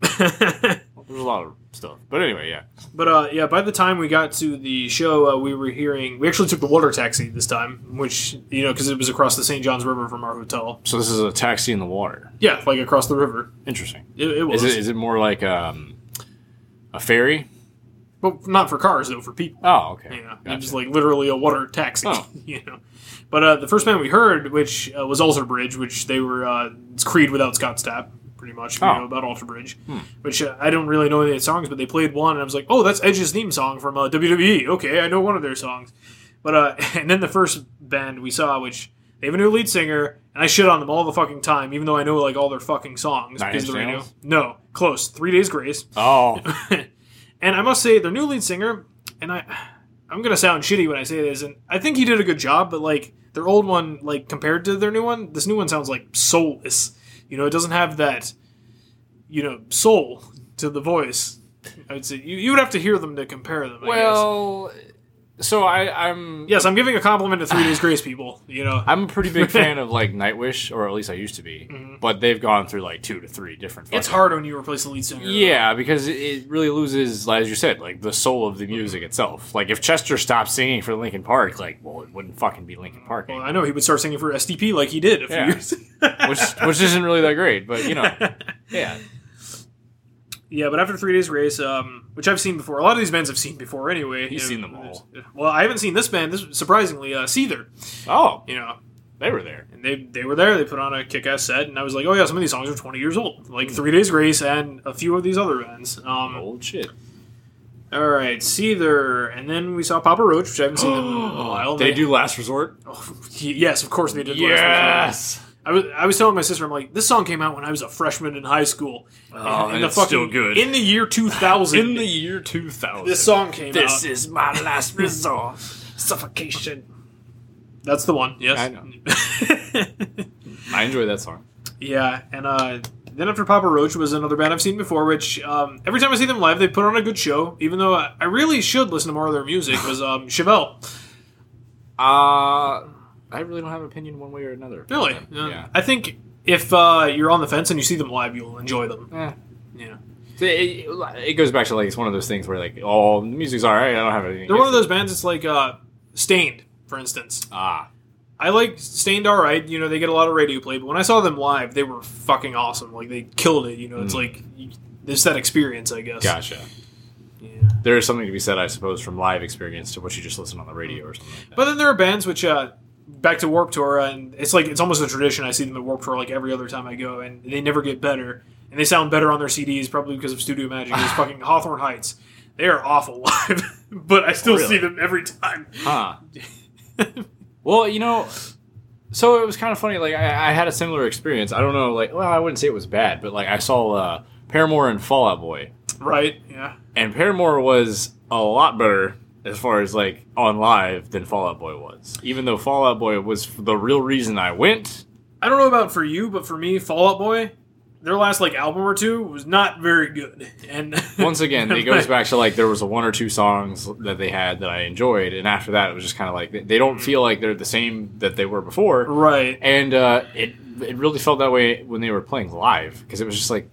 Speaker 2: There's a lot of stuff, but anyway, yeah.
Speaker 1: but uh, yeah, by the time we got to the show, uh, we were hearing. We actually took the water taxi this time, which you know because it was across the St. Johns River from our hotel.
Speaker 2: So this is a taxi in the water.
Speaker 1: Yeah, like across the river.
Speaker 2: Interesting.
Speaker 1: It, it was,
Speaker 2: Is it is it more like um, a ferry?
Speaker 1: but not for cars though, for people.
Speaker 2: Oh, okay.
Speaker 1: Yeah,
Speaker 2: Gotcha.
Speaker 1: it was like literally a water taxi,
Speaker 2: Oh.
Speaker 1: you know. But uh, the first band we heard, which uh, was Alter Bridge, which they were uh, it's Creed without Scott Stapp, pretty much. If
Speaker 2: Oh. Hmm.
Speaker 1: You know about Alter Bridge, which uh, I don't really know any of the songs, but they played one, and I was like, oh, that's Edge's theme song from uh, WWE. Okay, I know one of their songs. But uh, and then the first band we saw, which they have a new lead singer, and I shit on them all the fucking time, even though I know like all their fucking songs
Speaker 2: Nine
Speaker 1: because of the
Speaker 2: Inch
Speaker 1: radio.
Speaker 2: Nails?
Speaker 1: No, close. Three Days Grace.
Speaker 2: oh,
Speaker 1: And I must say, their new lead singer, and I, I'm gonna sound shitty when I say this, and I think he did a good job, but like their old one, like compared to their new one, this new one sounds like soulless. You know, it doesn't have that, you know, soul to the voice. I would say you, you would have to hear them to compare them. I guess.
Speaker 2: well. So I I'm
Speaker 1: yes, I'm giving a compliment to Three Days Grace people. You know,
Speaker 2: I'm a pretty big fan of like Nightwish, or at least I used to be. But they've gone through like two to three different.
Speaker 1: Mm-hmm. it's
Speaker 2: fucking-
Speaker 1: hard when you replace the lead singer.
Speaker 2: Yeah, because it- it really loses, like, as you said, like the soul of the music itself. Like if Chester stopped singing for Linkin Park, like well, it wouldn't fucking be Linkin Park,
Speaker 1: Well,
Speaker 2: anymore,
Speaker 1: I know he would start singing for SDP like he did a few
Speaker 2: Yeah.
Speaker 1: years.
Speaker 2: which which isn't really that great. But you know, yeah,
Speaker 1: Yeah, but after three days race, um, which I've seen before, a lot of these bands I've seen before anyway.
Speaker 2: He's
Speaker 1: You
Speaker 2: seen
Speaker 1: know,
Speaker 2: them all.
Speaker 1: there's- Well, I haven't seen this band. This surprisingly, uh, Seether.
Speaker 2: oh,
Speaker 1: You know,
Speaker 2: they were there.
Speaker 1: and they they were there. They put on a kick-ass set, and I was like, oh yeah, some of these songs are twenty years old, like
Speaker 2: Hmm.
Speaker 1: Three Days Grace and a few of these other bands. Um,
Speaker 2: Old shit. Oh.
Speaker 1: All right, Seether, and then we saw Papa Roach, which Oh, I haven't seen them in a while.
Speaker 2: they do Last Resort.
Speaker 1: Oh, yes, of course they did. Last Resort.
Speaker 2: Yes.
Speaker 1: I was I was telling my sister, I'm like, this song came out when I was a freshman in high school.
Speaker 2: Oh, and it's still good.
Speaker 1: In the year 2000.
Speaker 2: In the year 2000.
Speaker 1: this song came out.
Speaker 2: This is my last resort. Suffocation.
Speaker 1: That's the one. Yes.
Speaker 2: I I enjoy that song.
Speaker 1: yeah, and uh, then after Papa Roach was another band I've seen before, which um, every time I see them live, they put on a good show. Even though I, I really should listen to more of their music, was um, Chevelle.
Speaker 2: Uh, I really don't have an opinion one way or another.
Speaker 1: Really,
Speaker 2: Yeah.
Speaker 1: I think if uh, you're on the fence and you see them live, you'll enjoy them.
Speaker 2: Eh.
Speaker 1: Yeah,
Speaker 2: See, It, it goes back to like it's one of those things where like oh the music's all right I don't have anything.
Speaker 1: they're one of
Speaker 2: against
Speaker 1: those bands. It's like uh, Stained, for instance.
Speaker 2: it. ah
Speaker 1: I like Stained all right. You know, they get a lot of radio play, but when I saw them live, they were fucking awesome. Like they killed it. You know, it's like you, it's that experience, I guess.
Speaker 2: Mm. gotcha.
Speaker 1: Yeah.
Speaker 2: There is something to be said I suppose from live experience to what you just listen on the radio or something. Like that.
Speaker 1: But then there are bands which, uh, back to Warp Tour, uh, and it's like it's almost a tradition. I see them at Warp Tour like every other time I go, and they never get better. And they sound better on their CDs, probably because of Studio Magic. Is fucking Hawthorne Heights. They are awful live, but I still
Speaker 2: Really?
Speaker 1: see them every time.
Speaker 2: Huh. well, you know, so it was kind of funny. Like I, I had a similar experience. I don't know. Like well, I wouldn't say it was bad, but like I saw uh, Paramore and Fallout Boy,
Speaker 1: Right? Yeah.
Speaker 2: and Paramore was a lot better as far as like on live than Fallout Boy was. Even though Fallout Boy was the real reason I went.
Speaker 1: I don't know about for you, but for me, Fall Out Boy their last like album or two was not very good. And
Speaker 2: Once again, it goes back to like there was a one or two songs that they had that I enjoyed, and after that it was just kind of like they- they don't feel like they're the same that they were before,
Speaker 1: right.
Speaker 2: and uh, it it really felt that way when they were playing live because it was just like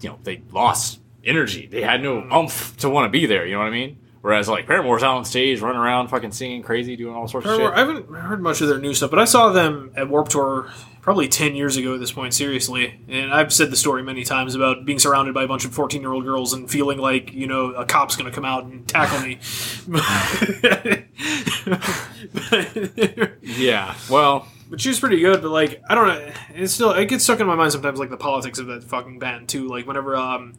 Speaker 2: you know they lost energy, they had no
Speaker 1: Mm.
Speaker 2: umph to want to be there, you know what I mean? Whereas like Paramore's out on stage, running around, fucking singing crazy, doing all sorts
Speaker 1: Paramore-
Speaker 2: of
Speaker 1: I
Speaker 2: shit.
Speaker 1: haven't heard much of their new stuff, but I saw them at Warp Tour probably 10 years ago at this point, seriously. And I've said the story many times about being surrounded by a bunch of 14 year old girls and feeling like, you know, a cop's going to come out and tackle me. but
Speaker 2: yeah, well, oh,
Speaker 1: she was pretty good, but like, I don't know. It's still, it gets stuck in my mind sometimes, like the politics of that fucking band, too. Like, whenever, um,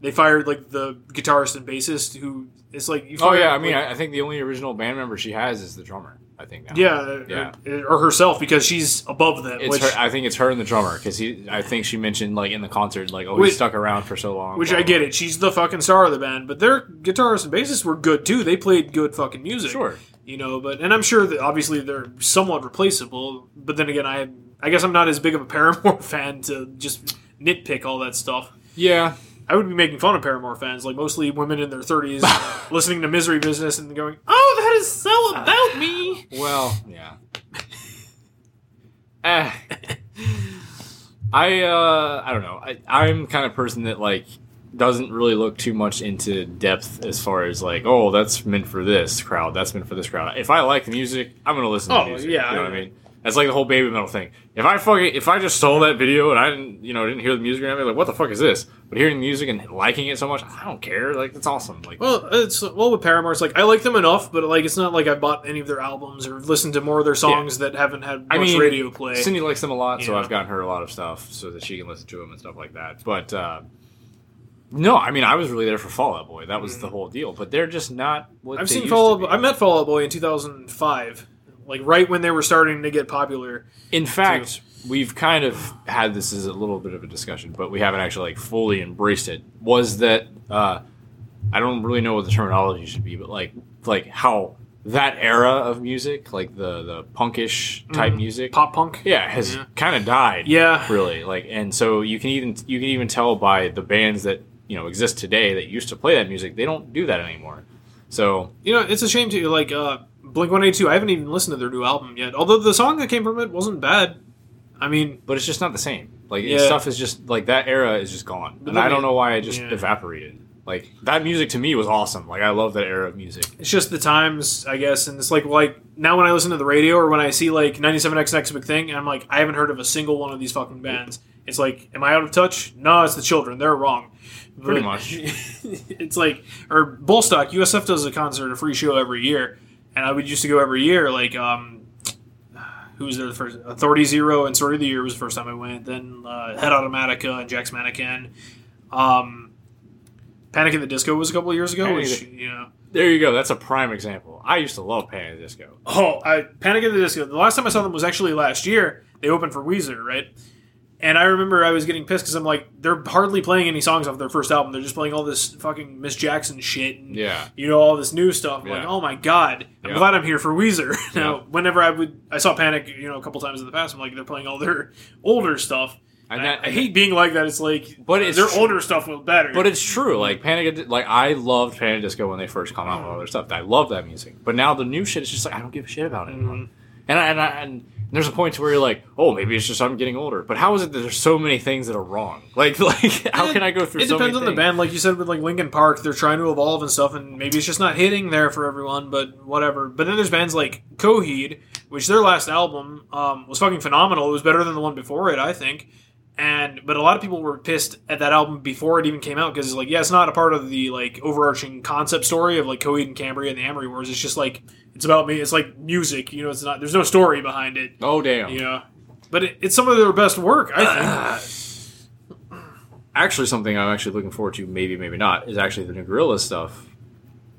Speaker 1: they fired like the guitarist and bassist who it's like you
Speaker 2: oh
Speaker 1: fire,
Speaker 2: yeah, I mean
Speaker 1: like-
Speaker 2: I, I think the only original band member she has is the drummer. I think now.
Speaker 1: Yeah,
Speaker 2: Yeah.
Speaker 1: Or, or herself because she's above them,
Speaker 2: It's
Speaker 1: which
Speaker 2: her, I think it's her and the drummer because he. I think she mentioned like in the concert, like oh,
Speaker 1: Which-
Speaker 2: he stuck around for so long.
Speaker 1: which I get it. She's the fucking star of the band, but their guitarists and bassists were good too. They played good fucking music,
Speaker 2: Sure.
Speaker 1: You know, but and I'm sure that obviously they're somewhat replaceable. But then again, I I guess I'm not as big of a Paramore fan to just nitpick all that stuff.
Speaker 2: Yeah,
Speaker 1: I would be making fun of Paramore fans, like mostly women in their 30s listening to Misery Business and going, "Oh, that is so about me."
Speaker 2: Well, yeah. Eh. I uh, I don't know. I, I'm kind of person that like doesn't really look too much into depth as far as like oh that's meant for this crowd, that's meant for this crowd. If I like the music, I'm gonna listen
Speaker 1: Oh,
Speaker 2: to music.
Speaker 1: yeah,
Speaker 2: you know
Speaker 1: I-
Speaker 2: what I mean. That's like the whole baby metal thing. If I fucking if I just saw that video and I didn't you know didn't hear the music, I'd be like, what the fuck is this? But hearing the music and liking it so much, I don't care. Like that's awesome. Like
Speaker 1: Well, it's well with Paramore. It's like I like them enough, but like it's not like I bought any of their albums or listened to more of their songs that haven't had much
Speaker 2: I mean,
Speaker 1: radio play.
Speaker 2: Cindy likes them a lot, so
Speaker 1: Yeah.
Speaker 2: I've gotten her a lot of stuff so that she can listen to them and stuff like that. But uh, no, I mean, I was really there for Fallout Boy. That was the whole deal. But they're just not what
Speaker 1: Mm-hmm. I've
Speaker 2: they
Speaker 1: seen
Speaker 2: used
Speaker 1: Fall
Speaker 2: to
Speaker 1: Out Boy.
Speaker 2: be.
Speaker 1: I met Fall Out Boy in 2005, like right when they were starting to get popular.
Speaker 2: In fact, we've kind of had this as a little bit of a discussion, but we haven't actually like fully embraced it. Was that uh, I don't really know what the terminology should be, but like like how that era of music, like the the punkish type music,
Speaker 1: Mm-hmm. Pop Mm-hmm. punk.
Speaker 2: yeah, has
Speaker 1: Yeah.
Speaker 2: kind of died.
Speaker 1: Yeah.
Speaker 2: really like and so you can even you can even tell by the bands that you know exist today that used to play that music they don't do that anymore so
Speaker 1: You know, it's a shame too. Like uh, Blink 182. I haven't even listened to their new album yet. Although the song that came from it wasn't bad. I mean,
Speaker 2: but it's just not the same like
Speaker 1: Yeah.
Speaker 2: stuff is just like that era is just gone
Speaker 1: But
Speaker 2: and
Speaker 1: let
Speaker 2: i don't
Speaker 1: me-
Speaker 2: know why it just
Speaker 1: yeah.
Speaker 2: evaporated like that music to me was awesome like i love that era of music
Speaker 1: it's just the times, I guess. And it's like like now when I listen to the radio or when I see like 97X Next Big Thing, and I'm like, I haven't heard of a single one of these fucking bands. It's like, am I out of touch? No, it's the children. They're wrong.
Speaker 2: Pretty much.
Speaker 1: it's like, or Bullstock, USF does a concert, a free show every year. And I would used to go every year. Like, um, who was there the first? Authority Zero and Story of the Year was the first time I went. Then uh, Head Automatica and Jack's Mannequin. Um, Panic at the Disco was a couple of years ago,
Speaker 2: Panic
Speaker 1: which,
Speaker 2: at
Speaker 1: you know.
Speaker 2: there you go that's a prime example i used to love pan and disco
Speaker 1: Oh, I Panic at the Disco. The last time I saw them was actually last year. They opened for Weezer, right? And I remember I was getting pissed because I'm like, they're hardly playing any songs off their first album. They're just playing all this fucking Miss Jackson shit and
Speaker 2: yeah
Speaker 1: you know all this new stuff. I'm like,
Speaker 2: Yeah.
Speaker 1: oh my god, I'm
Speaker 2: Yeah.
Speaker 1: glad I'm here for Weezer. now,
Speaker 2: Yeah.
Speaker 1: whenever I would, I saw Panic, you know, a couple times in the past. I'm like, they're playing all their older stuff.
Speaker 2: And
Speaker 1: And I,
Speaker 2: that-
Speaker 1: I hate being like that. It's like,
Speaker 2: But it's
Speaker 1: their
Speaker 2: true.
Speaker 1: older stuff was better.
Speaker 2: But it's true. Like Panic, at- like I loved Panic at Disco when they first come out with all their stuff. I love that music. But now the new shit is just like I don't give a shit about it. anymore.
Speaker 1: Mhm.
Speaker 2: And I, and, I, and there's a point to where you're like, oh, maybe it's just I'm getting older. But how is it that there's so many things that are wrong? Like, like how can I go through?
Speaker 1: It
Speaker 2: so
Speaker 1: depends
Speaker 2: many
Speaker 1: on the
Speaker 2: things?
Speaker 1: band, like you said with like Linkin Park, they're trying to evolve and stuff, and maybe it's just not hitting there for everyone. But whatever. But then there's bands like Coheed, which their last album um, was fucking phenomenal. It was better than the one before it, I think. And but a lot of people were pissed at that album before it even came out because it's like, yeah, it's not a part of the like overarching concept story of like Coheed and Cambria and the Amory Wars. It's just like it's about me. It's like music, you know. It's not. There's no story behind it,
Speaker 2: Oh damn!
Speaker 1: you know. But it, it's some of their best work, I think.
Speaker 2: Actually, something I'm actually looking forward to, maybe maybe not, is actually the new Gorilla stuff.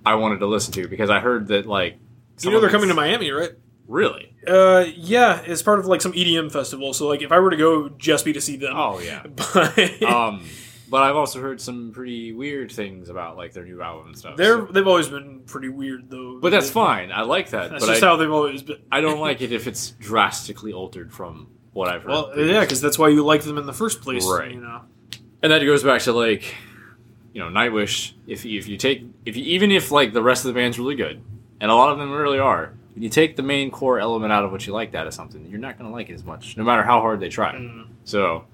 Speaker 2: I wanted to listen to because I heard that like
Speaker 1: you know, they're coming to Miami, right?
Speaker 2: really.
Speaker 1: Uh, yeah, it's part of like some EDM festival. So like, if I were to go, it would just be to see them.
Speaker 2: Oh yeah.
Speaker 1: but
Speaker 2: um, but I've also heard some pretty weird things about like their new album and stuff.
Speaker 1: they're
Speaker 2: so-
Speaker 1: they've always been pretty weird though.
Speaker 2: but that's
Speaker 1: They-
Speaker 2: fine. I like that.
Speaker 1: That's
Speaker 2: but
Speaker 1: just
Speaker 2: I,
Speaker 1: how they've always been.
Speaker 2: I don't like it if it's drastically altered from what I've heard.
Speaker 1: Well,
Speaker 2: previously.
Speaker 1: Uh, yeah, because that's why you liked them in the first place,
Speaker 2: Right.
Speaker 1: You know.
Speaker 2: and that goes back to like, you know, Nightwish. If you, if you take if you, even if like the rest of the band's really good, and a lot of them really are, when you take the main core element out of what you like that is something, you're not gonna like it as much, no matter how hard they try.
Speaker 1: Mm.
Speaker 2: So,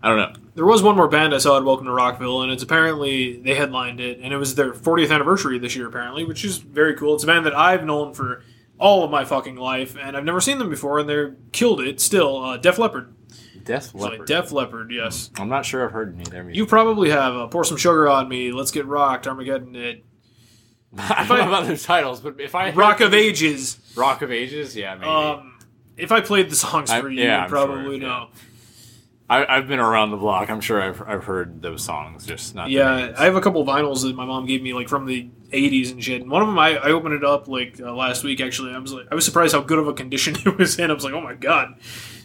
Speaker 2: I don't know.
Speaker 1: There was one more band I saw at Welcome to Rockville, and it's apparently they headlined it, and it was their 40th anniversary this year, apparently, which is very cool. It's a band that I've known for all of my fucking life, and I've never seen them before, and they're killed it still. Uh, Def Leppard.
Speaker 2: Death
Speaker 1: Sorry,
Speaker 2: Leopard.
Speaker 1: Def Leppard, yes.
Speaker 2: I'm not sure I've heard any of their music.
Speaker 1: You probably have. Uh, Pour Some Sugar on Me, Let's Get Rocked, Armageddon It,
Speaker 2: I don't know about their titles, but if I
Speaker 1: Rock of Ages.
Speaker 2: Rock of Ages, yeah, maybe.
Speaker 1: Um, if I played the songs
Speaker 2: I-
Speaker 1: for you,
Speaker 2: yeah,
Speaker 1: you'd
Speaker 2: I'm
Speaker 1: probably
Speaker 2: sure,
Speaker 1: know.
Speaker 2: I, I've been around the block. I'm sure I've, I've heard those songs, just not. the
Speaker 1: Yeah,
Speaker 2: names.
Speaker 1: I have a couple vinyls that my mom gave me, like from the '80s and shit. And one of them, I, I opened it up like uh, last week. Actually, I was like, I was surprised how good of a condition it was in. I was like, oh my god,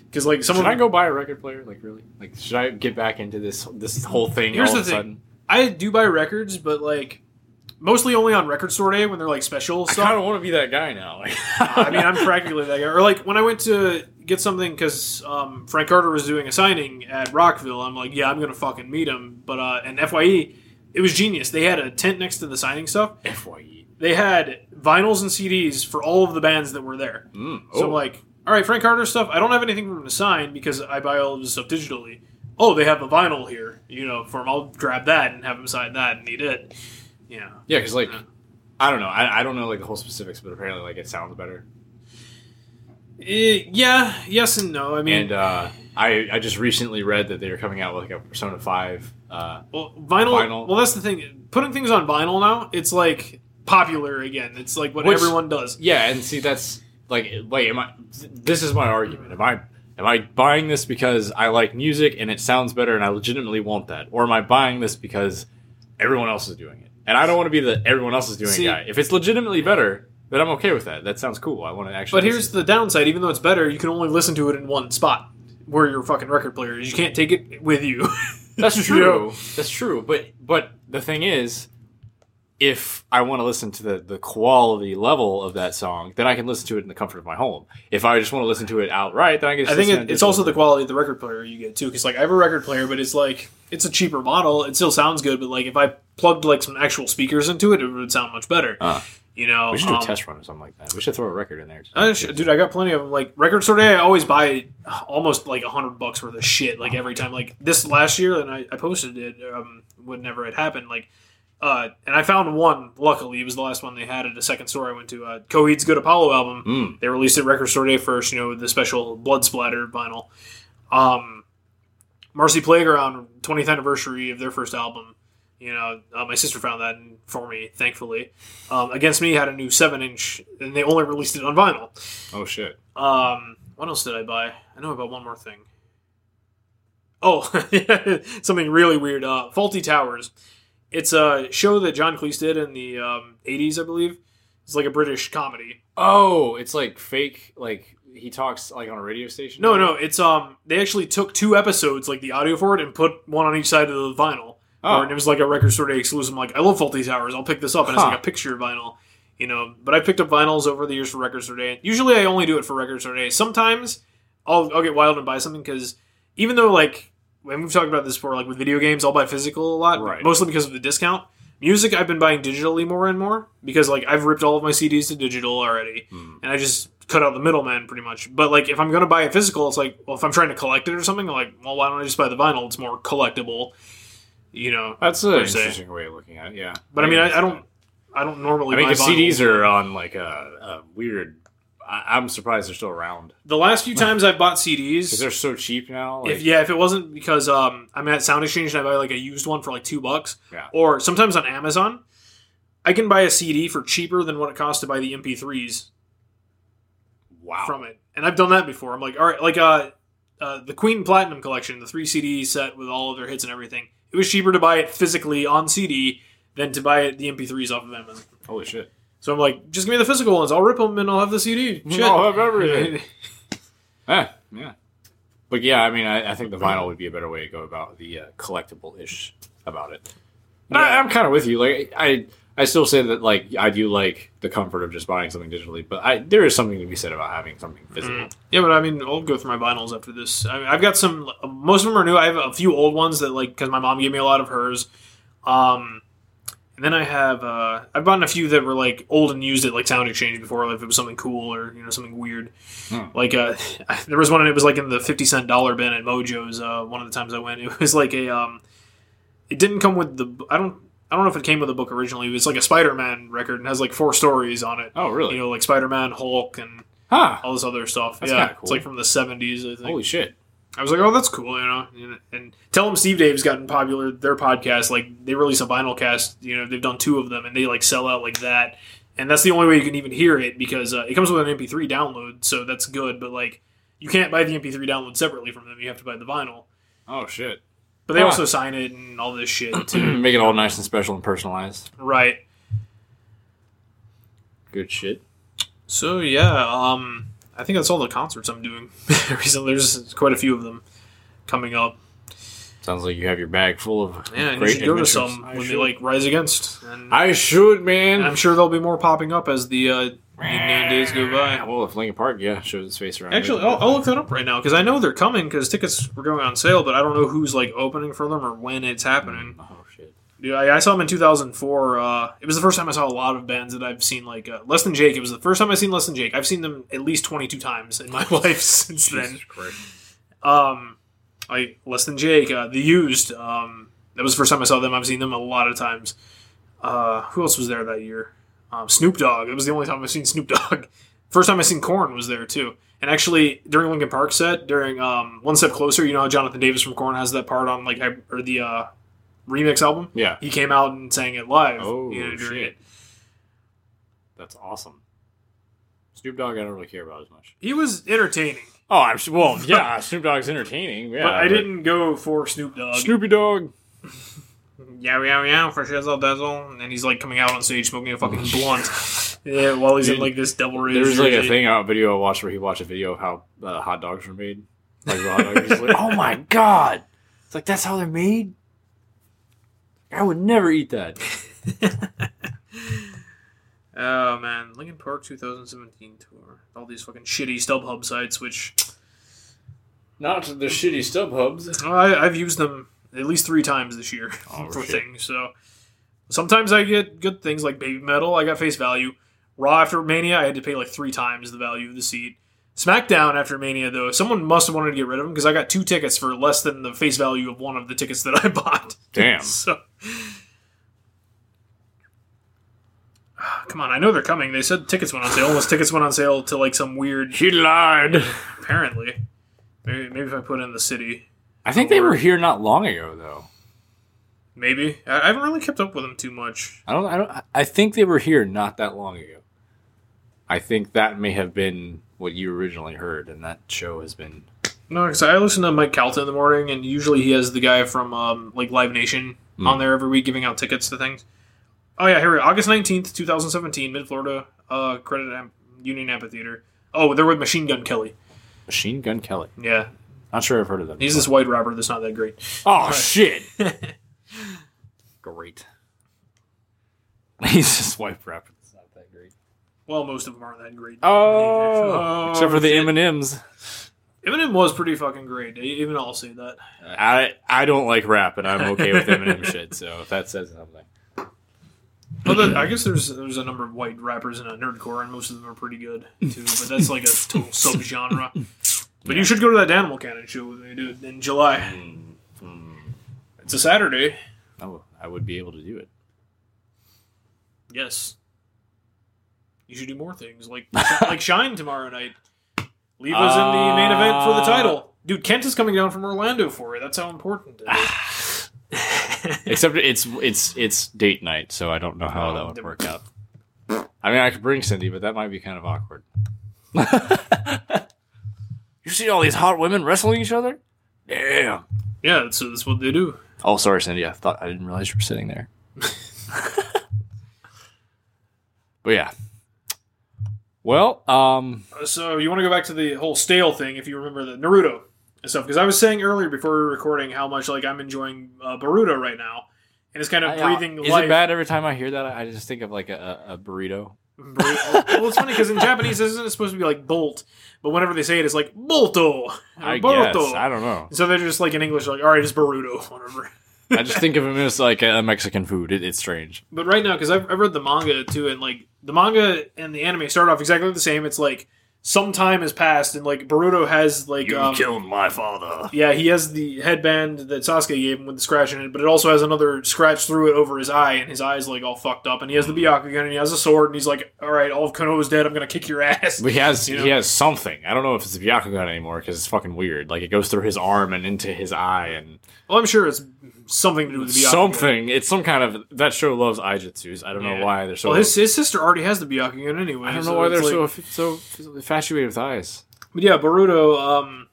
Speaker 1: because like some
Speaker 2: should
Speaker 1: of
Speaker 2: I go buy a record player? Like really? Like should I get back into this this whole thing?
Speaker 1: Here's
Speaker 2: all
Speaker 1: the
Speaker 2: of a
Speaker 1: thing.
Speaker 2: Sudden?
Speaker 1: I do buy records, but like mostly only on record store day when they're like special
Speaker 2: I kind
Speaker 1: stuff.
Speaker 2: of want to be that guy now. Like,
Speaker 1: I mean, I'm practically that guy. Or like when I went to get something because um, Frank Carter was doing a signing at Rockville. I'm like, yeah, I'm gonna fucking meet him. But uh, and Fye, it was genius. They had a tent next to the signing stuff.
Speaker 2: Fye.
Speaker 1: they had vinyls and CDs for all of the bands that were there.
Speaker 2: Mm,
Speaker 1: So
Speaker 2: oh.
Speaker 1: I'm like, all right, Frank Carter stuff. I don't have anything from him to sign because I buy all of his stuff digitally. Oh, they have a vinyl here, you know, for him. I'll grab that and have him sign that, and he did. Yeah,
Speaker 2: yeah, because like I don't know. I, I don't know like the whole specifics, but apparently like it sounds better.
Speaker 1: Eh, yeah, yes and no. I mean,
Speaker 2: And uh, I I just recently read that they were coming out with like a Persona Five. Uh,
Speaker 1: well, vinyl,
Speaker 2: vinyl.
Speaker 1: Well, that's the thing. Putting things on vinyl now, it's like popular again. It's like what
Speaker 2: Which-
Speaker 1: everyone does.
Speaker 2: Yeah, and see that's like like am I this is my argument. Am I am I buying this because I like music and it sounds better and I legitimately want that? Or am I buying this because everyone else is doing it? And I don't want to be the everyone else is doing
Speaker 1: See-
Speaker 2: guy. If it's legitimately better, then I'm okay with that. That sounds cool. I want to actually
Speaker 1: But here's the downside. Even though it's better, you can only listen to it in one spot where your fucking record player is. You can't take it with you.
Speaker 2: That's
Speaker 1: You know?
Speaker 2: true. That's true. But but the thing is, if I want to listen to the the quality level of that song, then I can listen to it in the comfort of my home. If I just want to listen to it outright, then I can. Just
Speaker 1: I think
Speaker 2: listen
Speaker 1: it,
Speaker 2: to
Speaker 1: it's also
Speaker 2: digitally.
Speaker 1: the quality of the record player you get too, because like I have a record player, but it's like it's a cheaper model. It still sounds good, but like if I plugged like some actual speakers into it, it would sound much better.
Speaker 2: Ah.
Speaker 1: you know,
Speaker 2: We should do
Speaker 1: um,
Speaker 2: a test run or something like that. We should throw a record in there.
Speaker 1: I sh- dude, I got plenty of them. Like record store day, I always buy almost like a hundred bucks worth of shit. Like every time, like this last year, and I, I posted it um, whenever it happened. Like, uh, and I found one. Luckily, it was the last one they had at a second store I went to. Uh, Coheed's Good Apollo album.
Speaker 2: Mm.
Speaker 1: They released it record store day first. You know, with the special blood splatter vinyl. Um, Marcy Playground 20th anniversary of their first album. You know, uh, my sister found that for me, thankfully. Um, Against Me had a new seven inch, and they only released it on vinyl.
Speaker 2: Oh shit!
Speaker 1: Um, what else did I buy? I know about one more thing. Oh, something really weird. Uh, Faulty Towers. It's a show that John Cleese did in the um, 80s, I believe. It's like a British comedy.
Speaker 2: Oh, it's like fake. Like he talks like on a radio station.
Speaker 1: No, no, it's um they actually took two episodes, like the audio for it, and put one on each side of the vinyl.
Speaker 2: Oh.
Speaker 1: Or, and it was like a record store day exclusive. I'm like, I love Faulty Towers. I'll pick this up, and it's
Speaker 2: Huh.
Speaker 1: like a picture vinyl, you know. But I picked up vinyls over the years for records store day. Usually, I only do it for records store day. Sometimes I'll I'll get wild and buy something because even though like when we've talked about this before, like with video games, I'll buy physical a lot,
Speaker 2: Right.
Speaker 1: mostly because of the discount. Music, I've been buying digitally more and more because like I've ripped all of my CDs to digital already, and I just cut out the middleman pretty much. But like if I'm gonna buy a physical, it's like well if I'm trying to collect it or something, I'm like well why don't I just buy the vinyl? It's more collectible, you know.
Speaker 2: that's an
Speaker 1: se.
Speaker 2: interesting way of looking at it. Yeah,
Speaker 1: But I mean I, I don't I don't normally.
Speaker 2: I mean,
Speaker 1: buy
Speaker 2: because
Speaker 1: vinyl.
Speaker 2: CDs are on like uh, a, a weird. I, I'm surprised they're still around
Speaker 1: The last few times I've bought
Speaker 2: because
Speaker 1: CDs,
Speaker 2: they're so cheap now. Like,
Speaker 1: if yeah, if it wasn't because um, I'm at Sound Exchange and I buy like a used one for like two bucks,
Speaker 2: Yeah.
Speaker 1: or sometimes on Amazon, I can buy a CD for cheaper than what it costs to buy the MP3s
Speaker 2: wow.
Speaker 1: from it, and I've done that before. I'm like, all right, like uh, uh, the Queen Platinum Collection, the three CD set with all of their hits and everything. It was cheaper to buy it physically on CD than to buy it the MP3s off of Amazon.
Speaker 2: Holy shit!
Speaker 1: So I'm like, just give me the physical ones. I'll rip them and I'll have the CD. Shit.
Speaker 2: I'll have everything. yeah, Eh, yeah. But yeah, I mean, I, I think the vinyl would be a better way to go about the uh, collectible ish about it. But
Speaker 1: Yeah.
Speaker 2: I, I'm kind of with you. Like I, I still say that like I do like the comfort of just buying something digitally, but I there is something to be said about having something physical.
Speaker 1: Yeah, but I mean, I'll go through my vinyls after this. I mean, I've got some. Most of them are new. I have a few old ones that like because my mom gave me a lot of hers. Um, and then I have uh, I've bought a few that were like old and used at like Sound Exchange before, like if it was something cool or you know something weird.
Speaker 2: Hmm.
Speaker 1: Like uh, there was one and it was like in the fifty cent dollar bin at Mojo's. Uh, one of the times I went, it was like a um, it didn't come with the I don't I don't know if it came with the book originally. It was like a Spider Man record and has like four stories on it.
Speaker 2: Oh really?
Speaker 1: You know, like Spider Man, Hulk, and
Speaker 2: huh?
Speaker 1: all this other stuff.
Speaker 2: That's
Speaker 1: yeah,
Speaker 2: kinda cool.
Speaker 1: it's like from the seventies. I think
Speaker 2: Holy shit!
Speaker 1: I was like, oh, that's cool, you know. And, and tell them Steve Dave's gotten popular. Their podcast, like they release a vinyl cast. You know, they've done two of them, and they like sell out like that. And that's the only way you can even hear it because uh, it comes with an MP3 download, so that's good. But like, you can't buy the MP3 download separately from them. You have to buy the vinyl.
Speaker 2: Oh shit!
Speaker 1: But they
Speaker 2: Huh.
Speaker 1: also sign it and all this shit too.
Speaker 2: Make it all nice and special and personalized.
Speaker 1: right.
Speaker 2: Good shit.
Speaker 1: So yeah, um, I think that's all the concerts I'm doing recently. There's quite a few of them coming up.
Speaker 2: Sounds like you have your bag full of
Speaker 1: Yeah, and you
Speaker 2: great
Speaker 1: should go to
Speaker 2: adventures.
Speaker 1: some
Speaker 2: I
Speaker 1: when they
Speaker 2: should.
Speaker 1: like Rise Against. And
Speaker 2: I should, man.
Speaker 1: I'm sure there'll be more popping up as the uh, evening days go by.
Speaker 2: Well, if Lincoln Park, yeah, shows its face around.
Speaker 1: Actually, oh, I'll, I'll look that up right now because I know they're coming because tickets were going on sale, but I don't know who's like opening for them or when it's happening.
Speaker 2: Oh shit!
Speaker 1: Dude, I, I saw them in 2004. Uh, it was the first time I saw a lot of bands that I've seen. Like uh, Less Than Jake, it was the first time I seen Less Than Jake. I've seen them at least 22 times in my life since then.
Speaker 2: Jesus Christ.
Speaker 1: Um, like less than Jake, uh, the used. Um, that was the first time I saw them. I've seen them a lot of times. Uh, who else was there that year? Um, Snoop Dogg. That was the only time I've seen Snoop Dogg. First time I seen Corn was there too. And actually, during Lincoln Park set, during um, One Step Closer, you know how Jonathan Davis from Corn has that part on like I, or the uh, remix album.
Speaker 2: Yeah.
Speaker 1: He came out and sang it live.
Speaker 2: Oh
Speaker 1: you know, during
Speaker 2: shit!
Speaker 1: it.
Speaker 2: That's awesome. Snoop Dogg, I don't really care about as much.
Speaker 1: He was entertaining,
Speaker 2: Oh, I'm s- well, yeah. Snoop Dogg's entertaining. Yeah,
Speaker 1: but I didn't go for Snoop Dogg.
Speaker 2: Snoopy Dogg.
Speaker 1: yeah, yeah, yeah, for shizzle dazzle, and he's like coming out on stage smoking a fucking blunt. yeah, while he's in like this double ridge.
Speaker 2: There's like a
Speaker 1: jersey.
Speaker 2: thing, a video I watched where he watched a video of how uh, hot dogs were made. Like raw dogs. He's like, oh my god! It's like that's how they're made. I would never eat that.
Speaker 1: Oh man, Lincoln Park 2017 tour. All these fucking shitty StubHub sites, which
Speaker 2: Not the shitty StubHubs.
Speaker 1: oh, I, I've used them at least three times this year
Speaker 2: Oh,
Speaker 1: for
Speaker 2: shit.
Speaker 1: things. So sometimes I get good things like Baby Metal. I got face value. Raw after Mania, I had to pay like three times the value of the seat. SmackDown after Mania, though, someone must have wanted to get rid of them because I got two tickets for less than the face value of one of the tickets that I bought.
Speaker 2: Damn.
Speaker 1: So, Ah, come on! I know they're coming. They said tickets went on sale. Unless tickets went on sale to like some weird.
Speaker 2: He lied.
Speaker 1: Apparently, maybe, maybe if I put in the city,
Speaker 2: I think they were here not long ago, though.
Speaker 1: maybe I, I haven't really kept up with them too much.
Speaker 2: I don't. I don't. I think they were here not that long ago. I think that may have been what you originally heard, and that show has been.
Speaker 1: No, because I listen to Mike Calta in the morning, and usually he has the guy from um, like Live Nation
Speaker 2: Hmm.
Speaker 1: on there every week giving out tickets to things. Oh yeah, here we go. August nineteenth, two thousand seventeen, Mid Florida uh, Credit Am- Union Amphitheater. Oh, they're with Machine Gun Kelly.
Speaker 2: Machine Gun Kelly.
Speaker 1: Yeah,
Speaker 2: Not sure I've heard of them.
Speaker 1: he's this white rapper that's not that great.
Speaker 2: Oh shit! great. He's just white rapper. It's not that great.
Speaker 1: Well, most of them aren't that great.
Speaker 2: Oh,
Speaker 1: Oh,
Speaker 2: except for the M and M's.
Speaker 1: Eminem was pretty fucking great. Even I'll say that.
Speaker 2: I I don't like rap, and I'm okay with M and M shit. So if that says something.
Speaker 1: But the- I guess there's there's a number of white rappers in a nerdcore, and most of them are pretty good too. But that's like a total subgenre. But you should go to that Animal Cannon show with me, dude, in July. It's a Saturday.
Speaker 2: Hmm, Oh, I would be able to do it.
Speaker 1: Yes. You should do more things like like Shine tomorrow night. Leave us in the main event for the title, dude. Kent is coming down from Orlando for it. That's how important it is.
Speaker 2: Except it's it's it's date night, so I don't know how that would work out. I mean, I could bring Cindy, but that might be kind of awkward. you see all these hot women wrestling each other? Damn.
Speaker 1: yeah, that's, that's what they do.
Speaker 2: Oh, sorry, Cindy. I thought I didn't realize you were sitting there. but yeah. Well, um,
Speaker 1: so you want to go back to the whole stale thing if you remember the naruto and stuff because i was saying earlier before we were recording how much like i'm enjoying uh, baruto right now and it's kind of
Speaker 2: I- I-
Speaker 1: breathing
Speaker 2: is
Speaker 1: life.
Speaker 2: it bad every time I hear that? I I just think of like a, a a burrito.
Speaker 1: Bre- well, it's funny because in Japanese, this isn't supposed to be like bolt, but whenever they say it, it's like bolto, or
Speaker 2: I guess
Speaker 1: boruto.
Speaker 2: I don't know.
Speaker 1: so they're just like in English, like all right, it's burrito, whatever.
Speaker 2: I just think of him as like a Mexican food. It, it's strange.
Speaker 1: But right now, because I've, I've read the manga too, and like the manga and the anime start off exactly the same. It's like some time has passed, and like Boruto has like um,
Speaker 2: killed my father.
Speaker 1: yeah, he has the headband that Sasuke gave him with the scratch in it, but it also has another scratch through it over his eye, and his eye's like all fucked up, and he has the Byakugan, and he has a sword, and he's like, all right, all of Konoha's dead. I'm gonna kick your ass.
Speaker 2: But he has
Speaker 1: You
Speaker 2: he
Speaker 1: know?
Speaker 2: has something. I don't know if it's a Byakugan anymore because it's fucking weird. Like it goes through his arm and into his eye and
Speaker 1: Well, I'm sure it's something to do with the Byakugan.
Speaker 2: something. It's some kind of that show loves Aijutsu's. I don't
Speaker 1: Yeah.
Speaker 2: know why they're so.
Speaker 1: Well, his, his sister already has the Byakugan anyway.
Speaker 2: I don't
Speaker 1: so
Speaker 2: know why
Speaker 1: it's
Speaker 2: they're
Speaker 1: like-
Speaker 2: so so infatuated with eyes.
Speaker 1: But yeah, Boruto. Um,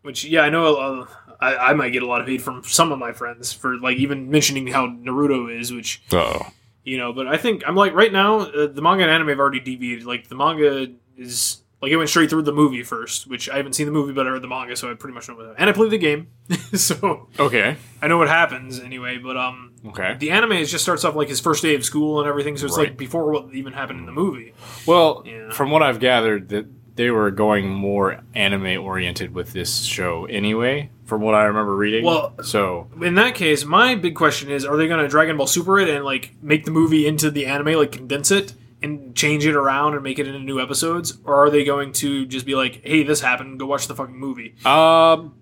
Speaker 1: which yeah, I know. Uh, I, I might get a lot of hate from some of my friends for like even mentioning how Naruto is, which
Speaker 2: Oh,
Speaker 1: you know. But I think I'm like right now uh, the manga and anime have already deviated. Like the manga is like it went straight through the movie first, which I haven't seen the movie, but I read the manga, so I pretty much know what. And I played the game, so
Speaker 2: okay,
Speaker 1: I know what happens anyway. But um,
Speaker 2: okay.
Speaker 1: the anime is just starts off like his first day of school and everything, so it's
Speaker 2: Right.
Speaker 1: like before what even happened in the movie.
Speaker 2: Well,
Speaker 1: Yeah.
Speaker 2: from what I've gathered, that they were going more anime oriented with this show anyway. From what I remember reading,
Speaker 1: Well-
Speaker 2: so
Speaker 1: in that case, my big question is: Are they going to Dragon Ball Super it and like make the movie into the anime, like condense it and change it around and make it into new episodes, or are they going to just be like, "Hey, this happened. Go watch the fucking movie."
Speaker 2: Um,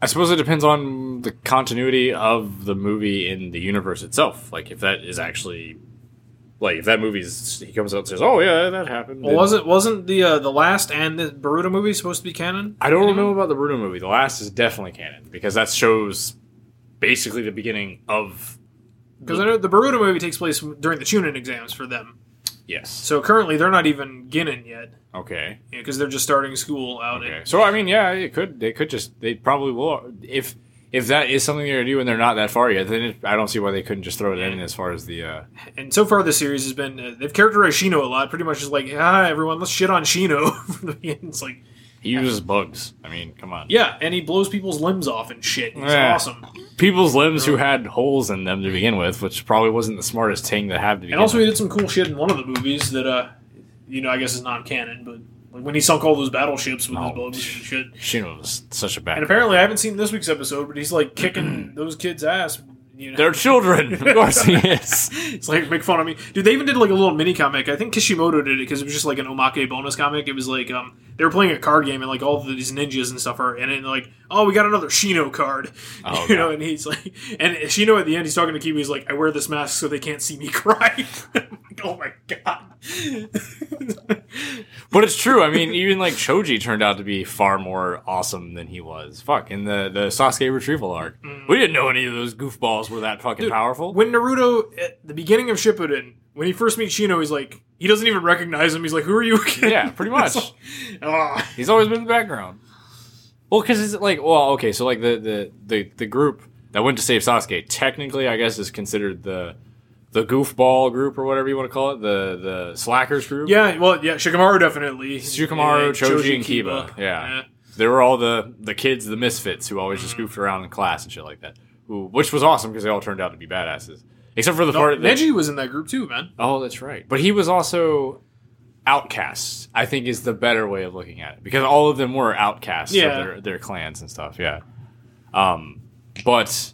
Speaker 2: I suppose it depends on the continuity of the movie in the universe itself. Like if that is actually, like if that movie is, he comes out and says, "Oh yeah, that happened."
Speaker 1: Well, wasn't wasn't the uh, the last and the Boruto movie supposed to be canon?
Speaker 2: I don't know about the Bruno movie. The last is definitely canon because that shows basically the beginning of
Speaker 1: Because I know the Boruto movie takes place during the Chunin exams for them.
Speaker 2: yes.
Speaker 1: So currently, they're not even Ginnin yet
Speaker 2: Okay.
Speaker 1: because they're just starting school out.
Speaker 2: Okay.
Speaker 1: In,
Speaker 2: So I mean, yeah, it could. They could just. They probably will. If if that is something they're gonna do and they're not that far yet, then it, I don't see why they couldn't just throw it in as far as the. uh
Speaker 1: and so far, the series has been uh, they've characterized Shino a lot. Pretty much, just like, "Hi everyone, let's shit on Shino." from the beginning. it's like.
Speaker 2: He uses bugs. I mean, come on.
Speaker 1: Yeah, and he blows people's limbs off and shit. It's
Speaker 2: Yeah.
Speaker 1: awesome.
Speaker 2: people's limbs who had holes in them to begin with, which probably wasn't the smartest thing to have to begin
Speaker 1: And also, he
Speaker 2: with.
Speaker 1: did some cool shit in one of the movies that, uh, you know, I guess is non-canon, but like when he sunk all those battleships with
Speaker 2: Oh,
Speaker 1: his bugs and
Speaker 2: psh.
Speaker 1: shit.
Speaker 2: Shino was such a bad.
Speaker 1: And apparently, I haven't seen this week's episode, but he's like kicking those kids' ass. You know,
Speaker 2: They're children. Of course he is.
Speaker 1: it's like make fun of me, dude. They even did like a little mini comic. I think Kishimoto did it because it was just like an omake bonus comic. It was like um they were playing a card game and like all of these ninjas and stuff are in it. And like, oh, we got another Shino card,
Speaker 2: Oh,
Speaker 1: you
Speaker 2: God.
Speaker 1: know. And he's like, and Shino at the end, he's talking to Kiba. He's like, I wear this mask so they can't see me cry. I'm like, oh my god.
Speaker 2: But it's true. I mean, even like Shoji turned out to be far more awesome than he was. Fuck, in the, the Sasuke retrieval arc. We didn't know any of those goofballs were that fucking powerful.
Speaker 1: Mm. when Naruto at the beginning of Shippuden, when he first meets Shino, he's like, he doesn't even recognize him. He's like, who are you? again?
Speaker 2: yeah, pretty much.
Speaker 1: It's like, ah.
Speaker 2: He's always been in the background. Well, because it's like, well, okay, so like the, the the the group that went to save Sasuke, technically, I guess, is considered the the goofball group or whatever you want to call it, the the slackers group.
Speaker 1: Yeah, well, yeah, Shikamaru definitely.
Speaker 2: Shikamaru,
Speaker 1: Yeah,
Speaker 2: Choji, and Kiba. Yeah. they were all the the kids, the misfits, who always just goofed around in class and shit like that. Who, which was awesome because they all turned out to be badasses, except for the
Speaker 1: No,
Speaker 2: part that
Speaker 1: Oh, Neji was in that group too, man.
Speaker 2: Oh, that's right. But he was also outcast. I think is the better way of looking at it because all of them were outcasts
Speaker 1: Yeah.
Speaker 2: of their, their clans and stuff. Yeah. Um, but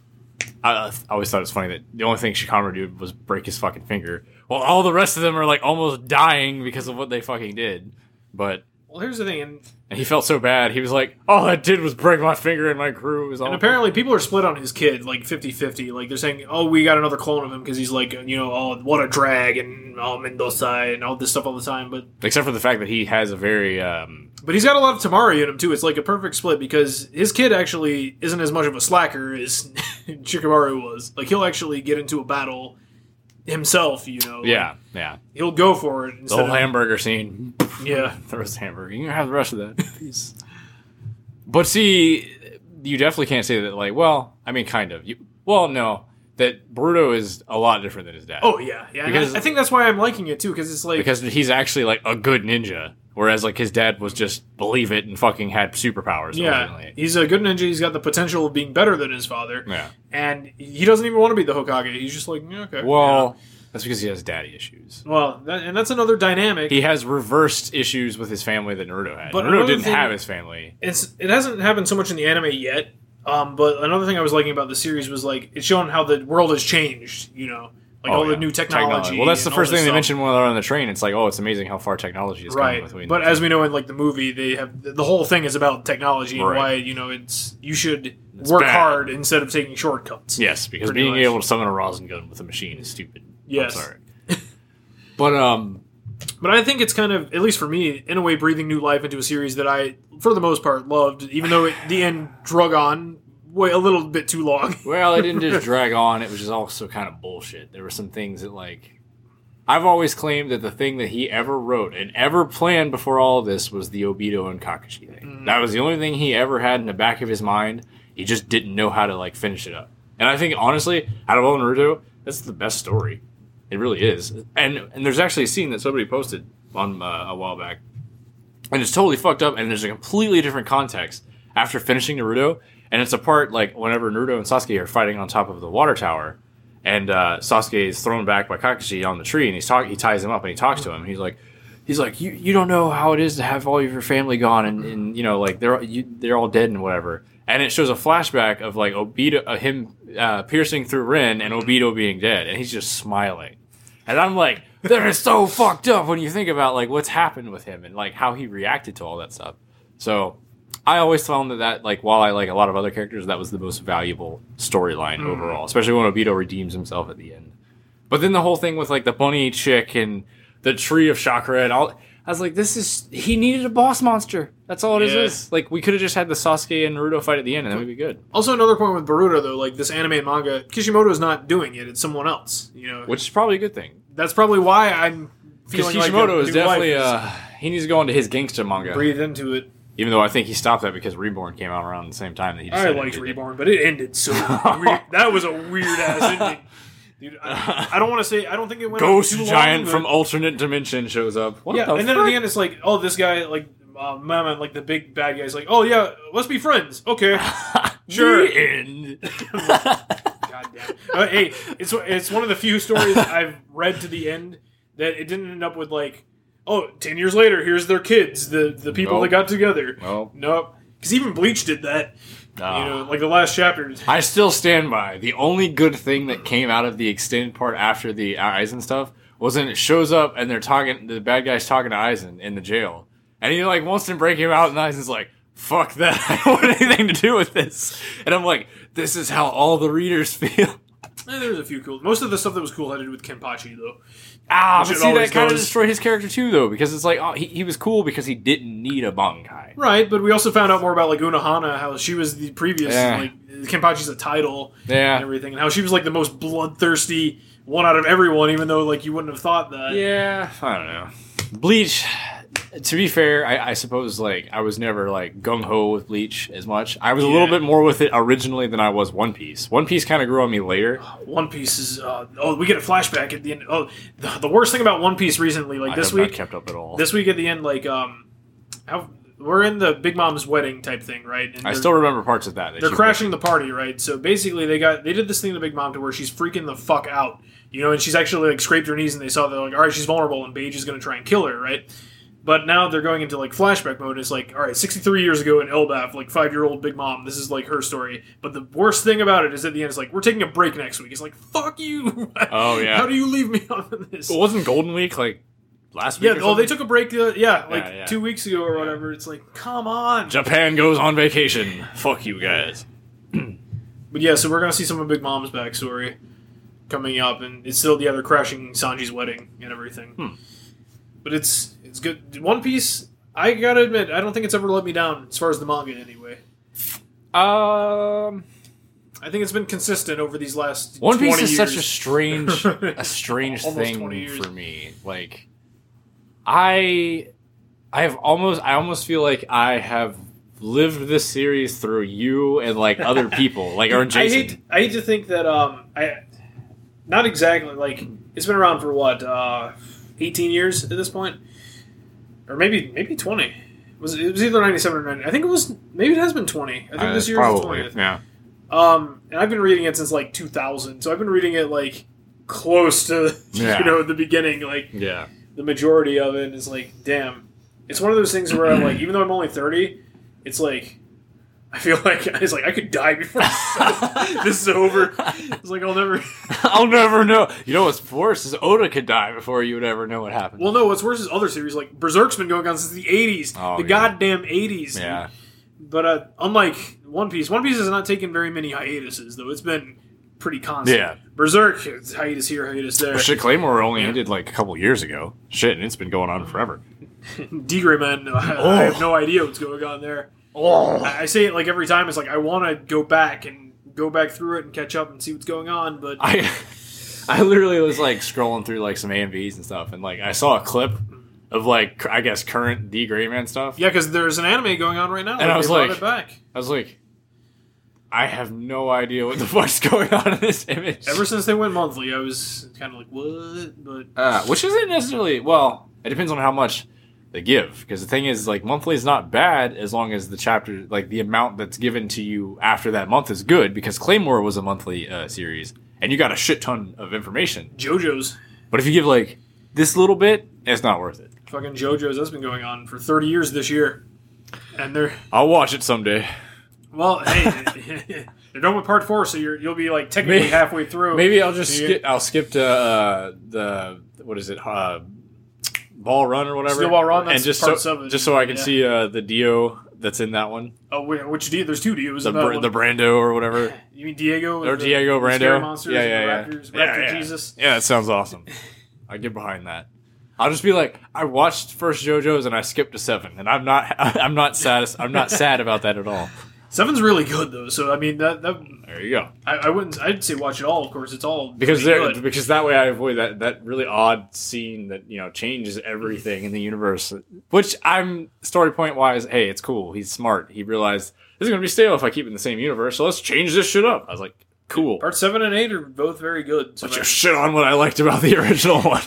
Speaker 2: I, I always thought it was funny that the only thing Shikamaru did was break his fucking finger, while all the rest of them are like almost dying because of what they fucking did. But
Speaker 1: Well, here's the thing, and,
Speaker 2: and he felt so bad. He was like, "All I did was break my finger and my crew." was all
Speaker 1: and apparently people are split on his kid, like 50-50. Like, they're saying, oh, we got another clone of him because he's like, you know, oh, what a drag, and oh, Mendoza, and all this stuff all the time. But
Speaker 2: except for the fact that he has a very um,
Speaker 1: but he's got a lot of Tamari in him, too. It's like a perfect split because his kid actually isn't as much of a slacker as Shikamaru was. Like, he'll actually get into a battle himself, you know. Like,
Speaker 2: yeah yeah
Speaker 1: he'll go for it.
Speaker 2: the
Speaker 1: Instead
Speaker 2: whole
Speaker 1: of,
Speaker 2: hamburger scene.
Speaker 1: yeah.
Speaker 2: throws the hamburger. You can have the rest of that. Please. but see, you definitely can't say that. Like, well, I mean, kind of. You, well, no, that Bruto is a lot different than his dad.
Speaker 1: Oh, yeah. yeah. and
Speaker 2: Because-
Speaker 1: I, I think that's why I'm liking it, too, because it's like...
Speaker 2: because he's actually like a good ninja Whereas like his dad was just believe it and fucking had superpowers.
Speaker 1: Yeah,
Speaker 2: originally.
Speaker 1: he's a good ninja. He's got the potential of being better than his father,
Speaker 2: Yeah.
Speaker 1: and he doesn't even want to be the Hokage. He's just like, yeah, okay.
Speaker 2: Well, that's because he has daddy issues.
Speaker 1: Yeah. well, that, and that's another dynamic.
Speaker 2: He has reversed issues with his family that Naruto had.
Speaker 1: But
Speaker 2: Naruto
Speaker 1: another
Speaker 2: didn't
Speaker 1: thing-
Speaker 2: have his family.
Speaker 1: it's it hasn't happened so much in the anime yet. Um, but another thing I was liking about the series was like it's shown how the world has changed. You know, like
Speaker 2: Oh,
Speaker 1: all
Speaker 2: yeah.
Speaker 1: the new technology.
Speaker 2: Well,
Speaker 1: and
Speaker 2: that's the
Speaker 1: all
Speaker 2: first
Speaker 1: this
Speaker 2: thing they
Speaker 1: stuff.
Speaker 2: mentioned when they're on the train. It's like, oh, it's amazing how far technology has come.
Speaker 1: Right,
Speaker 2: Between
Speaker 1: but as we know in like the movie, they have the whole thing is about technology and
Speaker 2: Right.
Speaker 1: why you know it's you should
Speaker 2: It's
Speaker 1: work
Speaker 2: bad.
Speaker 1: hard instead of taking shortcuts.
Speaker 2: yes, because
Speaker 1: pretty
Speaker 2: being
Speaker 1: much.
Speaker 2: able to summon a rosin gun with a machine is stupid. I'm
Speaker 1: Yes.
Speaker 2: sorry. but um,
Speaker 1: But I think it's kind of, at least for me, in a way, breathing new life into a series that I, for the most part, loved, even though it, the end drug on way a little bit too long.
Speaker 2: Well, it didn't just drag on. It was just also kind of bullshit. There were some things that, like, I've always claimed that the thing that he ever wrote and ever planned before all of this was the Obito and Kakashi thing. That was the only thing he ever had in the back of his mind. He just didn't know how to, like, finish it up. And I think, honestly, out of all Naruto, that's the best story. It really is. And and there's actually a scene that somebody posted on uh, a while back and it's totally fucked up and there's a completely different context after finishing Naruto and it's a part like whenever Naruto and Sasuke are fighting on top of the water tower and uh, Sasuke is thrown back by Kakashi on the tree and he's talk he ties him up and he talks to him he's like he's like you, you don't know how it is to have all of your family gone and, and you know like they're you, they're all dead and whatever and it shows a flashback of like Obito uh, him uh, piercing through Rin and Obito being dead and he's just smiling and I'm like, that is so fucked up when you think about like what's happened with him and like how he reacted to all that stuff. So I always found that that like while I like a lot of other characters, that was the most valuable storyline
Speaker 1: Mm.
Speaker 2: overall, especially when Obito redeems himself at the end. But then the whole thing with like the bunny chick and the tree of chakra and all. I was like, this is he needed a boss monster. That's all it is.
Speaker 1: Yeah.
Speaker 2: Like we could have just had the Sasuke and Naruto fight at the end, and that would be good.
Speaker 1: Also, another point with Baruto, though, like this anime and manga, Kishimoto is not doing it, it's someone else. You know,
Speaker 2: Which is probably a good thing
Speaker 1: that's probably why I'm
Speaker 2: because
Speaker 1: feeling like
Speaker 2: Kishimoto
Speaker 1: a
Speaker 2: is
Speaker 1: new life
Speaker 2: definitely uh, he needs to go into his gangster manga.
Speaker 1: Breathe into it.
Speaker 2: Even though I think he stopped that because Reborn came out around the same time that he
Speaker 1: I
Speaker 2: decided
Speaker 1: liked
Speaker 2: to do
Speaker 1: Reborn, but it ended so weird. That was a weird ass ending. Dude, I, I don't want to say, I don't think it
Speaker 2: that.
Speaker 1: went on
Speaker 2: Ghost
Speaker 1: too long,
Speaker 2: giant
Speaker 1: but-
Speaker 2: from alternate dimension shows up. What
Speaker 1: yeah,
Speaker 2: the
Speaker 1: and then at
Speaker 2: fuck?
Speaker 1: the end, it's like, oh, this guy, like, uh, Mama, like the big bad guy's like, oh yeah, let's be friends. Okay, Sure.
Speaker 2: The end.
Speaker 1: God damn. Uh, hey, it's it's one of the few stories I've read to the end that it didn't end up with like, oh, 10 years later, here's their kids, the the people
Speaker 2: Nope.
Speaker 1: that got together.
Speaker 2: Well,
Speaker 1: Nope, because even Bleach did that.
Speaker 2: nah.
Speaker 1: You know, like the last chapter.
Speaker 2: I still stand by the only good thing that came out of the extended part after the Eisen stuff was when it shows up and they're talking. The bad guy's talking to Eisen in the jail, and he like wants to break him out, and Eisen's like, "Fuck that! I don't want anything to do with this." And I'm like, "This is how all the readers feel."
Speaker 1: Eh, there's a few cool. Most of the stuff that was cool had to do with Kenpachi though.
Speaker 2: Ah,
Speaker 1: Which
Speaker 2: but
Speaker 1: it
Speaker 2: see, that
Speaker 1: always
Speaker 2: kind of
Speaker 1: goes.
Speaker 2: destroyed his character too, though, because it's like oh, he, he was cool because he didn't need a Bankai.
Speaker 1: Right, but we also found out more about like Unohana, how she was the previous
Speaker 2: Yeah.
Speaker 1: like Kenpachi's a title. and
Speaker 2: Yeah,
Speaker 1: everything, and how she was like the most bloodthirsty one out of everyone, even though like you wouldn't have thought that.
Speaker 2: yeah. I don't know. Bleach. To be fair, I, I suppose like I was never like gung ho with Bleach as much. I was a little
Speaker 1: Yeah.
Speaker 2: bit more with it originally than I was One Piece. One Piece kind of grew on me later.
Speaker 1: One Piece is uh, oh, we get a flashback at the end. Oh, the, the worst thing about One Piece recently, like
Speaker 2: I
Speaker 1: this
Speaker 2: have not
Speaker 1: week,
Speaker 2: kept up at all.
Speaker 1: this week at the end, like um, how we're in the Big Mom's wedding type thing, right? And
Speaker 2: I
Speaker 1: they're-
Speaker 2: still remember parts of that. that
Speaker 1: they're
Speaker 2: she-
Speaker 1: crashing the party, right? So basically, they got they did this thing to Big Mom to where she's freaking the fuck out, you know, and she's actually like scraped her knees, and they saw they're like, all right, she's vulnerable, and Beige is going to try and kill her, right? But now they're going into like flashback mode. And it's like, all right, 63 years ago in Elbaf, like five year old Big Mom, this is like her story. But the worst thing about it is at the end, it's like, we're taking a break next week. It's like, fuck you.
Speaker 2: Oh, yeah.
Speaker 1: How do you leave me on this?
Speaker 2: Well, wasn't Golden Week like last week?
Speaker 1: yeah,
Speaker 2: or
Speaker 1: oh, they
Speaker 2: something?
Speaker 1: took a break, uh, yeah, like
Speaker 2: yeah.
Speaker 1: two weeks ago or whatever. It's like, come on.
Speaker 2: Japan goes on vacation. Fuck you guys.
Speaker 1: But yeah, so we're gonna see some of Big Mom's backstory coming up, and it's still the other crashing Sanji's wedding and everything.
Speaker 2: Hmm.
Speaker 1: But it's it's good. One Piece, I gotta admit, I don't think it's ever let me down as far as the manga anyway.
Speaker 2: Um.
Speaker 1: I think it's been consistent over these last
Speaker 2: One Piece
Speaker 1: 20
Speaker 2: is
Speaker 1: years.
Speaker 2: such a strange, a strange
Speaker 1: Almost
Speaker 2: thing
Speaker 1: 20 years.
Speaker 2: for me. Like, I, I have almost, I almost feel like I have lived this series through you and like other people, like or
Speaker 1: I
Speaker 2: Jason.
Speaker 1: hate I hate to think that um I not exactly like it's been around for what uh 18 years at this point. or maybe maybe twenty. Was it was either ninety seven or ninety? I think it was maybe it has been twenty. I think this year is
Speaker 2: Uh, probably.
Speaker 1: twentieth.
Speaker 2: Yeah.
Speaker 1: Um, and I've been reading it since like two thousand, so I've been reading it like close to
Speaker 2: Yeah.
Speaker 1: you know the beginning, like
Speaker 2: Yeah.
Speaker 1: the majority of it is like, damn. It's one of those things where I'm like, even though I'm only thirty, it's like I feel like it's like I could die before this is over. It's like I'll never.
Speaker 2: I'll never know. You know what's worse is Oda could die before you would ever know what happened.
Speaker 1: Well, no. What's worse is other series like Berserk's been going on since the '80s,
Speaker 2: Oh,
Speaker 1: the
Speaker 2: yeah.
Speaker 1: goddamn '80s.
Speaker 2: yeah.
Speaker 1: But uh, unlike One Piece, One Piece has not taken very many hiatuses though. It's been pretty constant.
Speaker 2: Yeah.
Speaker 1: Berserk it's hiatus here, hiatus there.
Speaker 2: Well, shit, Claymore only
Speaker 1: Yeah.
Speaker 2: ended like a couple years ago. Shit, and it's been going on forever.
Speaker 1: D-Gray Man, I,
Speaker 2: Oh.
Speaker 1: I have no idea what's going on there.
Speaker 2: Oh.
Speaker 1: I, I say it like every time. It's like I want to go back and go back through it and catch up and see what's going on, but
Speaker 2: I I literally was like scrolling through like some AMVs and stuff, and like I saw a clip of like cur- I guess current D Gray Man stuff.
Speaker 1: yeah, because there's an anime going on right now,
Speaker 2: And I
Speaker 1: they
Speaker 2: was
Speaker 1: brought
Speaker 2: like-
Speaker 1: it back.
Speaker 2: I was like, I have no idea what the fuck's going on in this image.
Speaker 1: Ever since they went monthly, I was kind of like, what? But
Speaker 2: uh, which isn't necessarily well. It depends on how much they give, because the thing is, like monthly is not bad as long as the chapter, like the amount that's given to you after that month is good. Because Claymore was a monthly uh, series, and you got a shit ton of information.
Speaker 1: JoJo's,
Speaker 2: But if you give like this little bit, it's not worth it.
Speaker 1: fucking JoJo's, that's been going on for 30 years this year, and they're
Speaker 2: I'll watch it someday.
Speaker 1: well, hey, they're done with part four, so you're you'll be like technically
Speaker 2: Maybe-
Speaker 1: halfway through.
Speaker 2: Maybe I'll just
Speaker 1: Yeah.
Speaker 2: skip. I'll skip to uh, the what is it? Uh, ball run or whatever.
Speaker 1: Steel Ball Run,
Speaker 2: and
Speaker 1: that's
Speaker 2: just so
Speaker 1: part seven.
Speaker 2: just so I can
Speaker 1: Yeah.
Speaker 2: see uh, the Dio that's in that one.
Speaker 1: oh, wait, which D? There's two Dios.
Speaker 2: The
Speaker 1: in that
Speaker 2: Br-
Speaker 1: one.
Speaker 2: the Brando or whatever.
Speaker 1: you mean Diego
Speaker 2: Or
Speaker 1: the-
Speaker 2: Diego
Speaker 1: the
Speaker 2: Brando.
Speaker 1: scary monsters
Speaker 2: yeah,
Speaker 1: and
Speaker 2: yeah,
Speaker 1: the
Speaker 2: yeah.
Speaker 1: Raptors,
Speaker 2: yeah,
Speaker 1: Raptor
Speaker 2: yeah.
Speaker 1: Jesus.
Speaker 2: Yeah, that sounds awesome. I get behind that. I'll just be like, I watched first JoJo's and I skipped to seven, and I'm not, I'm not sad, I'm not sad about that at all.
Speaker 1: Seven's really good though, so I mean that that
Speaker 2: There you go.
Speaker 1: I, I wouldn't. I'd say watch it all. Of course, it's all
Speaker 2: because
Speaker 1: pretty
Speaker 2: there,
Speaker 1: good.
Speaker 2: because that way I avoid that that really odd scene that you know changes everything in the universe. Which I'm story point wise, hey, it's cool. He's smart. He realized this is gonna be stale if I keep it in the same universe. So let's change this shit up. I was like, cool.
Speaker 1: part seven and eight are both very good. So
Speaker 2: Put your
Speaker 1: that-
Speaker 2: shit on what I liked about the original one.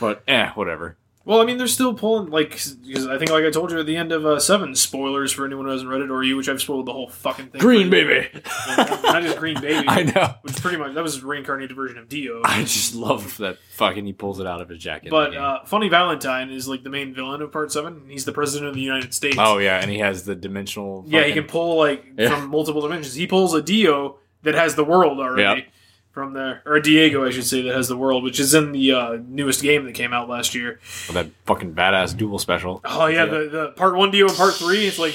Speaker 2: But eh, whatever.
Speaker 1: well, I mean, they're still pulling like because I think like I told you at the end of uh, seven. Spoilers for anyone who hasn't read it or you, which I've spoiled the whole fucking thing.
Speaker 2: Green
Speaker 1: for you.
Speaker 2: baby.
Speaker 1: not just green baby.
Speaker 2: I know.
Speaker 1: Which pretty much that was his reincarnated version of Dio.
Speaker 2: I just love that fucking he pulls it out of his jacket.
Speaker 1: But
Speaker 2: again.
Speaker 1: uh, Funny Valentine is like the main villain of part seven. and He's the president of the United States.
Speaker 2: oh yeah, and he has the dimensional.
Speaker 1: yeah, he
Speaker 2: fucking-
Speaker 1: can pull like
Speaker 2: Yeah.
Speaker 1: from multiple dimensions. He pulls a Dio that has the world already
Speaker 2: Yeah.
Speaker 1: from there, or a Diego, I should say, that has the world, which is in the uh, newest game that came out last year.
Speaker 2: that fucking badass dual special.
Speaker 1: Oh yeah,
Speaker 2: Yeah.
Speaker 1: The, the part one Dio and part three. It's like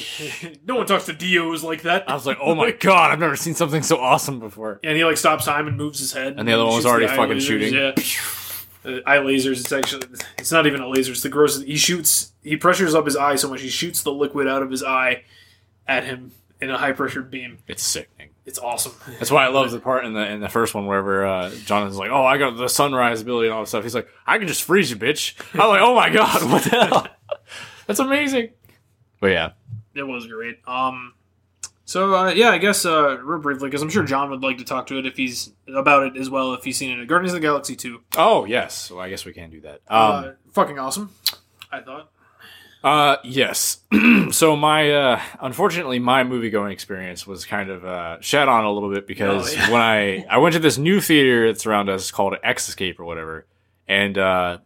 Speaker 1: no one talks to Dio's like that.
Speaker 2: I was like, oh my god, I've never seen something so awesome before.
Speaker 1: and he like stops time and moves his head.
Speaker 2: And the other one was
Speaker 1: shoots
Speaker 2: already
Speaker 1: the eye
Speaker 2: fucking
Speaker 1: lasers,
Speaker 2: shooting.
Speaker 1: Yeah. Uh, eye lasers. It's actually it's not even a laser. It's the grossest. He shoots. He pressures up his eye so much. He shoots the liquid out of his eye at him in a high pressure beam.
Speaker 2: It's sickening.
Speaker 1: It's awesome.
Speaker 2: That's why I love the part in the in the first one wherever uh, Jonathan's like, oh, I got the sunrise ability and all that stuff. He's like, I can just freeze you, bitch. I'm like, oh my god, what the hell? That's amazing. But yeah,
Speaker 1: It was great. Um, so uh, yeah, I guess uh, real briefly because I'm sure John would like to talk to it if he's about it as well if he's seen it. Guardians of the Galaxy two,
Speaker 2: oh yes, well, I guess we can do that.
Speaker 1: uh,
Speaker 2: Um,
Speaker 1: fucking awesome. I thought.
Speaker 2: Uh, yes. so my, uh, unfortunately, my movie going experience was kind of uh, shat on a little bit because
Speaker 1: Oh, yeah.
Speaker 2: when I I went to this new theater that's around us called X Escape or whatever, and uh,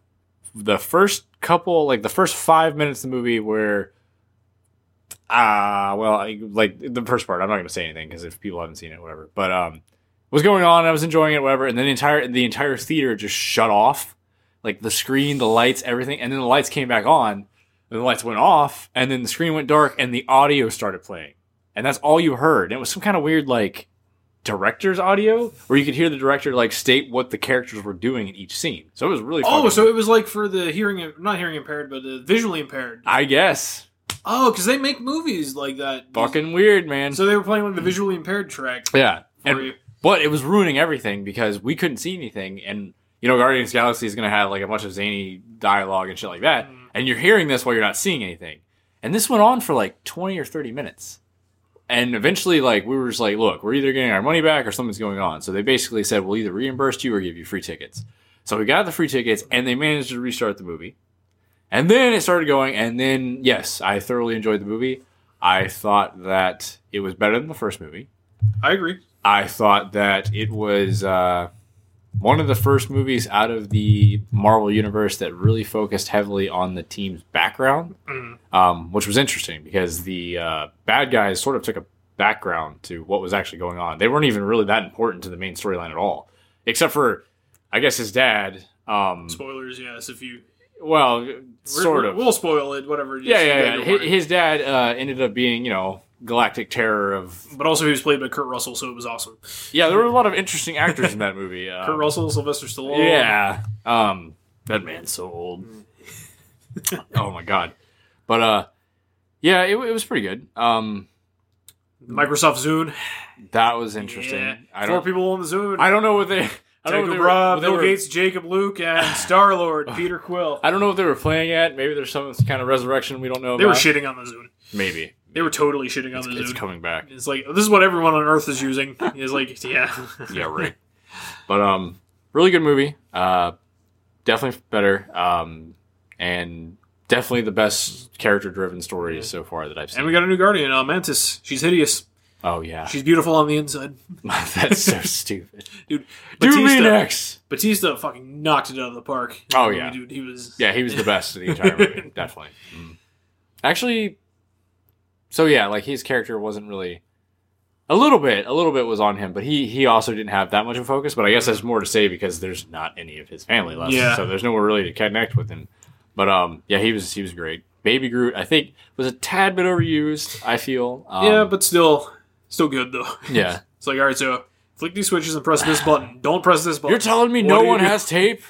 Speaker 2: the first couple, like the first five minutes of the movie, were ah, well, I, like the first part, I'm not gonna say anything because if people haven't seen it, whatever. But um, was going on, I was enjoying it, whatever, and then the entire the entire theater just shut off, like the screen, the lights, everything, and then the lights came back on. And the lights went off, and then the screen went dark, and the audio started playing, and that's all you heard. it was some kind of weird like director's audio, where you could hear the director like state what the characters were doing in each scene. So it was really
Speaker 1: Oh,
Speaker 2: fucking-
Speaker 1: so it was like for the hearing, not hearing impaired, but uh, visually impaired.
Speaker 2: I guess
Speaker 1: Oh, because they make movies like that.
Speaker 2: fucking weird, man.
Speaker 1: So they were playing with the visually impaired track.
Speaker 2: yeah,
Speaker 1: For
Speaker 2: and
Speaker 1: you.
Speaker 2: but it was ruining everything because we couldn't see anything and you know guardians of the galaxy is going to have like a bunch of zany dialogue and shit like that and you're hearing this while you're not seeing anything and this went on for like 20 or 30 minutes and eventually like we were just like look we're either getting our money back or something's going on so they basically said we'll either reimburse you or give you free tickets so we got the free tickets and they managed to restart the movie And then it started going, and then yes, I thoroughly enjoyed the movie. I thought that it was better than the first movie.
Speaker 1: I agree.
Speaker 2: I thought that it was uh, one of the first movies out of the Marvel universe that really focused heavily on the team's background,
Speaker 1: Mm.
Speaker 2: um, which was interesting because the uh, bad guys sort of took a background to what was actually going on. They weren't even really that important to the main storyline at all, except for, I guess, his dad. Um,
Speaker 1: Spoilers, yes. If you
Speaker 2: well, sort
Speaker 1: we're-
Speaker 2: of.
Speaker 1: We'll spoil it. Whatever. just
Speaker 2: Yeah,
Speaker 1: you
Speaker 2: yeah,
Speaker 1: guys
Speaker 2: yeah.
Speaker 1: don't
Speaker 2: His,
Speaker 1: worry.
Speaker 2: his dad uh, ended up being, you know, Galactic Terror of.
Speaker 1: but also, he was played by Kurt Russell, so it was awesome.
Speaker 2: Yeah, there were a lot of interesting actors in that movie. Uh,
Speaker 1: Kurt Russell, Sylvester Stallone.
Speaker 2: Yeah. Um, that man's so old. oh my god. But uh, yeah, it, it was pretty good. Um,
Speaker 1: Microsoft Zune.
Speaker 2: that was interesting.
Speaker 1: Yeah.
Speaker 2: I
Speaker 1: Four
Speaker 2: don't.
Speaker 1: people on the Zune.
Speaker 2: I don't know what they. I don't know
Speaker 1: Jacob
Speaker 2: what they were-
Speaker 1: Robb,
Speaker 2: what they
Speaker 1: Bill
Speaker 2: were-
Speaker 1: Gates, Jacob Luke, and Star Lord Peter Quill.
Speaker 2: I don't know what they were playing at. Maybe there's some kind of resurrection we don't know.
Speaker 1: They were
Speaker 2: about.
Speaker 1: shitting on the Zune.
Speaker 2: Maybe
Speaker 1: They were totally shitting on
Speaker 2: it's,
Speaker 1: the
Speaker 2: it's
Speaker 1: Zune.
Speaker 2: coming back.
Speaker 1: It's like this is what everyone on Earth is using. It's like yeah,
Speaker 2: yeah, right. But um, really good movie. Uh, definitely better. Um, and definitely the best character-driven story so far that I've
Speaker 1: and
Speaker 2: seen.
Speaker 1: we got a new Guardian, uh, Mantis. She's hideous.
Speaker 2: Oh yeah,
Speaker 1: She's beautiful on the inside,
Speaker 2: that's so stupid.
Speaker 1: dude.
Speaker 2: Do me
Speaker 1: Batista,
Speaker 2: next.
Speaker 1: Batista fucking knocked it out of the park.
Speaker 2: Oh, yeah.
Speaker 1: dude, he was.
Speaker 2: Yeah, he was the best in the entire movie. Definitely. Mm. Actually, so yeah, like his character wasn't really. A little bit, a little bit was on him, but he he also didn't have that much of a focus. But I guess there's more to say because there's not any of his family left,
Speaker 1: Yeah.
Speaker 2: so there's nowhere really to connect with him. But um, yeah, he was he was great. Baby Groot, I think, was a tad bit overused. I feel. Um,
Speaker 1: yeah, but still, still good though.
Speaker 2: yeah,
Speaker 1: It's like all right, so flick these switches and press this button. Don't press this button.
Speaker 2: you're telling me
Speaker 1: What
Speaker 2: no
Speaker 1: do you
Speaker 2: one
Speaker 1: do?
Speaker 2: has tape?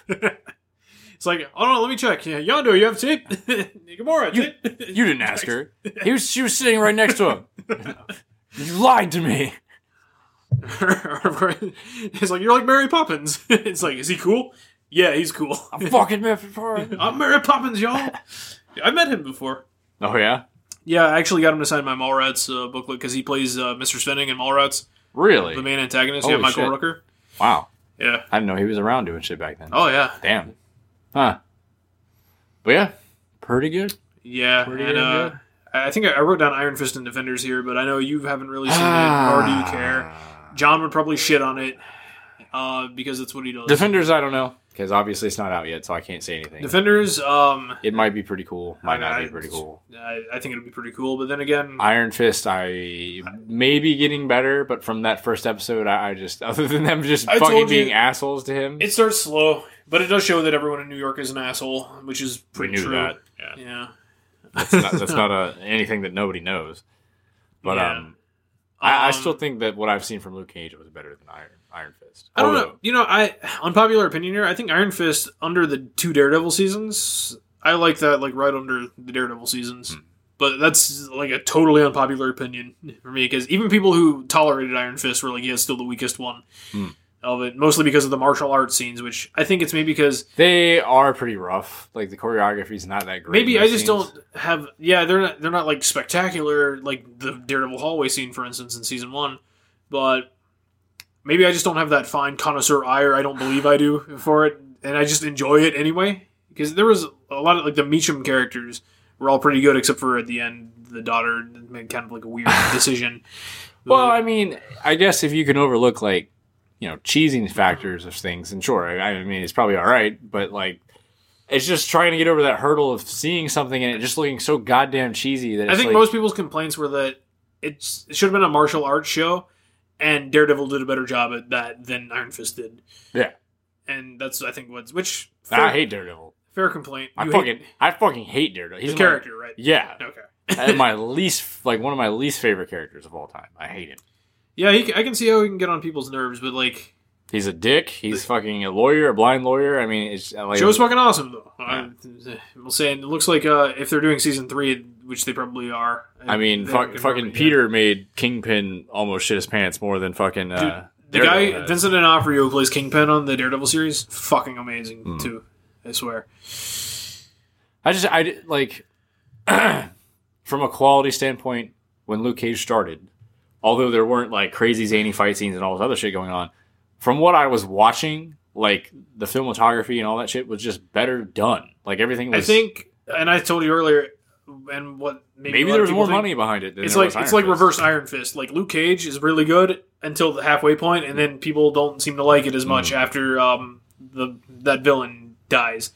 Speaker 1: It's like oh no, let me check. Yeah, Yondo, you have tape. Gamora,
Speaker 2: You-
Speaker 1: tape.
Speaker 2: You didn't ask her. He was she was sitting right next to him. you lied to me.
Speaker 1: it's like you're like Mary Poppins. it's like, is he cool? Yeah, he's cool.
Speaker 2: I'm fucking Mephibosheth.
Speaker 1: I'm Mary Poppins, y'all. I met him before.
Speaker 2: Oh yeah,
Speaker 1: Yeah, I actually got him to sign my Mallrats uh, booklet because he plays uh, Mr. Spinning in Mallrats, the
Speaker 2: really?
Speaker 1: main antagonist. yeah,
Speaker 2: Holy
Speaker 1: Michael
Speaker 2: shit.
Speaker 1: Rooker.
Speaker 2: Wow,
Speaker 1: Yeah.
Speaker 2: I didn't know he was around doing shit back then.
Speaker 1: Oh yeah.
Speaker 2: Damn. Huh. But yeah, pretty good.
Speaker 1: Yeah.
Speaker 2: Pretty
Speaker 1: and uh,
Speaker 2: good.
Speaker 1: I I think I I wrote down Iron Fist and Defenders here, but I know you haven't really seen it, or do you care?
Speaker 2: Ah.
Speaker 1: John would probably shit on it uh, because that's what he does.
Speaker 2: Defenders, I don't know because obviously it's not out yet, so I can't say anything.
Speaker 1: Defenders. Um,
Speaker 2: it might be pretty cool. Might not
Speaker 1: I-
Speaker 2: be pretty cool.
Speaker 1: I, I think it'll be pretty cool, but then again,
Speaker 2: Iron Fist, I may be getting better, but from that first episode, I, I just other than them just
Speaker 1: I
Speaker 2: fucking
Speaker 1: told you-
Speaker 2: being assholes to him.
Speaker 1: It starts slow, but it does show that everyone in New York is an asshole, which is pretty
Speaker 2: knew
Speaker 1: true.
Speaker 2: that. Yeah.
Speaker 1: Yeah.
Speaker 2: That's not, that's not a, anything that nobody knows. But
Speaker 1: Yeah.
Speaker 2: um, I, I
Speaker 1: Um,
Speaker 2: still think that what I've seen from Luke Cage was better than Iron Iron Fist.
Speaker 1: I don't
Speaker 2: Although-
Speaker 1: know. You know, I unpopular opinion here. I think Iron Fist under the two Daredevil seasons, I like that like right under the Daredevil seasons.
Speaker 2: Hmm.
Speaker 1: But that's like a totally unpopular opinion for me because even people who tolerated Iron Fist were like, yeah, it's still the weakest one
Speaker 2: Hmm.
Speaker 1: of it, mostly because of the martial arts scenes, which I think it's maybe because
Speaker 2: They are pretty rough. Like the choreography's not that great.
Speaker 1: Maybe
Speaker 2: in
Speaker 1: I
Speaker 2: those
Speaker 1: just
Speaker 2: scenes.
Speaker 1: don't have. Yeah, they're not. They're not like spectacular, like the Daredevil hallway scene, for instance, in season one. But maybe I just don't have that fine connoisseur eye, or I don't believe I do for it, and I just enjoy it anyway. Because there was a lot of like the Meacham characters were all pretty good, except for at the end, the daughter made kind of like a weird decision.
Speaker 2: Well, I mean, I guess if you can overlook like you know cheesing factors of things, and sure, I, I mean it's probably all right, but like it's just trying to get over that hurdle of seeing something and it just looking so goddamn cheesy that it's
Speaker 1: I think
Speaker 2: like,
Speaker 1: most people's complaints were that it's, it should have been a martial arts show, and Daredevil did a better job at that than Iron Fist did.
Speaker 2: Yeah.
Speaker 1: and that's I think what's which fair,
Speaker 2: "Ah, I hate Daredevil.
Speaker 1: fair complaint.
Speaker 2: I
Speaker 1: You
Speaker 2: fucking
Speaker 1: hate
Speaker 2: I fucking hate Daredevil. He's
Speaker 1: the
Speaker 2: my-
Speaker 1: character, right?
Speaker 2: yeah,
Speaker 1: Okay.
Speaker 2: and my least like one of my least favorite characters of all time. I hate him.
Speaker 1: Yeah, he, c- I can see how he can get on people's nerves, but like
Speaker 2: He's a dick. He's fucking a lawyer, a blind lawyer. I mean, it's like
Speaker 1: show's fucking awesome though. I, we'll say, and it looks like uh, if they're doing season three, which they probably are.
Speaker 2: I mean,
Speaker 1: they
Speaker 2: fuck,
Speaker 1: haven't confirmed
Speaker 2: fucking
Speaker 1: it yet.
Speaker 2: Peter made Kingpin almost shit his pants more than fucking uh,
Speaker 1: The
Speaker 2: Daredevil
Speaker 1: guy
Speaker 2: has.
Speaker 1: Vincent D'Onofrio who plays Kingpin on the Daredevil series, fucking amazing
Speaker 2: Mm.
Speaker 1: too. I swear.
Speaker 2: I just I di- like from a quality standpoint when Luke Cage started, although there weren't like crazy zany fight scenes and all this other shit going on, from what I was watching, like the filmography and all that shit was just better done. Like everything was
Speaker 1: I think and I told you earlier, and what maybe,
Speaker 2: Maybe
Speaker 1: a lot
Speaker 2: there
Speaker 1: of
Speaker 2: was
Speaker 1: people
Speaker 2: more
Speaker 1: think-
Speaker 2: money behind it. Than
Speaker 1: It's
Speaker 2: there
Speaker 1: like
Speaker 2: was Iron
Speaker 1: it's like
Speaker 2: Fist.
Speaker 1: reverse Iron Fist. Like Luke Cage is really good until the halfway point, and then people don't seem to like it as
Speaker 2: Hmm.
Speaker 1: much after um, the that villain dies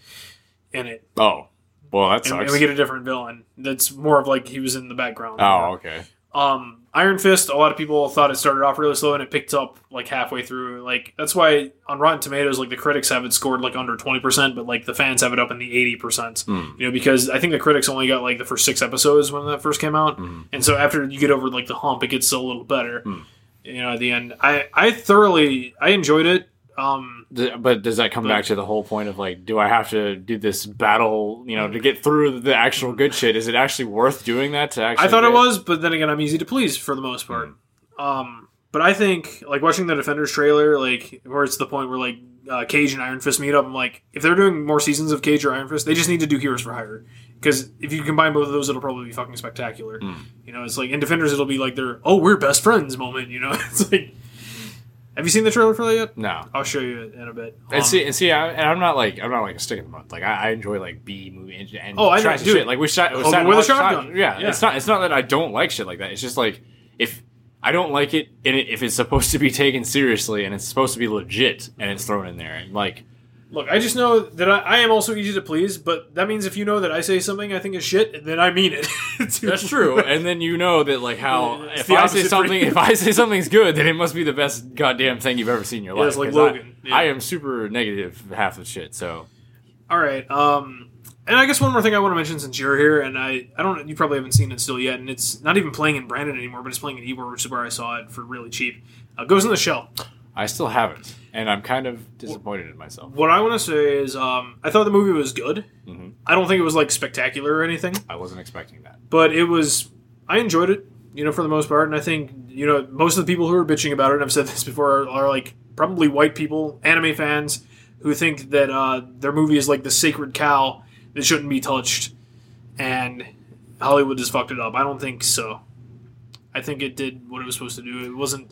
Speaker 1: in it,
Speaker 2: Oh, well, that
Speaker 1: and,
Speaker 2: sucks.
Speaker 1: and we get a different villain that's more of like he was in the background.
Speaker 2: oh, okay.
Speaker 1: Um, Iron Fist, a lot of people thought it started off really slow and it picked up like halfway through. Like that's why on Rotten Tomatoes, like the critics have it scored like under twenty percent, but like the fans have it up in the eighty percent.
Speaker 2: Mm.
Speaker 1: You know, because I think the critics only got like the first six episodes when that first came out,
Speaker 2: Mhm.
Speaker 1: and so after you get over like the hump, it gets a little better.
Speaker 2: Mm.
Speaker 1: You know, at the end, I I thoroughly I enjoyed it. Um,
Speaker 2: Th- But does that come
Speaker 1: But-
Speaker 2: back to the whole point of like, do I have to do this battle, you know, to get through the actual good shit? Is it actually worth doing that to actually?
Speaker 1: I thought it
Speaker 2: get-
Speaker 1: was, but then again, I'm easy to please for the most part. Um, but I think like watching the Defenders trailer, like where it's the point where like uh, Cage and Iron Fist meet up. I'm like, if they're doing more seasons of Cage or Iron Fist, they just need to do Heroes for Hire because if you combine both of those, it'll probably be fucking spectacular.
Speaker 2: Mm.
Speaker 1: You know, it's like in Defenders, it'll be like their oh we're best friends moment. You know, it's like. Have you seen the trailer for that yet?
Speaker 2: No.
Speaker 1: I'll show you it in a bit. Um,
Speaker 2: And see, and see, I, and I'm not like I'm not like a stick in the mud. Like I, I enjoy like B movie and, and
Speaker 1: Oh, I know,
Speaker 2: trash and
Speaker 1: dude.
Speaker 2: shit. Like we shot, we
Speaker 1: Open
Speaker 2: sat
Speaker 1: with a
Speaker 2: watched-
Speaker 1: shotgun.
Speaker 2: shot- Yeah,
Speaker 1: Yeah.
Speaker 2: it's not it's not that I don't like shit like that. It's just like if I don't like it, and it, if it's supposed to be taken seriously and it's supposed to be legit, and it's thrown in there, and like
Speaker 1: Look, I just know that I, I am also easy to please, but that means if you know that I say something I think is shit, then I mean it.
Speaker 2: that's true. and then you know that like how
Speaker 1: It's
Speaker 2: if
Speaker 1: the
Speaker 2: I
Speaker 1: opposite
Speaker 2: say
Speaker 1: for
Speaker 2: something,
Speaker 1: you.
Speaker 2: if I say something's good, then it must be the best goddamn thing you've ever seen in your
Speaker 1: Yeah,
Speaker 2: life.
Speaker 1: it's like
Speaker 2: 'Cause I-
Speaker 1: Logan. Yeah.
Speaker 2: I am super negative half the shit. So
Speaker 1: All right. Um, and I guess one more thing I want to mention since you're here, and I, I don't, you probably haven't seen it still yet, and it's not even playing in Brandon anymore, but it's playing in Ybor, which is where I saw it for really cheap. Uh, Goes in the Shell.
Speaker 2: I still haven't, and I'm kind of disappointed in myself.
Speaker 1: What I want to say is, um, I thought the movie was good.
Speaker 2: hmm
Speaker 1: I don't think it was like spectacular or anything,
Speaker 2: I wasn't expecting that.
Speaker 1: but it was. I enjoyed it, you know, for the most part, and I think you know most of the people who are bitching about it, and I've said this before, are, are like probably white people, anime fans, who think that uh, their movie is like the sacred cow that shouldn't be touched. and Hollywood just fucked it up. I don't think so. I think it did what it was supposed to do. It wasn't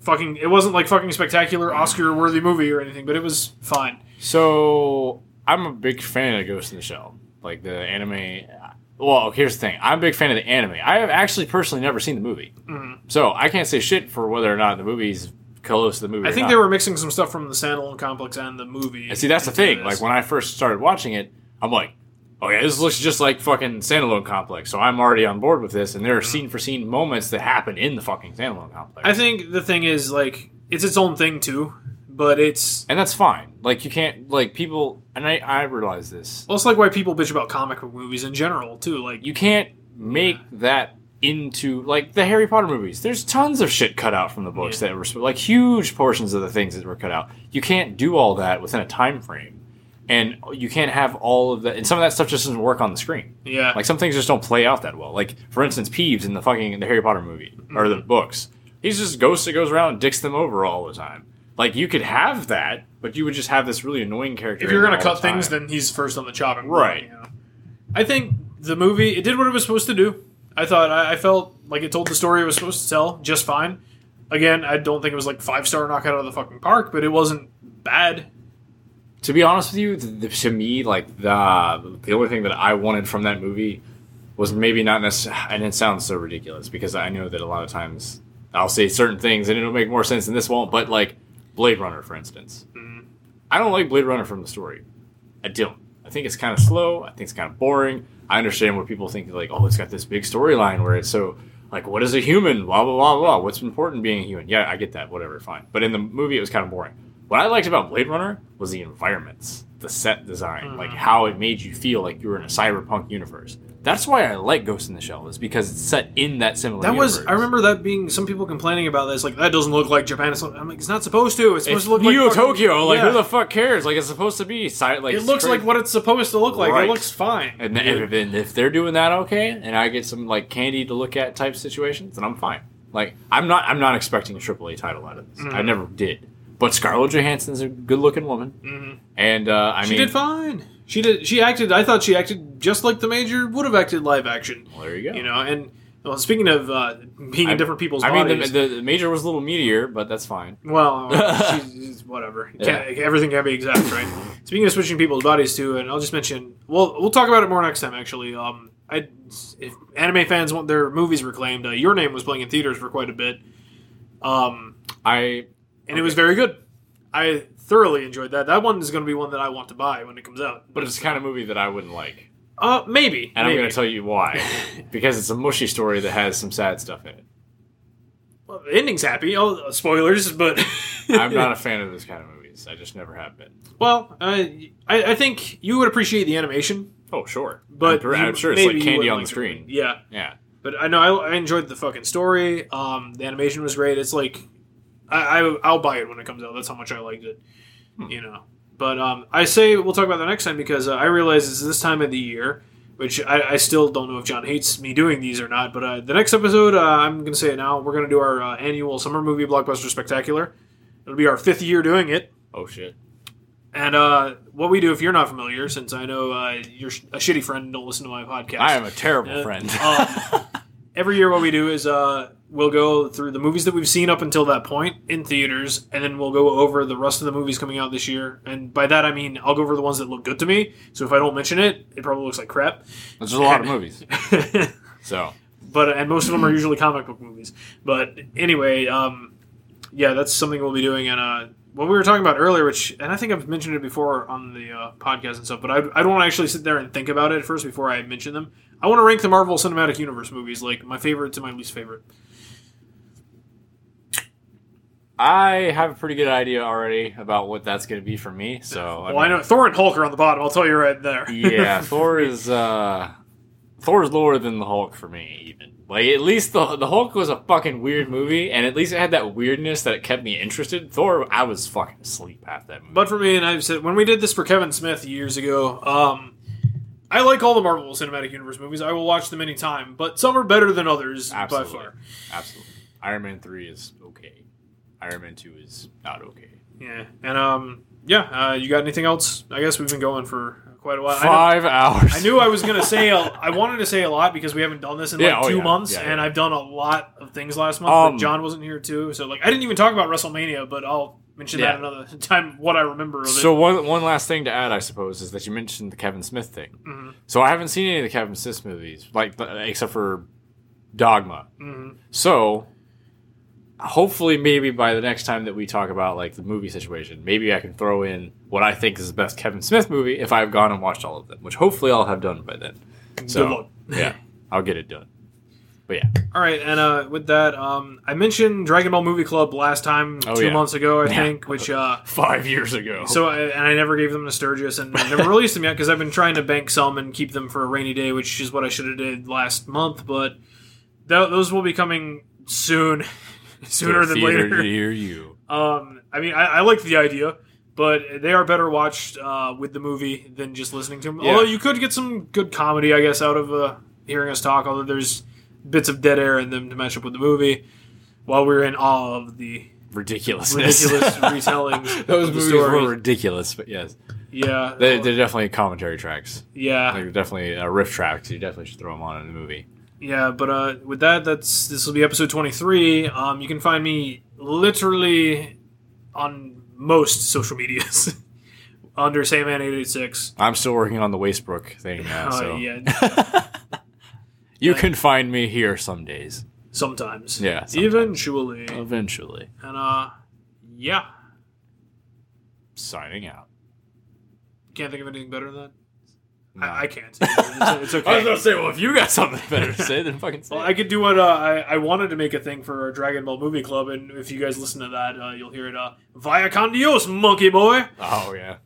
Speaker 1: fucking. It wasn't like fucking spectacular Oscar worthy movie or anything, but it was fine.
Speaker 2: So I'm a big fan of Ghost in the Shell, like the anime. uh, Well, here's the thing: I'm a big fan of the anime. I have actually personally never seen the movie,
Speaker 1: Mhm.
Speaker 2: so I can't say shit for whether or not the movie's close to the movie.
Speaker 1: I
Speaker 2: or
Speaker 1: think
Speaker 2: not.
Speaker 1: they were mixing some stuff from the standalone complex and the movie.
Speaker 2: And see, that's the
Speaker 1: into
Speaker 2: thing.
Speaker 1: this.
Speaker 2: Like when I first started watching it, I'm like, oh yeah, this looks just like fucking standalone complex. So I'm already on board with this, and there are scene for scene moments that happen in the fucking standalone complex.
Speaker 1: I think the thing is like it's its own thing too, but it's
Speaker 2: and that's fine. Like you can't like people, and I I realize this.
Speaker 1: well, it's like why people bitch about comic book movies in general too. Like
Speaker 2: You can't make that into like the Harry Potter movies. There's tons of shit cut out from the books that were like huge portions of the things that were cut out. You can't do all that within a time frame. And you can't have all of that, and some of that stuff just doesn't work on the screen.
Speaker 1: yeah,
Speaker 2: Like some things just don't play out that well. Like for instance, Peeves in the fucking the Harry Potter movie or
Speaker 1: Mm-hmm.
Speaker 2: the books, he's just a ghost that goes around and dicks them over all the time. Like you could have that, but you would just have this really annoying character.
Speaker 1: if you're
Speaker 2: in there
Speaker 1: gonna
Speaker 2: all
Speaker 1: cut
Speaker 2: the
Speaker 1: things,
Speaker 2: time.
Speaker 1: then he's first on the chopping block.
Speaker 2: Right.
Speaker 1: you know? I think the movie it did what it was supposed to do. I thought I, I felt like it told the story it was supposed to tell just fine. Again, I don't think it was like five star knockout of the fucking park, but it wasn't bad.
Speaker 2: to be honest with you, th th- to me, like the the only thing that I wanted from that movie was maybe not necessarily, and it sounds so ridiculous because I know that a lot of times I'll say certain things and it'll make more sense and this won't. But like Blade Runner, for instance, I don't like Blade Runner from the story. I don't. I think it's kind of slow. I think it's kind of boring. I understand where people think like, oh, it's got this big storyline where it's so like, what is a human? Blah blah blah blah. What's important being a human? Yeah, I get that. Whatever, fine. But in the movie, it was kind of boring. What I liked about Blade Runner was the environments, the set design,
Speaker 1: Mm.
Speaker 2: like how it made you feel like you were in a cyberpunk universe. That's why I like Ghost in the Shell is because it's set in that similar.
Speaker 1: That was
Speaker 2: universe.
Speaker 1: I remember that being some people complaining about this, like that doesn't look like Japan. It's like- I'm like it's not supposed to. It's supposed
Speaker 2: It's
Speaker 1: to look
Speaker 2: Neo
Speaker 1: like fucking-
Speaker 2: Tokyo. Like
Speaker 1: Yeah.
Speaker 2: who the fuck cares? Like it's supposed to be. Sci- like
Speaker 1: it looks
Speaker 2: crazy.
Speaker 1: like what it's supposed to look like.
Speaker 2: Right.
Speaker 1: It looks fine.
Speaker 2: And then, if, and if they're doing that okay, and I get some like candy to look at type situations, then I'm fine. Like I'm not I'm not expecting a AAA title out of this.
Speaker 1: Mm.
Speaker 2: I never did. But Scarlett Johansson's a good looking woman,
Speaker 1: Mhm.
Speaker 2: and uh, I
Speaker 1: she
Speaker 2: mean,
Speaker 1: did fine. She did. She acted. I thought she acted just like the major would have acted live action.
Speaker 2: well, there you go.
Speaker 1: You know, and well, speaking of uh, being
Speaker 2: I-
Speaker 1: in different people's
Speaker 2: I
Speaker 1: bodies,
Speaker 2: mean, the, the, the major was a little meteor, but that's fine.
Speaker 1: Well, she's, whatever. Can't- Everything can be exact, right? Speaking of switching people's bodies too, and I'll just mention. Well, we'll talk about it more next time. Actually, um, I if anime fans want their movies reclaimed, uh, Your Name was playing in theaters for quite a bit, um,
Speaker 2: I
Speaker 1: and it was very good. I thoroughly enjoyed that. That one is going to be one that I want to buy when it comes out.
Speaker 2: but it's the kind of movie that I wouldn't like,
Speaker 1: Uh, maybe.
Speaker 2: and I'm
Speaker 1: maybe.
Speaker 2: going to tell you why, because it's a mushy story that has some sad stuff in it.
Speaker 1: Well, the ending's happy. Oh, spoilers, but
Speaker 2: I'm not a fan of those kind of movies. I just never have been.
Speaker 1: Well, I, I I think you would appreciate the animation,
Speaker 2: Oh sure,
Speaker 1: but
Speaker 2: I'm, per-
Speaker 1: you-
Speaker 2: I'm sure it's like
Speaker 1: maybe you
Speaker 2: candy
Speaker 1: wouldn't
Speaker 2: on the
Speaker 1: like it.
Speaker 2: screen.
Speaker 1: Yeah,
Speaker 2: Yeah,
Speaker 1: but I know I, I enjoyed the fucking story. Um, the animation was great. It's like I, I I'll buy it when it comes out. That's how much I liked it.
Speaker 2: Hmm.
Speaker 1: You know, but um, I say we'll talk about that next time because uh, I realize it's this time of the year, which I, I still don't know if John hates me doing these or not. But uh, the next episode, uh, I'm gonna say it now. We're gonna do our uh, annual summer movie blockbuster spectacular. It'll be our fifth year doing it.
Speaker 2: Oh shit.
Speaker 1: And uh, what we do, if you're not familiar, since I know uh, you're sh- a shitty friend and don't listen to my podcast,
Speaker 2: I am a terrible
Speaker 1: Uh,
Speaker 2: friend.
Speaker 1: um, every year, what we do is uh, we'll go through the movies that we've seen up until that point in theaters, and then we'll go over the rest of the movies coming out this year. And by that, I mean I'll go over the ones that look good to me. So if I don't mention it, it probably looks like crap.
Speaker 2: There's a lot of movies. So
Speaker 1: but and most of them are usually comic book movies. But anyway, um, yeah, that's something we'll be doing. And uh, what we were talking about earlier, which and I think I've mentioned it before on the uh, podcast and stuff, but I, I don't want to actually sit there and think about it first before I mention them. I want to rank the Marvel Cinematic Universe movies, like my favorite to my least favorite.
Speaker 2: I have a pretty good idea already about what that's going to be for me. So
Speaker 1: well, I know Thor and Hulk are on the bottom. I'll tell you right there.
Speaker 2: mean, yeah, Thor is uh, Thor's lower than the Hulk for me. Even like at least the the Hulk was a fucking weird movie, and at least it had that weirdness that it kept me interested. Thor, I was fucking asleep half that movie.
Speaker 1: But for me, and I've said when we did this for Kevin Smith years ago, um, I like all the Marvel Cinematic Universe movies. I will watch them anytime, but some are better than others
Speaker 2: Absolutely.
Speaker 1: by far.
Speaker 2: Absolutely, Iron Man three is okay. Iron Man two is not okay.
Speaker 1: Yeah, and um, yeah. Uh, you got anything else? I guess we've been going for quite a while. I know-
Speaker 2: Five hours.
Speaker 1: I knew I was gonna say a, I wanted to say a lot because we haven't done this in
Speaker 2: Yeah,
Speaker 1: like
Speaker 2: oh
Speaker 1: two
Speaker 2: yeah,
Speaker 1: months,
Speaker 2: yeah,
Speaker 1: and
Speaker 2: yeah.
Speaker 1: I've done a lot of things last month.
Speaker 2: Um,
Speaker 1: but John wasn't here too, so like I didn't even talk about WrestleMania, but I'll mention
Speaker 2: Yeah.
Speaker 1: that another time. What I remember of it.
Speaker 2: So one one last thing to add, I suppose, is that you mentioned the Kevin Smith thing.
Speaker 1: Mhm.
Speaker 2: So I haven't seen any of the Kevin Smith movies, like the- except for Dogma.
Speaker 1: Mhm.
Speaker 2: So hopefully, maybe by the next time that we talk about like the movie situation, maybe I can throw in what I think is the best Kevin Smith movie if I've gone and watched all of them, which hopefully I'll have done by then. So
Speaker 1: luck.
Speaker 2: yeah, I'll get it done. But yeah,
Speaker 1: All right, and uh, with that, um, I mentioned Dragon Ball Movie Club last time two
Speaker 2: Oh, yeah.
Speaker 1: months ago, I
Speaker 2: Yeah.
Speaker 1: think, which uh,
Speaker 2: five years ago.
Speaker 1: So I, and I never gave them to Sturgis and I never released them yet because I've been trying to bank some and keep them for a rainy day, which is what I should have did last month. But tho- those will be coming soon, sooner than
Speaker 2: Theater
Speaker 1: later.
Speaker 2: Near you.
Speaker 1: Um, I mean, I, I like the idea, but they are better watched uh, with the movie than just listening to them.
Speaker 2: Yeah.
Speaker 1: Although you could get some good comedy, I guess, out of uh, hearing us talk. Although there's bits of dead air in them to match up with the movie. While we're in awe of the
Speaker 2: Ridiculousness.
Speaker 1: ridiculous retellings,
Speaker 2: Those
Speaker 1: of the
Speaker 2: movies
Speaker 1: stories.
Speaker 2: were ridiculous, but yes,
Speaker 1: yeah, oh,
Speaker 2: they, they're definitely commentary tracks.
Speaker 1: yeah,
Speaker 2: Like definitely uh, riff tracks. You definitely should throw them on in the movie.
Speaker 1: Yeah, but uh, with that, that's this will be episode twenty three. Um, you can find me literally on most social medias under Sam eight eight six.
Speaker 2: I'm still working on the Wastebrook thing now, so
Speaker 1: Oh, yeah,
Speaker 2: you can find me here some days,
Speaker 1: sometimes.
Speaker 2: Yeah, sometimes.
Speaker 1: eventually, and
Speaker 2: eventually.
Speaker 1: uh, yeah,
Speaker 2: Signing out.
Speaker 1: can't think of anything better than that.
Speaker 2: No.
Speaker 1: I, I can't. It's, it's okay.
Speaker 2: I was gonna say, well, if you got something better to say, then fucking say.
Speaker 1: Well,
Speaker 2: it.
Speaker 1: I could do what uh, I, I wanted to make a thing for our Dragon Ball Movie Club, and if you guys listen to that, uh, you'll hear it. Uh, Via con Dios, monkey boy.
Speaker 2: oh yeah.